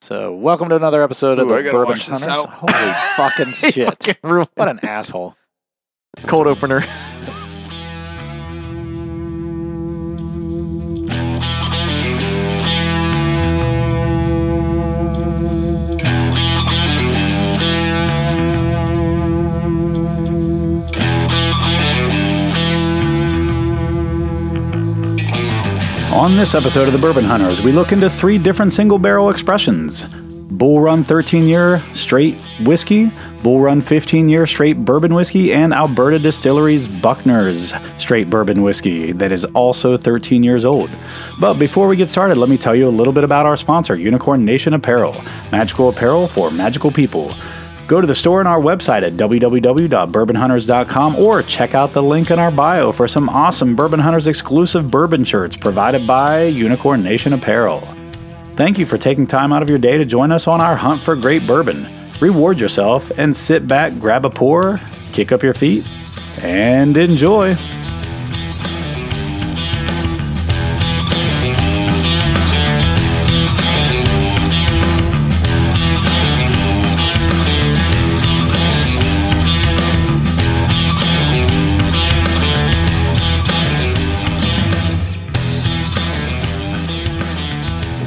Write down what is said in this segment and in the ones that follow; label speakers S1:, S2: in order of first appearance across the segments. S1: So, welcome to another episode of
S2: Ooh, I
S1: the
S2: gotta
S1: Bourbon
S2: watch
S1: Hunters.
S2: this out.
S1: Holy fucking shit!
S3: Fucking ruined
S1: What an asshole!
S3: cold opener.
S4: On this episode of The Bourbon Hunters, we look into three different single barrel expressions Bull Run 13 year straight whiskey, Bull Run 15 year straight bourbon whiskey, and Alberta Distilleries Buckner's straight bourbon whiskey that is also 13 years old. But before we get started, let me tell you a little bit about our sponsor, Unicorn Nation Apparel, magical apparel for magical people. Go to the store and our website at www.bourbonhunters.com or check out the link in our bio for some awesome Bourbon Hunters exclusive bourbon shirts provided by Unicorn Nation Apparel. Thank you for taking time out of your day to join us on our hunt for great bourbon. Reward yourself and sit back, grab a pour, kick up your feet, and enjoy.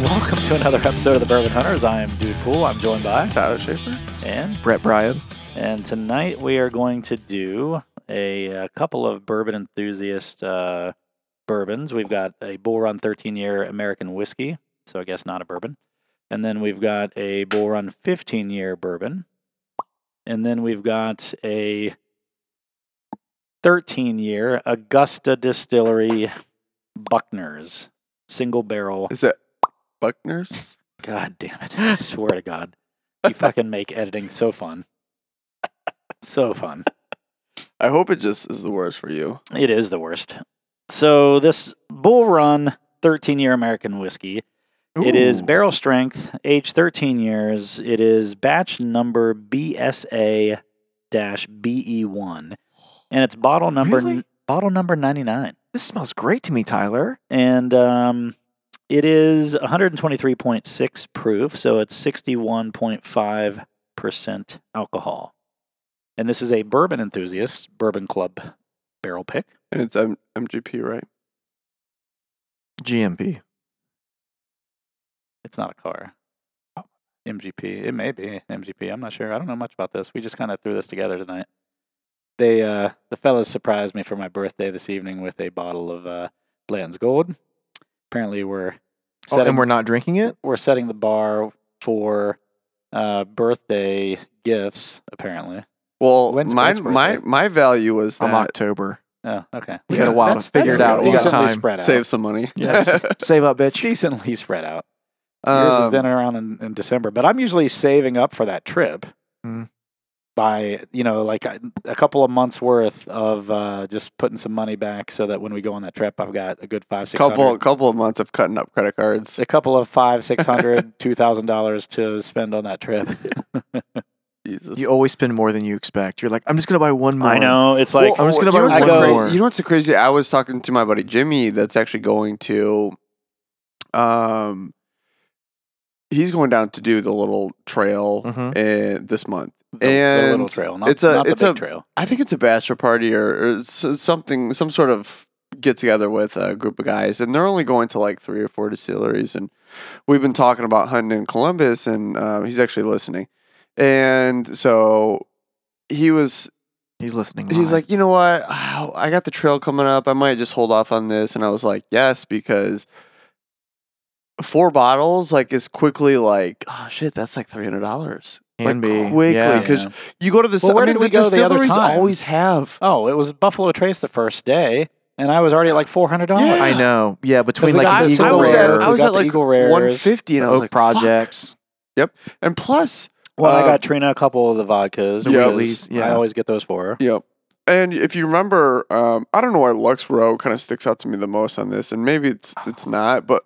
S1: Welcome to another episode of the Bourbon Hunters. I am Dude Cool. I'm joined by
S2: Tyler Schaefer.
S1: and
S3: Brett Bryan.
S1: and tonight we are going to do a, uh couple of bourbon enthusiast uh, bourbons. We've got a Bull Run 13 year American whiskey, so I guess not a bourbon, and then we've got a Bull Run 15 year bourbon, and then we've got a 13 year Augusta Distillery Buckner's single barrel
S2: Is that Buckner's?
S1: God damn it. I swear to God. You fucking make editing so fun. So fun.
S2: I hope it just is the worst for you.
S1: It is the worst. So, this Bull Run 13 year American whiskey, it is
S2: Ooh.
S1: barrel strength, age 13 years. It is batch number BSA BE1. E And it's bottle number
S3: Really?
S1: bottle number 99.
S3: This smells great to me, Tyler.
S1: and um, it is 123.6 proof, so it's 61.5 percent alcohol. And this is a bourbon enthusiast bourbon club barrel pick.
S2: and it's M- MGP, right?
S3: GMP.
S1: It's not a car. MGP. It may be MGP. I'm not sure. I don't know much about this. We just kind of threw this together tonight. They uh, the fellas surprised me for my birthday this evening with a bottle of uh, Blanton's Gold. Apparently, we're
S3: Oh,
S1: setting
S3: and we're not drinking it.
S1: we're setting the bar for uh, birthday gifts. Apparently.
S2: Well,
S1: When's
S2: my
S1: Brent's
S2: my
S1: birthday?
S2: my value was
S3: I'm
S2: that
S3: October.
S1: Oh, okay.
S2: We got a while to
S1: That's-
S3: figure
S1: that's
S2: it out. We got
S1: Decently
S3: time.
S1: spread out.
S2: save some money.
S1: Yes.
S3: Save up,
S1: It's
S3: bitch.
S1: decently spread out. Yours is
S2: Um,
S1: then around in, in December, but I'm usually saving up for that trip
S2: Hmm.
S3: Mm.
S1: by you know like a, a couple of months worth of uh, just putting some money back so that when we go on that trip, I've got a good five six
S2: couple
S1: hundred,
S2: couple of months of cutting up credit cards.
S1: a couple of five six hundred, two thousand dollars to spend on that trip.
S2: Jesus.
S3: You always spend more than you expect. You're like, I'm just gonna buy one more.
S1: I know it's
S2: Well,
S1: like
S3: I'm just gonna
S2: you
S3: buy
S2: know what's
S1: one
S2: so cra-
S3: more.
S2: You know what's so crazy? I was talking to my buddy Jimmy. That's actually going to, um, he's going down to do the little trail
S3: Mhm.
S2: eh, this month.
S1: the, the little
S2: and
S1: trail, not,
S2: it's a-
S1: not the
S2: it's
S1: big
S2: a-
S1: trail.
S2: I think it's a bachelor party or, or s- something, some sort of get together with a group of guys, and they're only going to like three or four distilleries. And we've been talking about hunting in Columbus, and um, he's actually listening. And so he was,
S3: He's listening.
S2: he's
S3: live.
S2: like, you know what? I got the trail coming up. I might just hold off on this. And I was like, yes, because four bottles like is quickly like, oh shit, that's like three hundred dollars. Like
S3: Can be.
S2: quickly,
S3: Yeah.
S2: because you go to the.
S1: Well, where
S2: I mean,
S1: did we
S2: the
S1: go the other
S2: distilleries
S1: time?
S2: always have
S1: Oh, it was Buffalo Trace the first day, and I was already at like four hundred dollars.
S2: Yeah.
S3: I know. Yeah, between
S1: we
S3: like
S1: got
S3: the
S1: this
S3: Eagle
S2: I was
S1: Rare.
S2: at, I
S1: We
S2: was
S1: got
S2: at
S1: the
S2: like
S1: Eagle Rares,
S2: 150 and I was
S3: Oak
S2: like project.
S3: projects.
S2: And plus,
S1: Well, I
S2: Uh,
S1: got Trina a couple of the vodkas.
S2: Yeah.
S1: because
S3: Wheatley's,
S1: I
S3: yeah.
S1: always get those for her.
S2: yep. And if you remember, um, I don't know why Lux Row kind of sticks out to me the most on this, and maybe it's it's not, but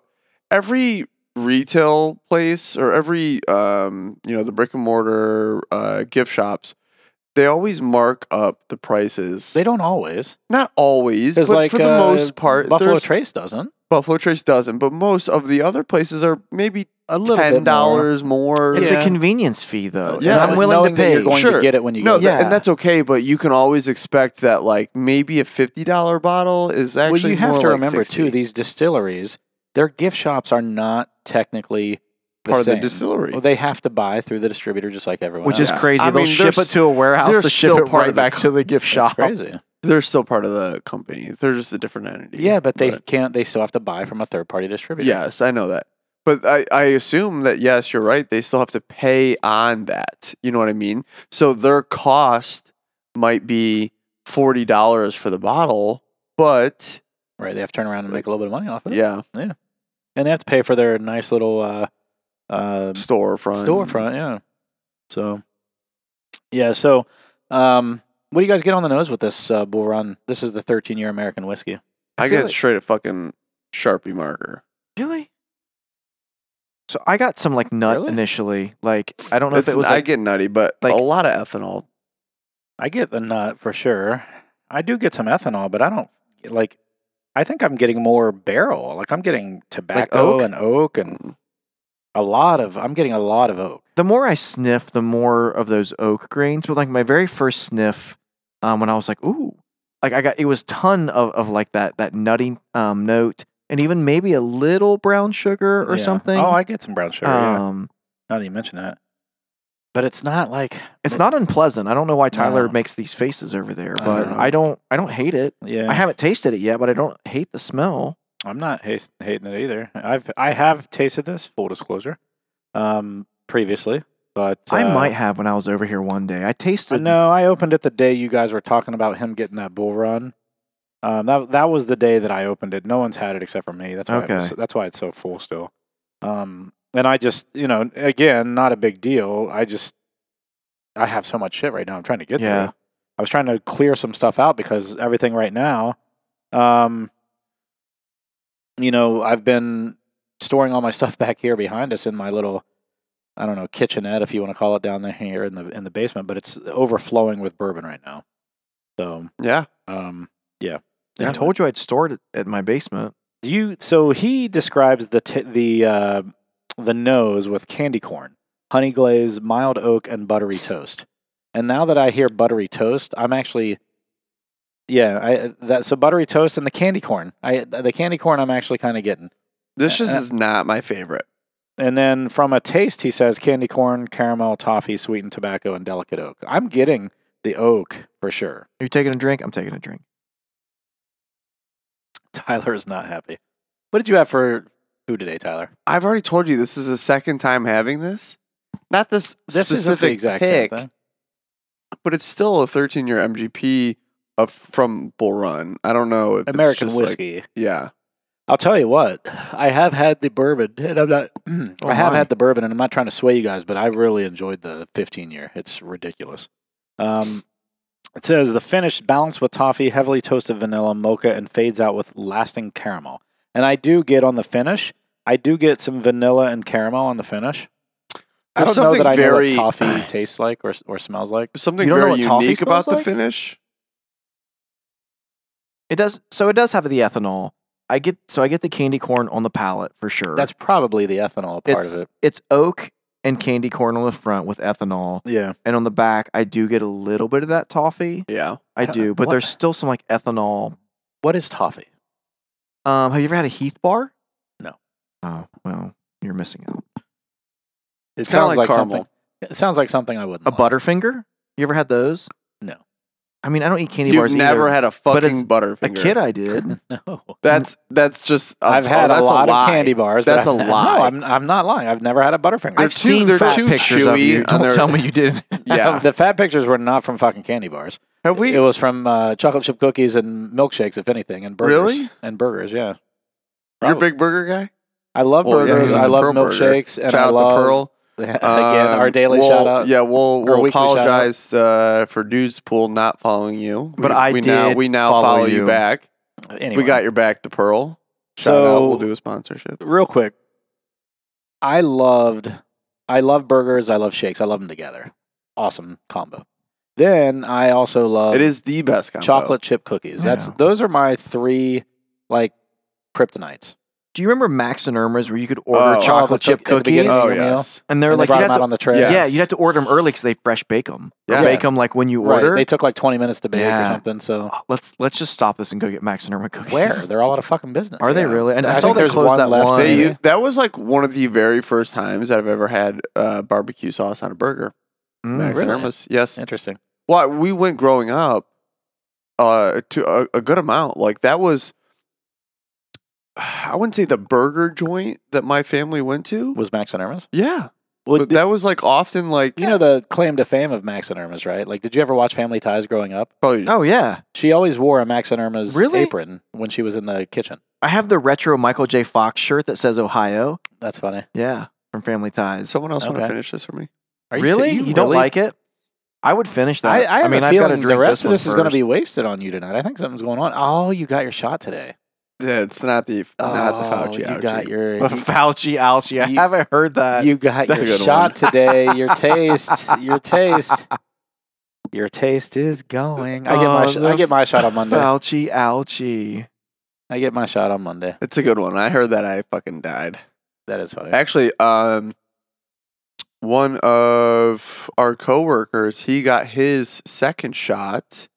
S2: every retail place or every um, you know the brick and mortar uh, gift shops, they always mark up the prices.
S1: They don't always.
S2: not always, but
S1: There's like
S2: for the
S1: uh,
S2: most part,
S1: Buffalo
S2: there's-
S1: Trace doesn't.
S2: Buffalo Trace doesn't, but most of the other places are maybe
S1: a little bit more.
S2: ten dollars more.
S3: It's
S1: Yeah.
S3: a convenience fee, though.
S2: Yeah,
S3: Yeah, I'm
S2: but
S3: willing
S1: knowing
S3: to
S1: that
S3: pay.
S1: you're going
S2: Sure.
S1: to get it when you
S2: No,
S1: go.
S3: Yeah.
S2: th- and that's okay, but you can always expect that like maybe a fifty dollar bottle is
S1: well,
S2: actually.
S1: you have
S2: more
S1: to
S2: like
S1: remember
S2: 60.
S1: too. These distilleries, their gift shops are not technically the
S2: part of the
S1: same.
S2: distillery.
S1: Well, they have to buy through the distributor, just like everyone.
S3: which
S1: else.
S3: is crazy.
S2: I
S3: They'll
S2: mean,
S3: ship
S2: they're
S3: it to a warehouse
S2: they're
S3: to ship
S2: still
S3: it
S2: part
S3: right
S2: of the
S3: back to the gift
S1: That's
S3: shop.
S1: crazy.
S2: They're still part of the company. They're just a different entity.
S1: Yeah, but they can't. They still have to buy from a third party distributor.
S2: Yes, I know that. But I, I assume that, yes, you're right. They still have to pay on that. You know what I mean? So their cost might be $40 for the bottle, but
S1: right. They have to turn around and make a little bit of money off of it.
S2: yeah,
S1: and they have to pay for their nice little uh, uh,
S2: storefront.
S1: storefront. Yeah. So, yeah. So, um, what do you guys get on the nose with this uh, Bull Run? This is the 13 year American whiskey.
S2: I,
S3: I feel
S2: get
S3: like-
S2: straight a fucking Sharpie marker.
S3: Really? So I got some like nut
S1: Really?
S3: initially. Like I don't know
S2: It's-
S3: if it was
S2: I
S3: like
S2: get nutty, but
S3: like-
S2: a lot of ethanol.
S1: I get the nut for sure. I do get some ethanol, but I don't like. I think I'm getting more barrel. Like I'm getting tobacco
S3: oak?
S1: and oak and a lot of. I'm getting a lot of oak.
S3: the more I sniff, the more of those oak grains. But like my very first sniff, um, when I was like, ooh, like I got it was ton of, of like that that nutty um note and even maybe a little brown sugar or
S1: Yeah.
S3: something.
S1: Oh, I get some brown sugar. yeah.
S3: um,
S1: Now that you mention that, but it's not like
S3: it's not unpleasant. I don't know why Tyler
S1: No.
S3: makes these faces over there,
S1: I
S3: but
S1: know.
S3: I don't I don't hate it.
S1: yeah.
S3: I haven't tasted it yet, but I don't hate the smell.
S1: I'm not has- hating it either. I've I have tasted this full disclosure, um, previously, but
S3: I
S1: uh,
S3: might have when I was over here one day. I tasted
S1: No, I opened it the day you guys were talking about him getting that bull run. Um, that that was the day that I opened it. No one's had it except for me. That's why it was-
S3: Okay.
S1: that's why it's so full still. Um, and I just you know again not a big deal. I just I have so much shit right now. I'm trying to get
S3: Yeah.
S1: through. I was trying to clear some stuff out because everything right now, um, you know, I've been storing all my stuff back here behind us in my little I don't know kitchenette if you want to call it down there here in the in the basement, but it's overflowing with bourbon right now. So
S2: Yeah.
S1: um, yeah,
S3: I
S1: Anyway.
S3: told you I'd stored it at my basement.
S1: Do you so he describes the t- the uh, the nose with candy corn, honey glaze, mild oak, and buttery toast. And now that I hear buttery toast, I'm actually yeah I that so buttery toast and the candy corn. I the candy corn I'm actually kind of getting.
S2: This just
S1: Uh,
S2: is not my favorite.
S1: And then from a taste, he says candy corn, caramel, toffee, sweetened tobacco, and delicate oak. I'm getting the oak for sure.
S3: Are you taking a drink? I'm taking a drink.
S1: Tyler is not happy. What did you have for food today, Tyler?
S2: I've already told you this is the second time having this. Not this,
S1: isn't
S2: specific pick,
S1: thing.
S2: but it's still a 13 year MGP of, from Bull Run. I don't know. If it's
S1: American
S2: just like-
S1: whiskey.
S2: yeah.
S1: I'll tell you what, I have had the bourbon, and I'm not. I have
S3: my.
S1: had the bourbon, and I'm not trying to sway you guys, but I really enjoyed the 15 year. It's ridiculous. Um, it says the finish balanced with toffee, heavily toasted vanilla, mocha, and fades out with lasting caramel. And I do get on the finish. I do get some vanilla and caramel on the finish. I
S2: There's
S1: don't know that
S2: something
S1: I know what
S2: very-
S1: toffee tastes like or or smells like.
S2: Something
S3: You don't know
S2: very
S3: what toffee
S2: unique
S3: smells
S2: about the
S3: like?
S2: finish.
S3: It does so it does have the ethanol. I get so I get the candy corn on the palate for sure.
S1: That's probably the ethanol part
S3: it's,
S1: of it.
S3: It's oak and candy corn on the front with ethanol,
S1: Yeah,
S3: and on the back I do get a little bit of that toffee.
S2: Yeah.
S3: I
S1: Uh,
S3: do, but
S1: what-
S3: there's still some like ethanol.
S1: what is toffee?
S3: Um, have you ever had a Heath bar?
S1: No.
S3: Oh well, you're missing out.
S1: It
S2: kinda like
S1: something.
S2: caramel.
S1: It sounds like something I wouldn't.
S3: A
S1: like.
S3: Butterfinger? You ever had those?
S1: No.
S3: I mean, I don't eat candy
S2: You've
S3: bars.
S2: never
S3: either.
S2: had a
S3: but it's
S2: fucking butterfinger.
S3: a kid. I did.
S1: No.
S2: that's that's just. a-
S1: I've
S2: oh,
S1: had a
S2: that's
S1: lot of
S2: lie.
S1: candy bars.
S2: That's
S1: a
S2: a lie.
S1: No, I'm, I'm not lying. I've never had a Butterfinger.
S2: They're
S3: I've
S2: too-
S3: seen
S2: they're
S3: fat
S2: too
S3: pictures of
S2: chewy
S3: you.
S2: and
S3: Don't
S2: they're-
S3: tell me you didn't.
S2: Yeah.
S1: the fat pictures were not from fucking candy bars.
S2: Have we?
S1: It was from uh, chocolate chip cookies and milkshakes, if anything, and burgers.
S2: Really?
S1: And burgers, yeah.
S2: You're a
S1: Probably.
S2: big burger guy?
S1: I love
S2: Well, yeah,
S1: burgers.
S2: he's on
S1: I
S2: the
S1: love
S2: Pearl Burger.
S1: milkshakes. And
S2: shout
S1: I
S2: out
S1: love,
S2: to Pearl.
S1: Again, our
S2: Um,
S1: daily
S2: we'll-
S1: shout out.
S2: Yeah, we'll
S1: Or
S2: we'll
S1: weekly shout out.
S2: apologize uh, for dudes pool not following you.
S3: But
S2: we,
S3: I
S2: we now
S3: did
S2: we now
S3: follow
S2: follow,
S3: you.
S2: you back.
S1: Anyway,
S2: We got your back, the Pearl. Shout
S1: so,
S2: out. We'll do a sponsorship.
S1: real quick. I loved, I love burgers. I love shakes. I love them together. Awesome combo. Then I also love
S2: It is the best combo.
S1: chocolate chip cookies. That's
S3: Yeah.
S1: those are my three like kryptonites.
S3: Do you remember Max and Irma's where you could order
S2: Oh.
S3: chocolate
S1: Oh, the
S3: chip
S1: cook- at the
S3: cookies?
S1: beginning
S2: Oh
S1: Yes.
S2: yes.
S3: And they're
S1: And they
S3: like,
S1: brought them
S3: you have
S1: out
S3: to,
S1: on the tray.
S3: yeah,
S2: Yes.
S3: you have to order them early because they fresh bake them.
S2: Yeah.
S3: Or bake them like when you
S1: Right.
S3: order.
S1: They took like 20 minutes to bake or
S3: Yeah.
S1: something. So
S3: Oh, let's let's just stop this and go get Max and Irma cookies.
S1: where? They're all out of fucking business.
S3: Are they
S2: Yeah.
S3: really? And I,
S1: I
S3: saw
S1: think
S3: they
S1: there's
S3: closed
S1: one
S3: that
S1: left,
S3: one.
S1: maybe.
S2: They
S1: Really?
S2: u- that was like one of the very first times I've ever had uh, barbecue sauce on a burger.
S3: Mm.
S2: Max and
S1: really?
S2: Irma's. Yes.
S1: Interesting.
S2: Well, we went growing up uh, to a, a good amount. Like that was, I wouldn't say the burger joint that my family went to.
S1: Was Max and Irma's?
S2: Yeah,
S1: Well,
S2: but
S1: did-
S2: that was like often like
S1: you know the claim to fame of Max and Irma's, right? Like, did you ever watch Family Ties growing up?
S2: probably
S3: Oh yeah,
S1: She always wore a Max and Irma's
S3: Really?
S1: apron when she was in the kitchen.
S3: I have the retro Michael J. Fox shirt that says Ohio.
S1: That's funny.
S3: Yeah, from Family Ties.
S2: someone else want to
S1: Okay.
S2: finish this for me.
S1: Are you
S3: really?
S1: se-
S3: You, don't
S1: really-
S3: like it? I would finish that.
S1: I, I have
S3: mean,
S1: a
S3: I've
S1: feeling
S3: got to drink
S1: the rest of
S3: one
S1: this is going to
S3: first.
S1: be wasted on you tonight. I think something's going on. Oh, you got your shot today.
S2: Yeah, it's not the not the
S1: Oh,
S2: Fauci.
S1: You
S2: ouchie.
S1: got your.
S3: The Fauci ouchie. I
S1: You-
S3: haven't heard that.
S1: you got
S2: that's
S1: your
S2: a good one.
S1: shot today. Your taste. Your taste. Your taste is going. I get my.
S3: Oh,
S1: Sh-
S3: the
S1: I get my shot on Monday.
S3: Fauci ouchie.
S1: I get my shot on Monday.
S2: It's a good one. I heard that I fucking died.
S1: That is funny.
S2: Actually, um, one of our coworkers, he got his second shot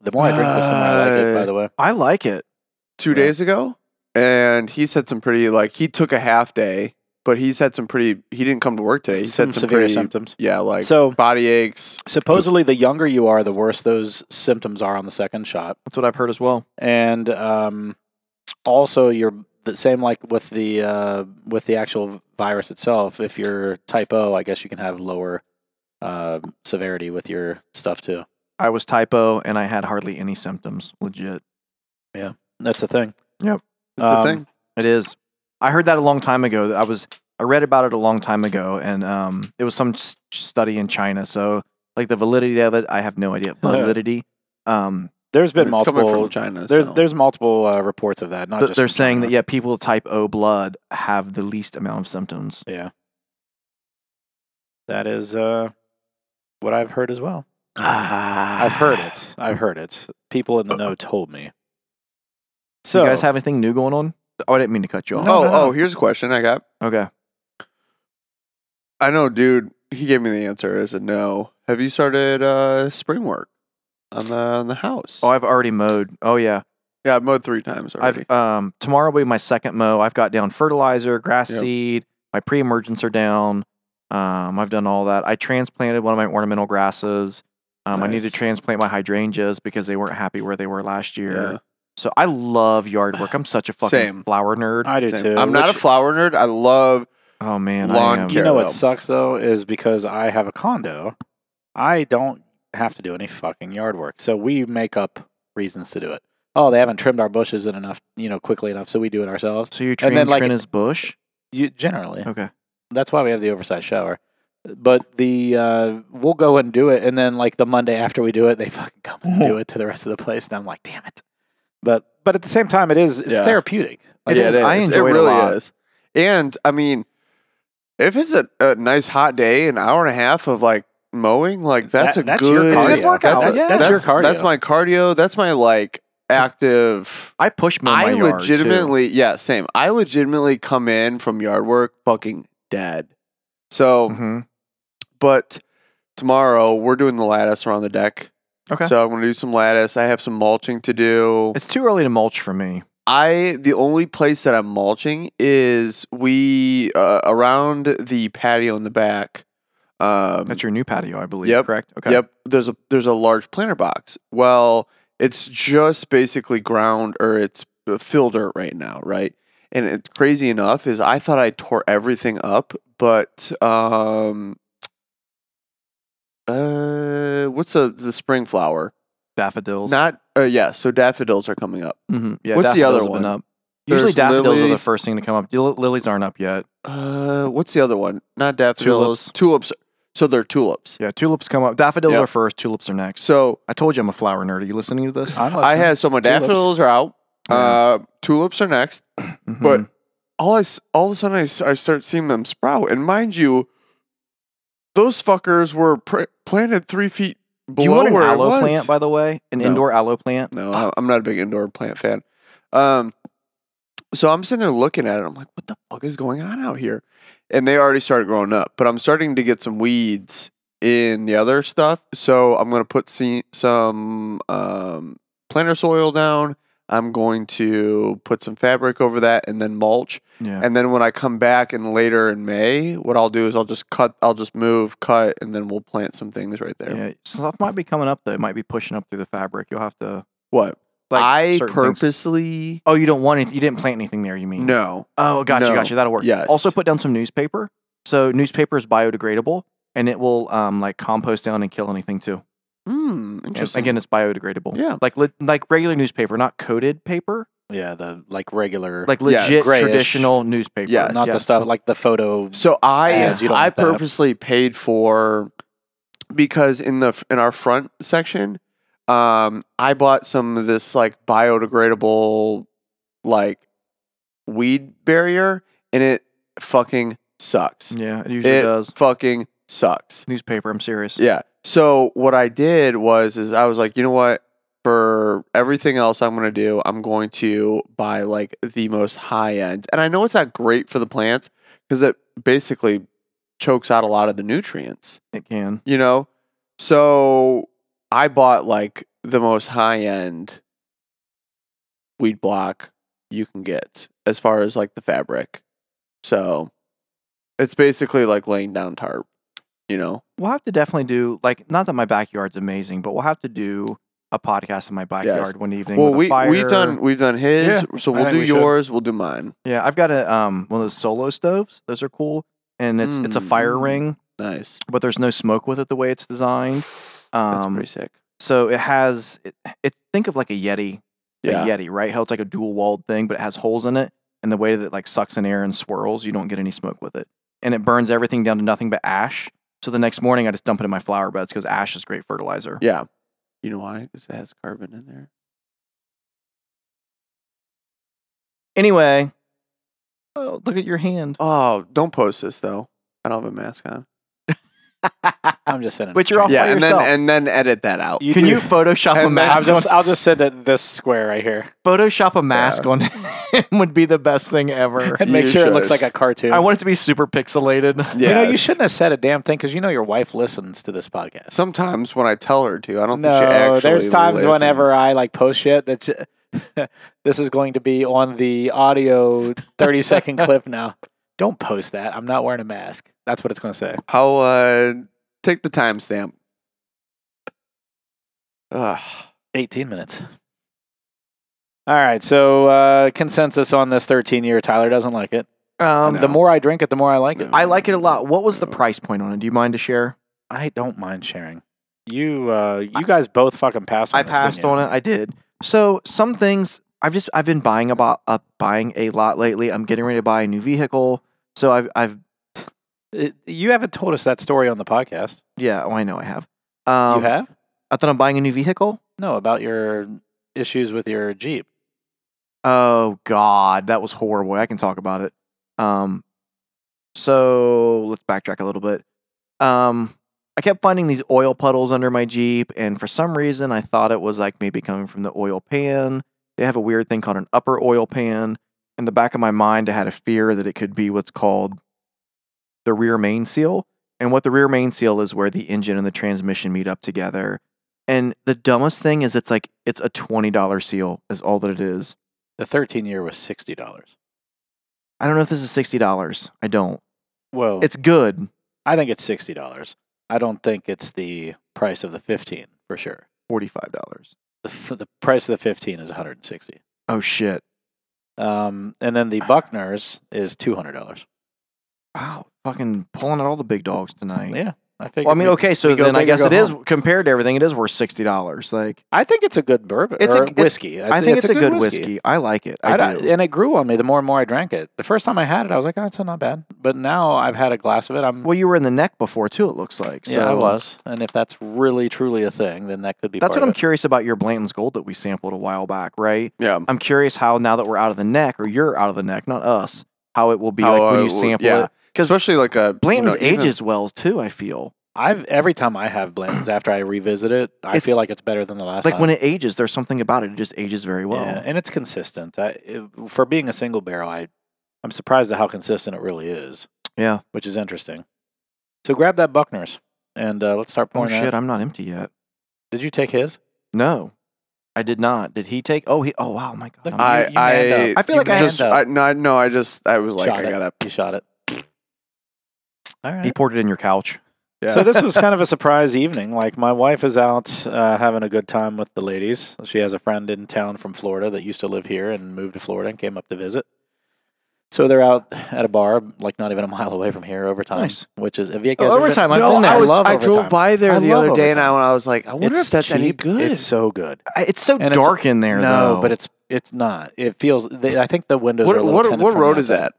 S1: The more I drink this, the more I like it. By the way,
S3: I like it.
S2: two
S1: Yeah.
S2: days ago, and he said some pretty like he took a half day, but he's had some pretty. He didn't come to work today. He
S1: some
S2: said some
S1: severe
S2: pretty
S1: symptoms.
S2: yeah, like
S1: So-
S2: body aches.
S1: Supposedly, the younger you are, the worse those symptoms are on the second shot,
S3: That's what I've heard as well.
S1: and um, also you're the same like with the uh, with the actual virus itself. If you're type O, I guess you can have lower uh, severity with your stuff too.
S3: I was typo and I had hardly any symptoms. Legit.
S1: That's the thing.
S2: It's
S1: Um,
S2: a thing.
S3: It is. I heard that a long time ago. I was I read about it a long time ago, and um, it was some s- study in China. So like the validity of it, I have no idea. Validity. Um,
S1: There's been
S2: It's coming
S1: multiple.
S2: from China.
S1: There's
S2: so.
S1: there's multiple uh, reports of that. Not
S3: th-
S1: just
S3: they're
S1: from
S3: saying
S1: China.
S3: that yeah, people with type O blood have the least amount of symptoms.
S1: Yeah. That is uh, what I've heard as well.
S2: Ah.
S1: I've heard it. I've heard it. People in the know told me. So
S3: you guys have anything new going on? Oh, I didn't mean to cut you off.
S1: no,
S2: oh
S1: no.
S2: oh, here's a question I got.
S3: Okay.
S2: I know, dude. He gave me the answer as a no. Have you started uh spring work on the on the house?
S3: Oh, I've already mowed. Oh yeah.
S2: yeah, I've mowed three times already.
S3: I've um tomorrow will be my second mow. I've got down fertilizer, grass
S2: Yep.
S3: seed, my pre-emergents are down. Um, I've done all that. I transplanted one of my ornamental grasses. Um, I need to
S2: Nice.
S3: transplant my hydrangeas because they weren't happy where they were last year.
S2: Yeah.
S3: So I love yard work. I'm such a fucking
S2: Same.
S3: flower nerd.
S1: I do
S2: Same.
S1: too.
S2: I'm not a
S1: which-
S2: flower nerd. I love
S3: oh man,
S2: lawn
S3: I am.
S1: You know what
S2: though.
S1: sucks though is because I have a condo, I don't have to do any fucking yard work. So we make up reasons to do it. Oh, they haven't trimmed our bushes in enough, you know, quickly enough, so we do it ourselves.
S3: So you
S1: And
S3: train
S1: then, like-
S3: Trina's bush?
S1: You generally.
S3: Okay.
S1: That's why we have the oversized shower. But the uh, we'll go and do it, and then like the Monday after we do it, they fucking come and do it to the rest of the place, and I'm like, damn it. But but at the same time, it is it's
S2: Yeah.
S1: therapeutic. Like,
S3: It is. I enjoy it a
S2: really
S3: lot.
S2: is. And I mean, if it's a, a nice hot day, an hour and a half of like mowing, like that's
S1: That-
S2: a
S1: that's your
S2: good,
S1: It's a good cardio.
S3: workout.
S2: That's, a-
S3: Yeah.
S1: That's your cardio.
S2: That's my cardio. That's my like active.
S3: I push mow my
S2: I
S3: yard, too.
S2: legitimately, yeah, same. I legitimately come in from yard work fucking dead. So,
S3: Mhm.
S2: but tomorrow we're doing the lattice around the deck.
S3: Okay.
S2: So I'm gonna do some lattice. I have some mulching to do.
S3: It's too early to mulch for me.
S2: I the only place that I'm mulching is we uh, around the patio in the back. Um,
S3: That's your new patio, I believe.
S2: Yep.
S3: Correct. Okay.
S2: Yep. There's a there's a large planter box. Well, it's just basically ground or it's uh, fill dirt right now, right? And it, crazy enough is I thought I tore everything up, but um, uh, what's the the spring flower?
S3: Daffodils.
S2: Not uh, yeah. So daffodils are coming up.
S3: Mm-hmm. Yeah,
S2: What's the other
S3: daffodils have been
S2: one?
S3: Up. Usually
S2: There's
S3: daffodils are the
S2: lilies.
S3: first thing to come up. Lil- lilies aren't up yet.
S2: Uh, what's the other one? Not daffodils. Tulips. So they're tulips.
S3: Yeah, tulips come up. Daffodils
S2: Yep.
S3: are first. Tulips are next.
S2: So
S3: I told you I'm a flower nerd. Are you listening to this?
S1: I'm
S2: I
S1: listening.
S2: had so my
S1: Tulips.
S2: daffodils are out. Uh, tulips are next.
S3: Mhm.
S2: But all I s- all of a sudden I, s- I start seeing them sprout, and mind you, those fuckers were pr- planted three feet below
S3: do you want an
S2: where it
S3: aloe
S2: was.
S3: plant, by the way? An
S2: No.
S3: indoor aloe plant?
S2: no, I- I'm not a big indoor plant fan. Um, So I'm sitting there looking at it. I'm like, what the fuck is going on out here? And they already started growing up, but I'm starting to get some weeds in the other stuff. So I'm going to put se- some um, planter soil down. I'm going to put some fabric over that and then mulch.
S3: Yeah.
S2: And then when I come back in later in May, what I'll do is I'll just cut, I'll just move, cut, and then we'll plant some things right there.
S3: yeah. Stuff might be coming up though. It might be pushing up through the fabric. You'll have to
S2: What?
S3: like
S2: I
S3: certain things-
S2: purposely,
S3: Oh, you don't want anything. You didn't plant anything there. You mean?
S2: no.
S3: Oh, gotcha,
S2: No.
S3: gotcha. That'll work.
S2: Yes.
S3: Also, put down some newspaper. So newspaper is biodegradable, and it will um like compost down and kill anything too.
S2: Hmm,
S3: And
S2: interesting.
S3: Again, it's biodegradable.
S2: Yeah.
S3: Like le- like regular newspaper, not coated paper.
S1: Yeah, the like regular,
S3: Like
S2: Yes.
S3: legit
S1: Grayish.
S3: traditional newspaper.
S2: Yes.
S1: not the stuff like the photo.
S2: So I
S1: ads, you don't
S2: I
S1: want that.
S2: purposely paid for because in the in our front section, um, I bought some of this like biodegradable like weed barrier, and it fucking sucks.
S3: Yeah, it usually
S2: it
S3: does.
S2: fucking sucks.
S3: Newspaper. I'm serious.
S2: Yeah. So what I did was is I was like, you know what? For everything else I'm gonna do, I'm going to buy like the most high end. And I know it's not great for the plants because it basically chokes out a lot of the nutrients,
S3: It can.
S2: you know? So I bought like the most high end weed block you can get as far as like the fabric. So it's basically like laying down tarp, you know?
S3: We'll have to definitely do like not that my backyard's amazing, but we'll have to do a podcast in my backyard one evening.
S2: Well,
S3: with a
S2: we we've
S3: fire.
S2: done we've done his, so
S1: I
S2: we'll
S1: think
S2: do
S1: we should.
S2: yours. We'll do mine.
S3: Yeah, I've got a um one of those solo stoves. Those are cool, and it's it's a
S2: Mm,
S3: fire
S2: mm.
S3: ring,
S2: Nice.
S3: but there's no smoke with it the way it's designed.
S2: That's
S3: Um,
S2: pretty sick.
S3: so it has it, it. Think of like a Yeti,
S2: Yeah.
S3: a Yeti, right? How it's like a dual walled thing, but it has holes in it, and the way that it like sucks in air and swirls, you don't get any smoke with it, and it burns everything down to nothing but ash. So the next morning, I just dump it in my flower beds because ash is great fertilizer.
S2: Yeah. You know why? Because it has carbon in there.
S3: Anyway, oh look at your hand.
S2: Oh, don't post this though. I don't have a mask on.
S1: I'm just sending.
S3: But you're all-
S1: Yeah,
S2: yeah,
S3: by
S2: and then
S3: Oh, yourself.
S2: and then edit that out.
S1: You
S3: Can
S1: do-
S3: you Photoshop a
S2: And then-
S1: I'll
S3: mask? on-
S1: just I'll just send that this square right here
S3: Photoshop a mask on him would be the best thing ever.
S1: and make
S2: You
S1: sure it looks
S2: should.
S1: like a cartoon.
S3: I want it to be super pixelated.
S2: yeah.
S1: You know, you shouldn't have said a damn thing because you know your wife listens to this podcast.
S2: Sometimes when I tell her to, I don't think she
S1: No,
S2: actually.
S1: there's times
S2: listens.
S1: whenever I like post shit that this is going to be on the audio 30 second clip now. Don't post that. I'm not wearing a mask. That's what it's going to say.
S2: I'll uh, take the timestamp. Ugh.
S1: 18 minutes. All right. So uh, consensus on this 13 year. Tyler doesn't like it.
S3: Um,
S2: No.
S1: The more I drink it, the more I like it.
S3: I like it a lot. What was the
S2: No.
S3: price point on it? Do you mind to share?
S1: I don't mind sharing. You, uh, you guys both fucking passed. On
S3: I
S1: this, didn't
S3: passed
S1: you?
S3: on it. I did. So some things I've just I've been buying about uh, buying a lot lately. I'm getting ready to buy a new vehicle. So I've I've
S1: it. Uh, You haven't told us that story on the podcast.
S3: yeah. Oh, I know I have. Um,
S1: you have
S3: I thought I'm buying a new vehicle.
S1: no about your issues with your Jeep.
S3: Oh God, that was horrible. I can talk about it. Um, so let's backtrack a little bit. Um, I kept finding these oil puddles under my Jeep, and for some reason, I thought it was like maybe coming from the oil pan. They have a weird thing called an upper oil pan. In the back of my mind, I had a fear that it could be what's called the rear main seal. And what the rear main seal is where the engine and the transmission meet up together. And the dumbest thing is it's like it's a $20 seal is all that it is.
S1: The 13 year was sixty dollars.
S3: I don't know if this is sixty dollars. I don't.
S1: Well,
S3: It's good
S1: I think it's sixty dollars. I don't think it's the price of the fifteen for sure.
S3: forty five dollars.
S1: The, f- the price of the fifteen is one hundred and sixty,
S3: Oh shit!
S1: um, and then
S3: Ah.
S1: the Buckner's is two hundred dollars.
S3: Wow, fucking pulling out all the big dogs tonight.
S1: Yeah, I think.
S3: Well, I mean, okay, so
S1: we go
S3: then I
S1: big or
S3: guess
S1: go
S3: it is
S1: home.
S3: compared to everything. It is worth sixty dollars. Like
S1: I think it's a good bourbon. It's
S3: It's a-
S1: a
S3: it's-
S1: whiskey.
S3: I think it's, a, good whiskey. I like it. I,
S1: I d-
S3: do.
S1: and it grew on me the more and more I drank it. The first time I had it, I was like, "Oh, it's not bad." But now I've had a glass of it. I'm
S3: well, you were in the neck before too. It looks like. So
S1: yeah, I was. And if that's really truly a thing, then that could be.
S3: That's
S1: part
S3: what
S1: of it.
S3: I'm curious about your Blanton's Gold that we sampled a while back, right?
S2: Yeah.
S3: I'm curious how now that we're out of the neck, or you're out of the neck, not us, how it will be
S2: How,
S3: like when
S2: uh,
S3: you
S2: w-
S3: sample
S2: yeah.
S3: it. 'Cause
S2: Especially like a you
S3: Blanton's
S2: know, even-
S3: ages well too. I feel
S1: I've every time I have blends after I revisit it, I
S3: It's-
S1: feel like it's better than the last.
S3: like
S1: time.
S3: when it ages, there's something about it. It just ages very well.
S1: yeah, and it's consistent. I, it- for being a single barrel, I I'm surprised at how consistent it really is,
S3: Yeah.
S1: which is interesting. So grab that Buckner's and uh, let's start
S3: Oh
S1: pouring.
S3: shit,
S1: that.
S3: I'm not empty yet.
S1: Did you take his?
S3: No, I did not. Did he take? Oh, he. Oh wow, my god.
S1: Look,
S3: I'm-
S2: I
S1: Um, you manned
S2: I,
S1: up. I feel like I
S2: just
S1: manned up.
S2: I, no I- no I just I was like
S1: Shot
S2: I
S1: it.
S2: gotta
S1: You shot it. All right.
S3: he poured it in your couch.
S2: yeah.
S1: So this was kind of a surprise evening. Like my wife is out uh, having a good time with the ladies. She has a friend in town from Florida that used to live here and moved to Florida and came up to visit. So they're out at a bar, like not even a mile away from here, overtime,
S3: Nice.
S1: which is have you guys ever
S3: Oh,
S1: been-
S3: Overtime, I've
S1: No,
S3: been there.
S1: I,
S3: I
S1: was, love
S5: I
S1: overtime.
S5: drove by there
S1: I
S5: the
S1: love
S5: other day and I,
S1: overtime.
S5: I was like, I wonder
S1: It's
S5: if that's any
S1: cheap.
S5: good.
S1: It's so good.
S3: I- It's so
S1: And it's-
S3: dark in there.
S1: no,
S3: though.
S1: but it's it's not. It feels. They, I think the windows are a
S2: what
S1: little
S2: what
S1: tinted
S2: what
S1: from
S2: road
S1: the
S2: is
S1: outside.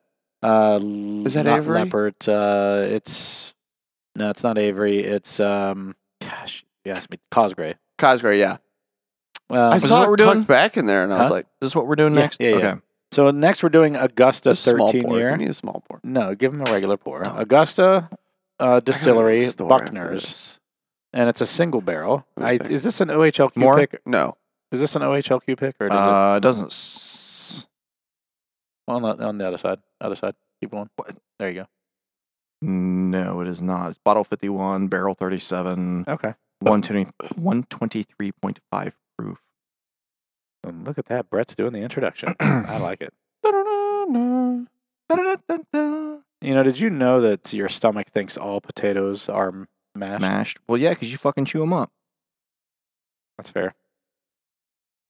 S2: that?
S1: Uh,
S2: Is that
S1: not
S2: Avery?
S1: Leopard. Uh, it's no, it's not Avery. It's um, gosh, you asked me Cosgrave.
S2: Cosgrove, yeah. I
S1: Um,
S3: this
S2: saw
S3: what
S2: it
S3: we're
S2: tucked
S3: doing?
S2: back in there, and I was
S1: Huh?
S2: like,
S3: This is what we're doing
S1: Yeah,
S3: next.
S1: yeah, yeah.
S3: Okay.
S1: so next we're doing Augusta
S2: a small
S1: 13
S2: pour. Give
S1: year.
S2: me a small pour.
S1: No, give them a regular pour.
S3: Oh.
S1: Augusta uh, Distillery
S3: store after
S1: Buckner's, and it's a single barrel.
S2: Let me
S1: I,
S2: think.
S1: is this an OHLQ
S3: More?
S1: pick?
S2: No,
S1: Is this an OHLQ pick or does it
S3: Uh, it doesn't. S-
S1: on the, on the other side? Other side. Keep going. There you
S3: no, it is not. It's bottle 51, barrel 37,
S1: go. Okay.
S3: 120 123.5 proof.
S1: Um, look at that. Brett's doing the introduction. I like it. You know, did you know that your stomach thinks all potatoes are m- mashed?
S3: Mashed. Well, yeah, because you fucking chew them up.
S1: That's fair.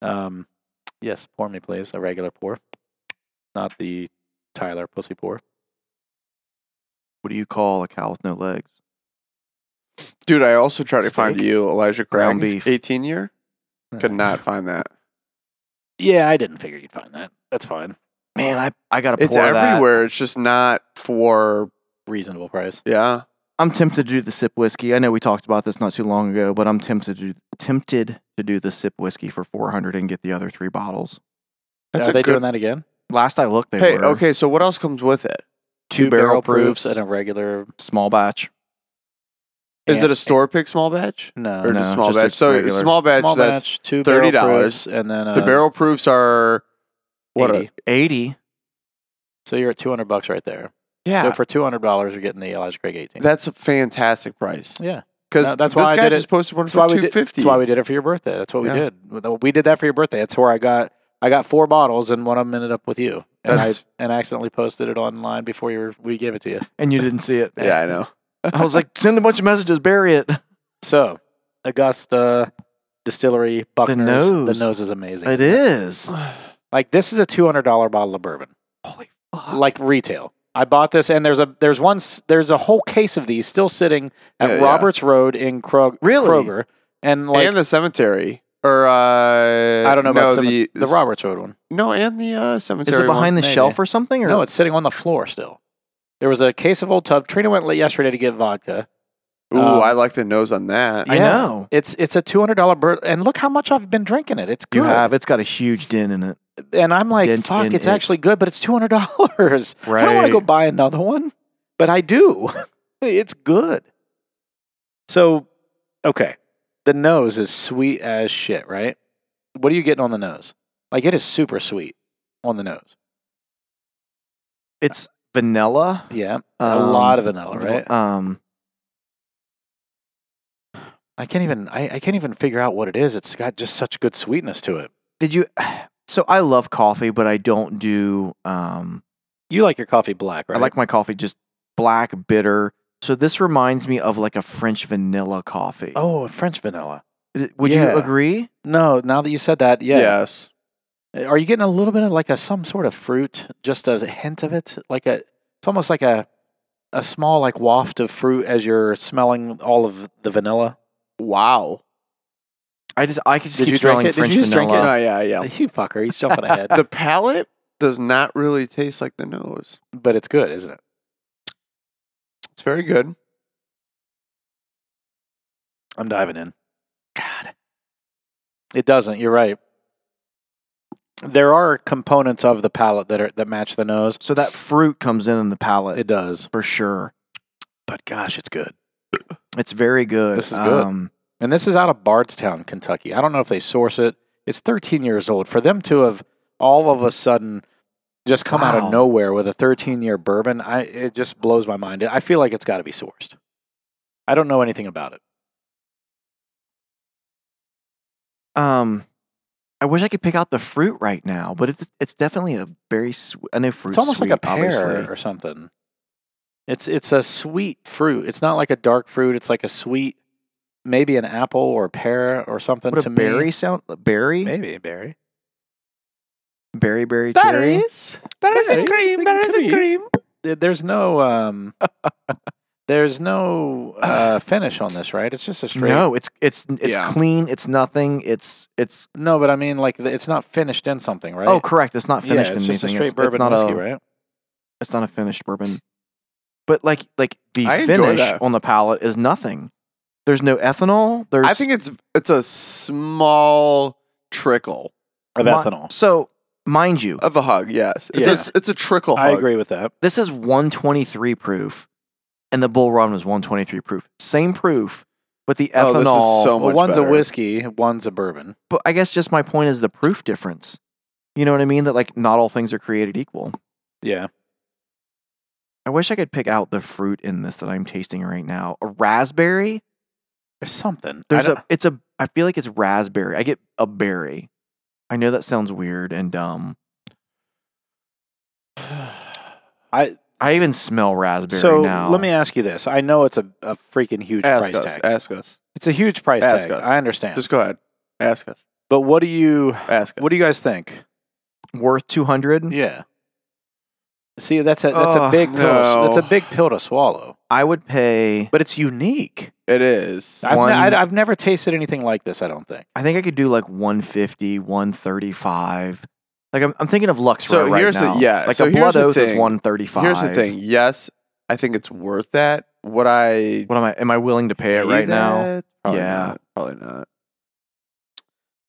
S1: Um, yes, pour me, please. A regular pour, not the Tyler pussy pour.
S3: What do you call a cow with no legs?
S2: dude. I also tried to find
S3: Steak?
S2: you Elijah Craig,
S3: Ground beef.
S2: eighteen year. Could not find that.
S1: Uh, Yeah, I didn't figure you'd find that. That's fine.
S3: Man, I, I got to pour
S2: It's
S3: that.
S2: everywhere. It's just not for
S1: Reasonable price.
S2: yeah.
S3: I'm tempted to do the sip whiskey. I know we talked about this not too long ago, but I'm tempted to do, tempted to do the sip whiskey for 400 and get the other three bottles.
S2: That's
S1: are
S2: a
S1: they
S2: good-
S1: doing that again?
S3: Last I looked, they
S2: Hey,
S3: were
S2: okay. So what else comes with it?
S3: two, barrel, proofs,
S1: and a regular.
S3: small batch.
S2: Is
S1: and-
S2: it a store pick small batch
S1: Uh, No,
S2: or
S3: No,
S2: just small
S3: just a
S2: batch? So
S3: regular-
S2: small batch.
S1: small
S2: that's
S1: batch, two
S2: $30
S1: barrel proofs, and then uh,
S2: the barrel proofs are what? A,
S1: 80.
S3: 80.
S1: So you're at two hundred bucks right there.
S2: yeah,
S1: So for two hundred dollars, you're getting the Elijah Craig eighteen.
S2: that's a fantastic price.
S1: yeah,
S2: Because
S1: No, that's
S2: this
S1: why I
S2: guy
S1: did
S2: just
S1: it.
S2: posted one
S1: That's
S2: for
S1: why we
S2: two
S1: did.
S2: fifty.
S1: That's why we did it for your birthday. That's what
S2: Yeah.
S1: we did. We did that for your birthday. That's where I got. I got four bottles, and one of them ended up with you. And I
S2: That's-
S1: and I accidentally posted it online before you were, we gave it to you.
S3: And you didn't see it.
S2: Yeah, I know.
S3: I was like, send a bunch of messages, bury it.
S1: So Augusta Distillery Buckner's.
S3: nose.
S1: is amazing.
S3: It is.
S1: Like this is a two hundred dollar bottle of bourbon.
S3: Holy fuck.
S1: Like retail. I bought this, and there's a there's one s- there's a whole case of these still sitting at
S2: Yeah, yeah.
S1: Roberts Road in Krog-
S3: Really?
S1: Kroger, and like
S2: and the cemetery or uh,
S1: I don't know
S2: no,
S1: about some-
S2: the
S1: the Roberts Road one.
S2: No, and the uh,
S3: is
S2: cemetery.
S3: it behind the
S1: maybe.
S3: shelf or something? Or
S1: No, it's sitting on the floor still. There was a case of Old Tub. Trina went late yesterday to get vodka.
S2: One. Ooh,
S1: um,
S2: I like the nose on that.
S3: I
S1: Yeah.
S3: know.
S1: It's it's a two hundred dollar bird, and look how much I've been drinking it. It's good.
S3: You have. It's got a huge din in it.
S1: and I'm like,
S3: dent
S1: fuck,
S3: in
S1: it's
S3: it.
S1: actually good, but it's two hundred dollars. I don't want to
S3: Right.
S1: go buy another one, but I do. it's good. So, okay, the nose is sweet as shit, right? What are you getting on the nose? Like it is super sweet on the nose.
S3: It's vanilla.
S1: Yeah, a lot of vanilla, right?
S3: Um,
S1: I can't even I, I can't even figure out what it is. It's got just such good sweetness to it.
S3: did you? So I love coffee, but I don't do. Um,
S1: You like your coffee black, right?
S3: I like my coffee just black, bitter. So this reminds me of like a French vanilla coffee.
S1: oh French vanilla.
S3: Is- would
S1: yeah.
S3: you agree?
S1: No, now that you said that, yeah.
S2: Yes.
S1: Are you getting a little bit of like a some sort of fruit, just a hint of it, like a it's almost like a a small like waft of fruit as you're smelling all of the vanilla.
S2: Wow.
S3: I just I could just
S1: Did
S3: keep
S1: you drink
S3: smelling
S1: it? Did
S3: French
S1: you just drink it?
S3: vanilla.
S2: no, yeah, yeah.
S1: You fucker, he's jumping ahead.
S2: the palate does not really taste like the nose.
S1: but it's good, isn't it?
S2: It's very good.
S1: I'm diving in. God. It doesn't, you're right. There are components of the palate that are that match the nose.
S3: So that fruit comes in in the palate
S1: It does.
S3: for sure.
S1: But gosh, it's good.
S3: It's very good.
S1: This is good.
S3: Um,
S1: And this is out of Bardstown, Kentucky. I don't know if they source it. It's 13 years old. For them to have all of a sudden just come out
S3: Wow.
S1: of nowhere with a 13 year bourbon, I, it just blows my mind. I feel like it's got to be sourced. I don't know anything about it.
S3: um, I wish I could pick out the fruit right now, but it's it's definitely a very sweet. I know fruit.
S1: It's almost like a pear
S3: Obviously.
S1: or something. It's it's a sweet fruit. It's not like a dark fruit. It's like a sweet, maybe an apple or a pear or something.
S3: What
S1: to
S3: a berry
S1: me.
S3: sound? Berry,
S1: maybe a berry.
S3: berry, berry, cherry.
S1: berries and cream, berries and cream. There's no um, there's no uh, finish on this, right? It's just a straight.
S3: No, it's it's it's
S2: Yeah.
S3: clean. It's nothing. It's it's
S1: No, but I mean, like th- it's not finished in something, right?
S3: oh correct. It's not finished
S1: yeah, it's
S3: in
S1: just a
S3: anything.
S1: straight
S3: it's,
S1: bourbon
S3: it's not
S1: whiskey,
S3: a
S1: right?
S3: it's not a finished bourbon. But like like the
S2: I enjoy
S3: finish
S2: that.
S3: on the palate is nothing. There's no ethanol. There's
S2: I think it's it's a small trickle
S1: Of
S3: mi-
S1: ethanol.
S3: So mind you,
S2: of a hug. Yes, it's,
S1: Yeah.
S2: a, s- it's a trickle.
S1: I
S2: hug.
S1: agree with that.
S3: this is 123 proof, and the Bull Run was 123 proof. Same proof, but the
S2: Oh, this is
S3: ethanol.
S2: so
S1: Well,
S2: much
S1: one's
S2: better.
S1: a whiskey, one's a bourbon.
S3: but I guess just my point is the proof difference. You know what I mean? That like not all things are created equal.
S1: Yeah,
S3: I wish I could pick out the fruit in this that I'm tasting right now. A raspberry.
S1: there's something. I
S3: There's
S1: don't-
S3: a. It's a. I feel like it's raspberry. I get a berry. I know that sounds weird and dumb.
S1: I
S3: I even smell raspberry
S1: so
S3: now.
S1: let me ask you this. I know it's a, a freaking huge
S2: Ask
S1: price
S2: us.
S1: tag.
S2: Ask us.
S1: it's a huge price
S2: ask
S1: tag.
S2: us.
S1: I understand.
S2: Just go ahead. Ask us.
S1: but what do you
S2: Ask us.
S1: what do you guys think?
S3: worth two hundred.
S1: Yeah. See, that's a that's a
S3: Oh,
S1: big pill.
S2: no.
S1: To, that's a big pill to swallow,
S3: I would pay.
S1: but it's unique.
S2: it is.
S1: I've,
S3: One-
S1: ne- I'd- I've never tasted anything like this. I don't think.
S3: I think I could do like 150, 135. Like I'm, I'm thinking of Lux
S2: So
S3: Row right
S2: here's the-
S3: now.
S2: yeah,
S3: Like
S2: so
S3: a
S2: here's
S3: Blood
S2: the
S3: Oath is
S2: thing.
S3: 135.
S2: Here's the thing. Yes, I think it's worth that. What I
S3: What am I? Am I willing to pay it right now?
S2: Probably
S3: Yeah.
S2: not. Probably not.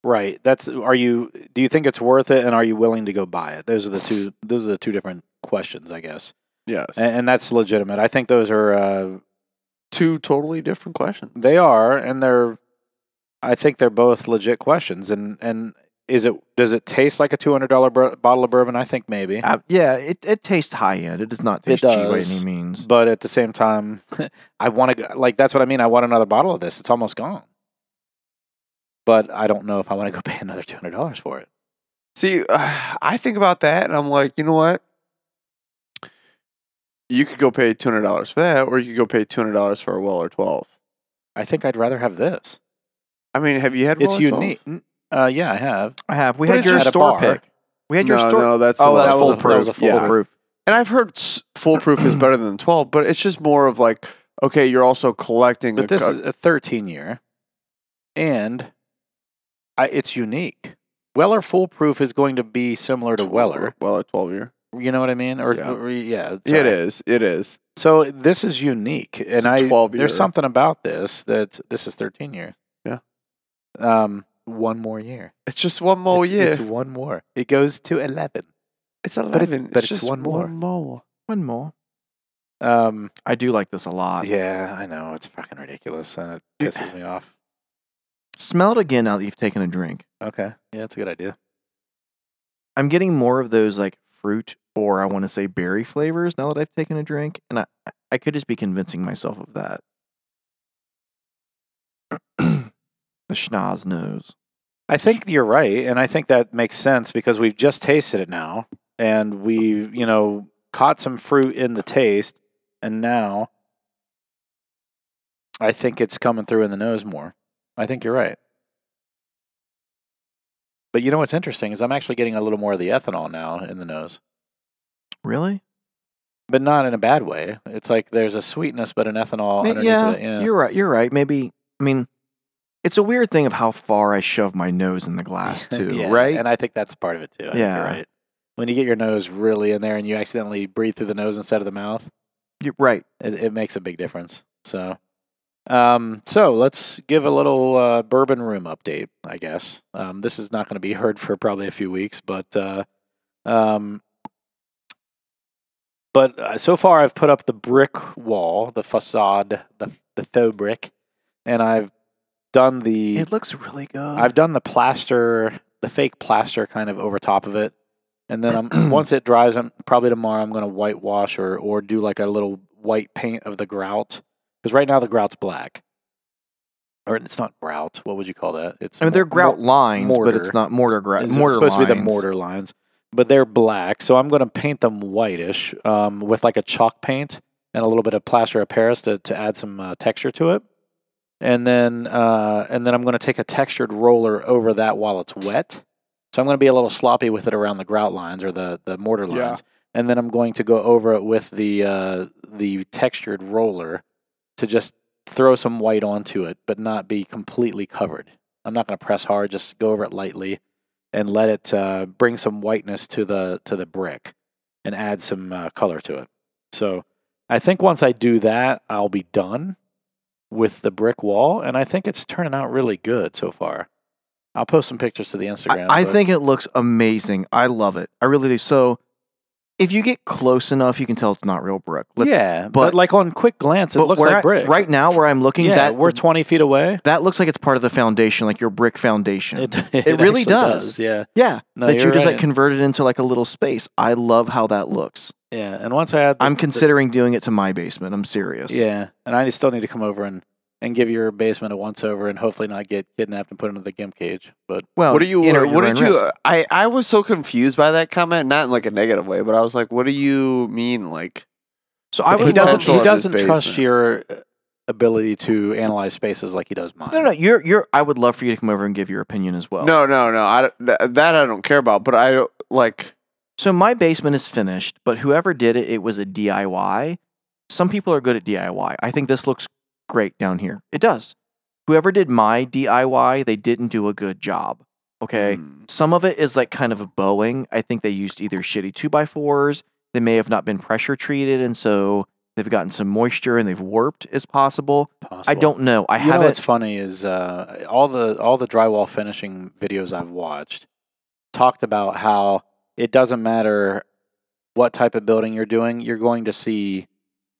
S1: Right. That's. Are you? Do you think it's worth it? And are you willing to go buy it? Those are the two. Those are the two different questions, I guess.
S2: Yes.
S1: And, and that's legitimate. I think those are. Uh,
S2: Two totally different questions.
S1: they are, and they're. I think they're both legit questions. And and is it? Does it taste like a two hundred dollar bur- bottle of bourbon? I think maybe.
S3: Uh, yeah, it, it tastes high end. It does not
S1: It
S3: taste cheap by
S1: does.
S3: any means.
S1: but at the same time, I want to like that's what I mean. I want another bottle of this. It's almost gone, but I don't know if I want to go pay another two hundred dollars for it.
S2: See, uh, I think about that and I'm like, you know what? You could go pay two hundred dollars for that, or you could go pay two hundred dollars for a Weller twelve.
S1: I think I'd rather have this.
S2: I mean, have you had?
S1: It's
S2: Weller 12?
S1: unique. Uh, yeah, I have.
S3: I have. We
S2: But
S3: had
S2: it's
S3: your
S2: just
S1: at a
S3: store
S1: bar.
S3: pick. We had
S2: No,
S3: your store.
S2: no, that's
S3: oh,
S2: the
S3: that's
S1: that
S2: last
S1: was
S3: full
S1: a-
S2: one.
S1: that
S3: proof.
S1: was a full
S3: full
S2: Yeah.
S3: proof.
S2: And I've heard s- foolproof is better than 12, but it's just more of like, okay, you're also collecting.
S1: But
S2: a
S1: this
S2: co-
S1: is a thirteen year, and I, it's unique. Weller foolproof is going to be similar to Weller.
S2: Weller 12 year.
S1: You know what I mean? Or
S2: Yeah.
S1: yeah, or, yeah
S2: It
S1: sorry.
S2: is. It is.
S1: So this is unique, and
S2: a
S1: I
S2: 12 year.
S1: there's something about this that this is 13 years.
S2: Yeah.
S1: Um, one more year.
S2: It's just one more
S1: it's,
S2: year.
S1: It's one more. It goes to 11.
S2: It's
S1: it-
S2: 11.
S1: but it's
S2: just
S1: one more.
S2: more.
S3: One more.
S1: Um,
S3: I do like this a lot.
S1: yeah, I know it's fucking ridiculous, and it pisses me off.
S3: Smell it again now that you've taken a drink.
S1: Okay, yeah, that's a good idea.
S3: I'm getting more of those like fruit or I want to say berry flavors now that I've taken a drink, and I I could just be convincing myself of that. the schnoz nose.
S1: I think you're right, and I think that makes sense because we've just tasted it now, and we've you know caught some fruit in the taste, and now I think it's coming through in the nose more. I think you're right. But you know what's interesting is I'm actually getting a little more of the ethanol now in the nose,
S3: Really?
S1: but not in a bad way. It's like there's a sweetness, but an ethanol
S3: Ma-
S1: underneath
S3: yeah,
S1: it. Yeah,
S3: you're right. You're right. Maybe I mean, it's a weird thing of how far I shove my nose in the glass too,
S1: Yeah,
S3: right?
S1: And I think that's part of it too. I think you're
S3: Yeah.
S1: right. When you get your nose really in there and you accidentally breathe through the nose instead of the mouth,
S3: You're right.
S1: it, it makes a big difference. So, um, so let's give a little uh, bourbon room update. I guess um, this is not going to be heard for probably a few weeks, but uh, um, but uh, so far I've put up the brick wall, the facade, the the faux brick, and I've done the
S3: It looks really good.
S1: I've done the plaster, the fake plaster kind of over top of it. And then I'm, once it dries, I'm probably tomorrow I'm going to whitewash or, or do like a little white paint of the grout. Because right now the grout's black. Or it's not grout. What would you call that? It's
S3: I mean, they're
S1: mo-
S3: grout lines,
S1: mortar.
S3: but it's not mortar grout.
S1: it's
S3: mortar
S1: supposed to be the
S3: lines.
S1: mortar lines, but they're black. So I'm going to paint them whitish um, with like a chalk paint and a little bit of plaster of Paris to, to add some uh, texture to it. And then uh, and then I'm going to take a textured roller over that while it's wet. So I'm going to be a little sloppy with it around the grout lines or the the mortar
S2: Yeah.
S1: lines. And then I'm going to go over it with the uh, the textured roller to just throw some white onto it, but not be completely covered. I'm not going to press hard; just go over it lightly and let it uh, bring some whiteness to the to the brick and add some uh, color to it. So I think once I do that, I'll be done with the brick wall, and I think it's turning out really good so far. I'll post some pictures to the Instagram.
S3: I, I
S1: but-
S3: think it looks amazing. I love it. I really do. So, if you get close enough, you can tell it's not real brick. Let's-
S1: yeah, but, like on quick glance, it
S3: but
S1: looks
S3: where
S1: like
S3: I-
S1: brick.
S3: right now where I'm looking.
S1: yeah,
S3: that
S1: we're 20 feet away.
S3: that looks like it's part of the foundation, like your brick foundation.
S1: It,
S3: really
S1: actually
S3: does.
S1: Yeah,
S3: yeah,
S1: No,
S3: that you
S1: you're
S3: just
S1: right.
S3: like converted into like a little space. I love how that looks.
S1: yeah. And once I add, the-
S3: I'm
S1: the-
S3: considering doing it to my basement. I'm serious.
S1: Yeah, and I still need to come over and and give your basement a once over, and hopefully not get kidnapped and put into the gimp cage. But
S3: Well,
S2: what do you? uh,
S3: know,
S2: What
S3: you're
S2: did
S3: in
S2: you?
S3: risk.
S2: I I was so confused by that comment, not in like a negative way, but I was like, what do you mean? Like,
S3: So I
S2: But
S1: he
S3: would
S1: doesn't.
S3: love.
S2: potential
S1: He
S2: of his
S1: doesn't trust
S2: basement.
S1: your uh, ability to analyze spaces like he does mine.
S3: No, no, you're you're. I would love for you to come over and give your opinion as well.
S2: no, no, no. I don't- th- that I don't care about, but I don't like.
S3: So my basement is finished, but whoever did it, it was a DIY. Some people are good at DIY. I think this looks great down here. It does. Whoever did my DIY, they didn't do a good job. Okay.
S2: hmm,
S3: Some of it is like kind of bowing. I think they used either shitty two by fours. They may have not been pressure treated, and so they've gotten some moisture and they've warped. Is possible. I
S1: Possible.
S3: don't know. I
S1: you know
S3: haven't.
S1: what's funny is uh, all the all the drywall finishing videos I've watched talked about how it doesn't matter what type of building you're doing, you're going to see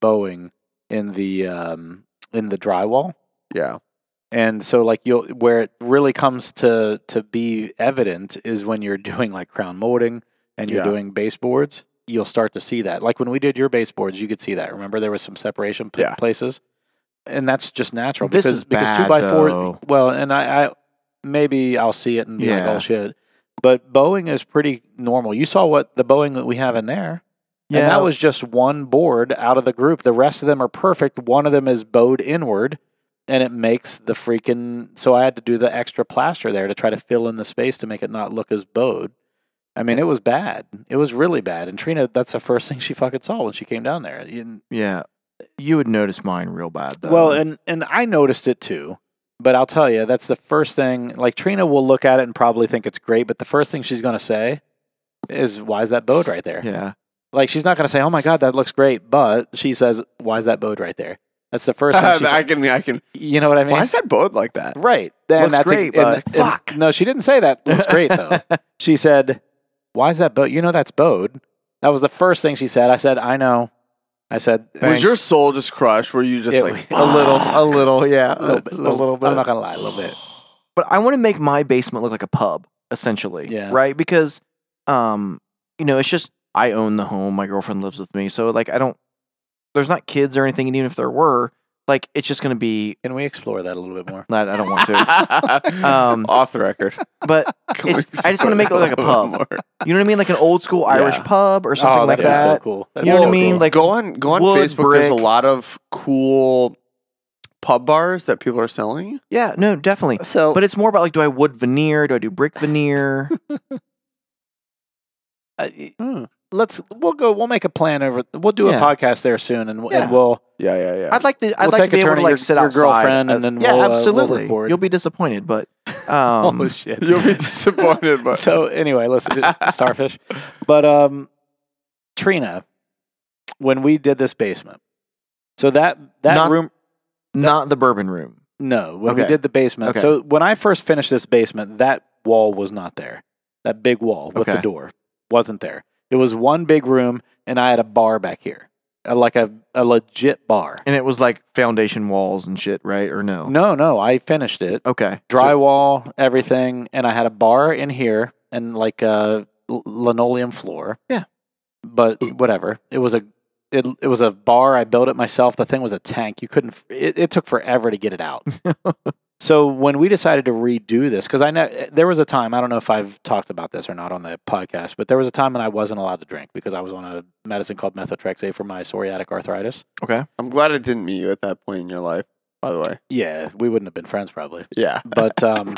S1: bowing in the um, in the drywall.
S2: Yeah.
S1: And so like you'll where it really comes to to be evident is when you're doing like crown molding and you're
S2: Yeah.
S1: doing baseboards, you'll start to see that. Like when we did your baseboards, you could see that. Remember there was some separation pla-
S2: Yeah.
S1: places? And that's just natural
S3: This
S1: because
S3: is
S1: because
S3: bad,
S1: two by
S3: though.
S1: four well, and I, I maybe I'll see it and be like,
S3: Yeah.
S1: oh shit. But Boeing is pretty normal. You saw what the Boeing that we have in there.
S3: yeah,
S1: And that was just one board out of the group. The rest of them are perfect. One of them is bowed inward and it makes the freaking so I had to do the extra plaster there to try to fill in the space to make it not look as bowed. I mean, it was bad. It was really bad. And Trina, that's the first thing she fucking saw when she came down there. And-
S3: yeah. You would notice mine real bad though.
S1: well, and and I noticed it too. But I'll tell you, that's the first thing. Like Trina will look at it and probably think it's great, but the first thing she's going to say is, "Why is that bowed right there?"
S3: yeah,
S1: Like she's not gonna say, "Oh my god, that looks great," but she says, "Why is that bowed right there?" That's the first thing. She,
S2: I can. I can.
S1: you know what I mean?
S2: Why is that boat like that?
S1: right. Then
S3: Looks
S1: that's and-
S3: great, but-
S1: and-
S3: Fuck.
S1: no, she didn't say that. Looks great though. she said, "Why is that bowed?" You know that's bowed. That was the first thing she said. I said, "I know." I said,
S2: Was your soul just crushed? Were you just
S1: It-
S2: like
S3: a little, a little, yeah,
S1: a little, bit,
S3: just a little bit.
S1: I'm not gonna lie, a little bit."
S3: but I want to make my basement look like a pub, essentially.
S1: Yeah.
S3: Right? Because, um, you know, it's just I own the home. My girlfriend lives with me, so like I don't. There's not kids or anything, and even if there were, like it's just gonna be.
S1: Can we explore that a little bit more?
S3: I I don't want to, Um,
S2: um, off the record?
S3: but
S2: Can we
S3: It's- I just wanna make it look like a
S2: explore that
S3: pub.
S2: more?
S3: you know what I mean, like an old school Irish
S2: Yeah.
S3: pub or something
S1: oh,
S3: like
S1: that'd be
S3: that.
S1: so cool.
S3: You know what I mean? Like
S2: go on, go on
S3: wood,
S2: Facebook. There's a
S3: brick.
S2: lot of cool pub bars that people are selling.
S3: yeah, no, definitely.
S1: Uh, so,
S3: But it's more about like, do I wood veneer? Do I do brick veneer?
S1: let's we'll go. We'll make a plan over. We'll do
S3: mm. Yeah.
S1: a podcast there soon, and,
S3: Yeah.
S1: and we'll
S2: Yeah, yeah, yeah.
S3: I'd like to. I'd
S1: We'll
S3: like
S1: take
S3: to be
S1: a
S3: able
S1: turn
S3: to
S1: at
S3: like
S1: your-
S3: sit
S1: your
S3: outside.
S1: girlfriend
S3: Uh,
S1: and then
S3: yeah,
S1: we'll, uh, we'll
S3: absolutely.
S1: record.
S3: You'll be disappointed, but um,
S1: oh shit.
S2: You'll be disappointed, but
S1: so anyway, listen, starfish. But um, Trina, when we did this basement, so that that
S3: Not-
S1: room,
S3: not the bourbon room.
S1: no, when we
S3: Okay.
S1: did the basement.
S3: Okay.
S1: So when I first finished this basement, that wall was not there. That big wall with
S3: Okay.
S1: the door wasn't there. It was one big room, and I had a bar back here. a, like a, a legit bar.
S3: And it was like foundation walls and shit, right? Or no? oh
S1: No, no, I finished it.
S3: Okay.
S1: Drywall, everything, and I had a bar in here and like a l- linoleum floor.
S3: Yeah.
S1: But whatever. It was a it, it was a bar. I built it myself. The thing was a tank. You couldn't. f- It, it took forever to get it out. so when we decided to redo this, because I know there was a time. I don't know if I've talked about this or not on the podcast, but there was a time when I wasn't allowed to drink because I was on a medicine called methotrexate for my psoriatic arthritis.
S3: Okay.
S2: I'm glad I didn't meet you at that point in your life. By the way,
S1: Yeah, we wouldn't have been friends probably.
S2: yeah.
S1: But um,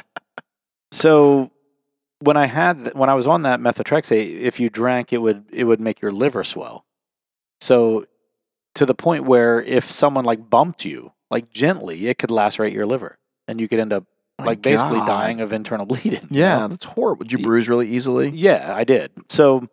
S1: so when I had th- when I was on that methotrexate, if you drank, it would it would make your liver swell. So to the point where if someone like bumped you like gently, it could lacerate your liver, and you could end up
S3: My
S1: like basically
S3: God.
S1: dying of internal bleeding. you
S3: Yeah,
S1: know?
S3: that's horrible. Did you bruise really easily?
S1: Yeah, I did. So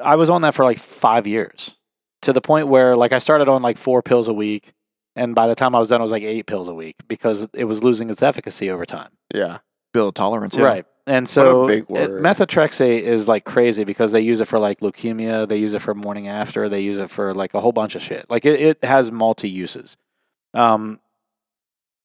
S1: I was on that for like five years to the point where like I started on like four pills a week. And by the time I was done, it was like eight pills a week because it was losing its efficacy over time.
S2: Yeah.
S3: Build a tolerance. yeah.
S1: Right. And so
S2: big
S1: it-
S2: word.
S1: methotrexate is like crazy because they use it for like leukemia, they use it for morning after, they use it for like a whole bunch of shit. Like it, it has multi uses. Um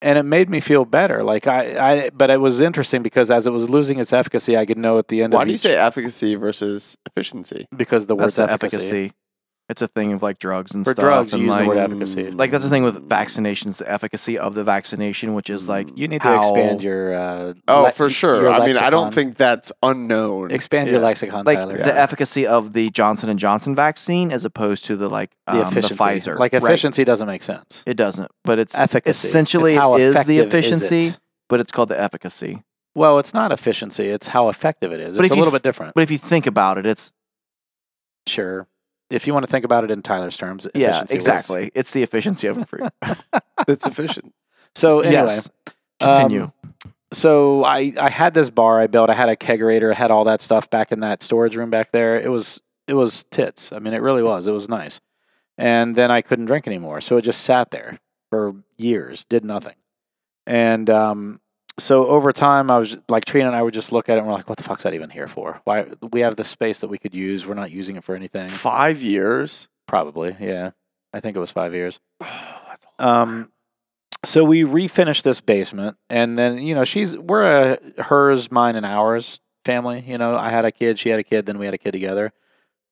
S1: and it made me feel better. Like I, I but it was interesting because as it was losing its efficacy, I could know at the end
S2: Why
S1: of
S2: do you
S1: each-
S2: say efficacy versus efficiency?
S1: because the
S3: That's
S1: word's
S3: the
S1: efficacy.
S3: efficacy. It's a thing of like drugs and
S1: For
S3: stuff.
S1: drugs,
S3: and
S1: you use the
S3: like,
S1: word
S2: Mm.
S1: efficacy.
S3: like that's the thing with vaccinations, the efficacy of the vaccination, which is like
S1: Mm. You need to
S3: how-
S1: expand your uh
S2: Oh,
S1: le-
S2: for sure.
S1: your
S2: I mean, I
S1: lexicon.
S2: don't think that's unknown.
S1: expand your
S3: Yeah.
S1: lexicon,
S3: like
S1: Tyler.
S3: the efficacy of the Johnson and Johnson vaccine as opposed to the like um,
S1: the
S3: the,
S1: efficiency.
S3: Pfizer.
S1: Like
S3: right?
S1: efficiency doesn't make sense.
S3: It doesn't, but it's
S1: Efficacy.
S3: essentially
S1: It's how
S3: it is the
S1: effective is
S3: efficiency,
S1: it?
S3: but it's called the efficacy.
S1: Well, it's not efficiency; it's how effective it is.
S3: But
S1: it's a
S3: if you
S1: little bit
S3: f-
S1: different.
S3: But if you think about it, it's
S1: sure, if you want to think about it in Tyler's terms,
S3: yeah,
S1: efficiency was-
S3: exactly. It's the efficiency of a fruit.
S2: It's efficient.
S1: So anyway,
S3: yes. Continue.
S1: um, so I I had this bar I built. I had a kegerator. I had all that stuff back in that storage room back there. It was it was tits. I mean, it really was. It was nice. And then I couldn't drink anymore, so it just sat there for years, did nothing. And um, so over time, I was like Trina and I would just look at it and we're like, "What the fuck's that even here for? Why we have the space that we could use? We're not using it for anything."
S2: Five years.
S1: Probably, yeah. I think it was five years. Um, so we refinished this basement, and then you know she's we're a hers, mine, and ours family. You know, I had a kid, she had a kid, then we had a kid together.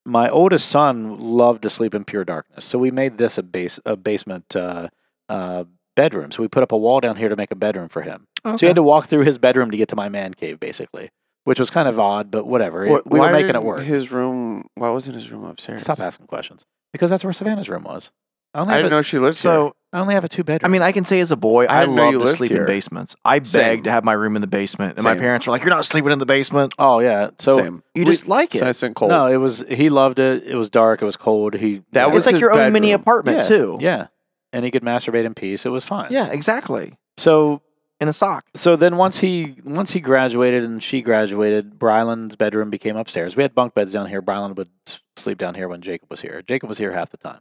S1: My oldest son loved to sleep in pure darkness, so we made this a base a basement uh, uh, bedroom. So we put up a wall down here to make a bedroom for him. So he had to walk through his bedroom to get to my man cave, basically, which was kind of odd, but whatever. It-
S2: Wh-
S1: we were
S2: why
S1: making it
S2: didn't
S1: work.
S2: His room. Why wasn't his room upstairs?
S1: Stop asking questions because that's where Savannah's room was. I only
S2: I
S1: have
S2: didn't
S1: a,
S2: know she lived here.
S3: so
S1: I only have a two bedroom.
S3: I mean, I can say as a boy,
S2: I
S3: I,
S2: didn't know
S3: love
S2: you
S3: to
S2: lived
S3: sleep
S2: here.
S3: in basements. I begged
S2: Same.
S3: to have my room in the basement, and my
S2: Same.
S3: parents were like, "You're not sleeping in the basement."
S1: Oh yeah. So
S2: Same.
S3: You
S1: We-
S3: just like
S2: It's
S3: it.
S2: nice and cold.
S1: no, it was he loved it. It was dark. It was cold. He yeah.
S2: That was
S3: it's like
S2: his
S3: your own mini
S2: bedroom.
S3: apartment
S1: yeah,
S3: too.
S1: Yeah, and he could masturbate in peace. It was fine.
S3: yeah, exactly.
S1: So
S3: In a sock.
S1: so then once he once he graduated and she graduated, Brylan's bedroom became upstairs. We had bunk beds down here. Brylan would s- sleep down here when Jacob was here. Jacob was here half the time.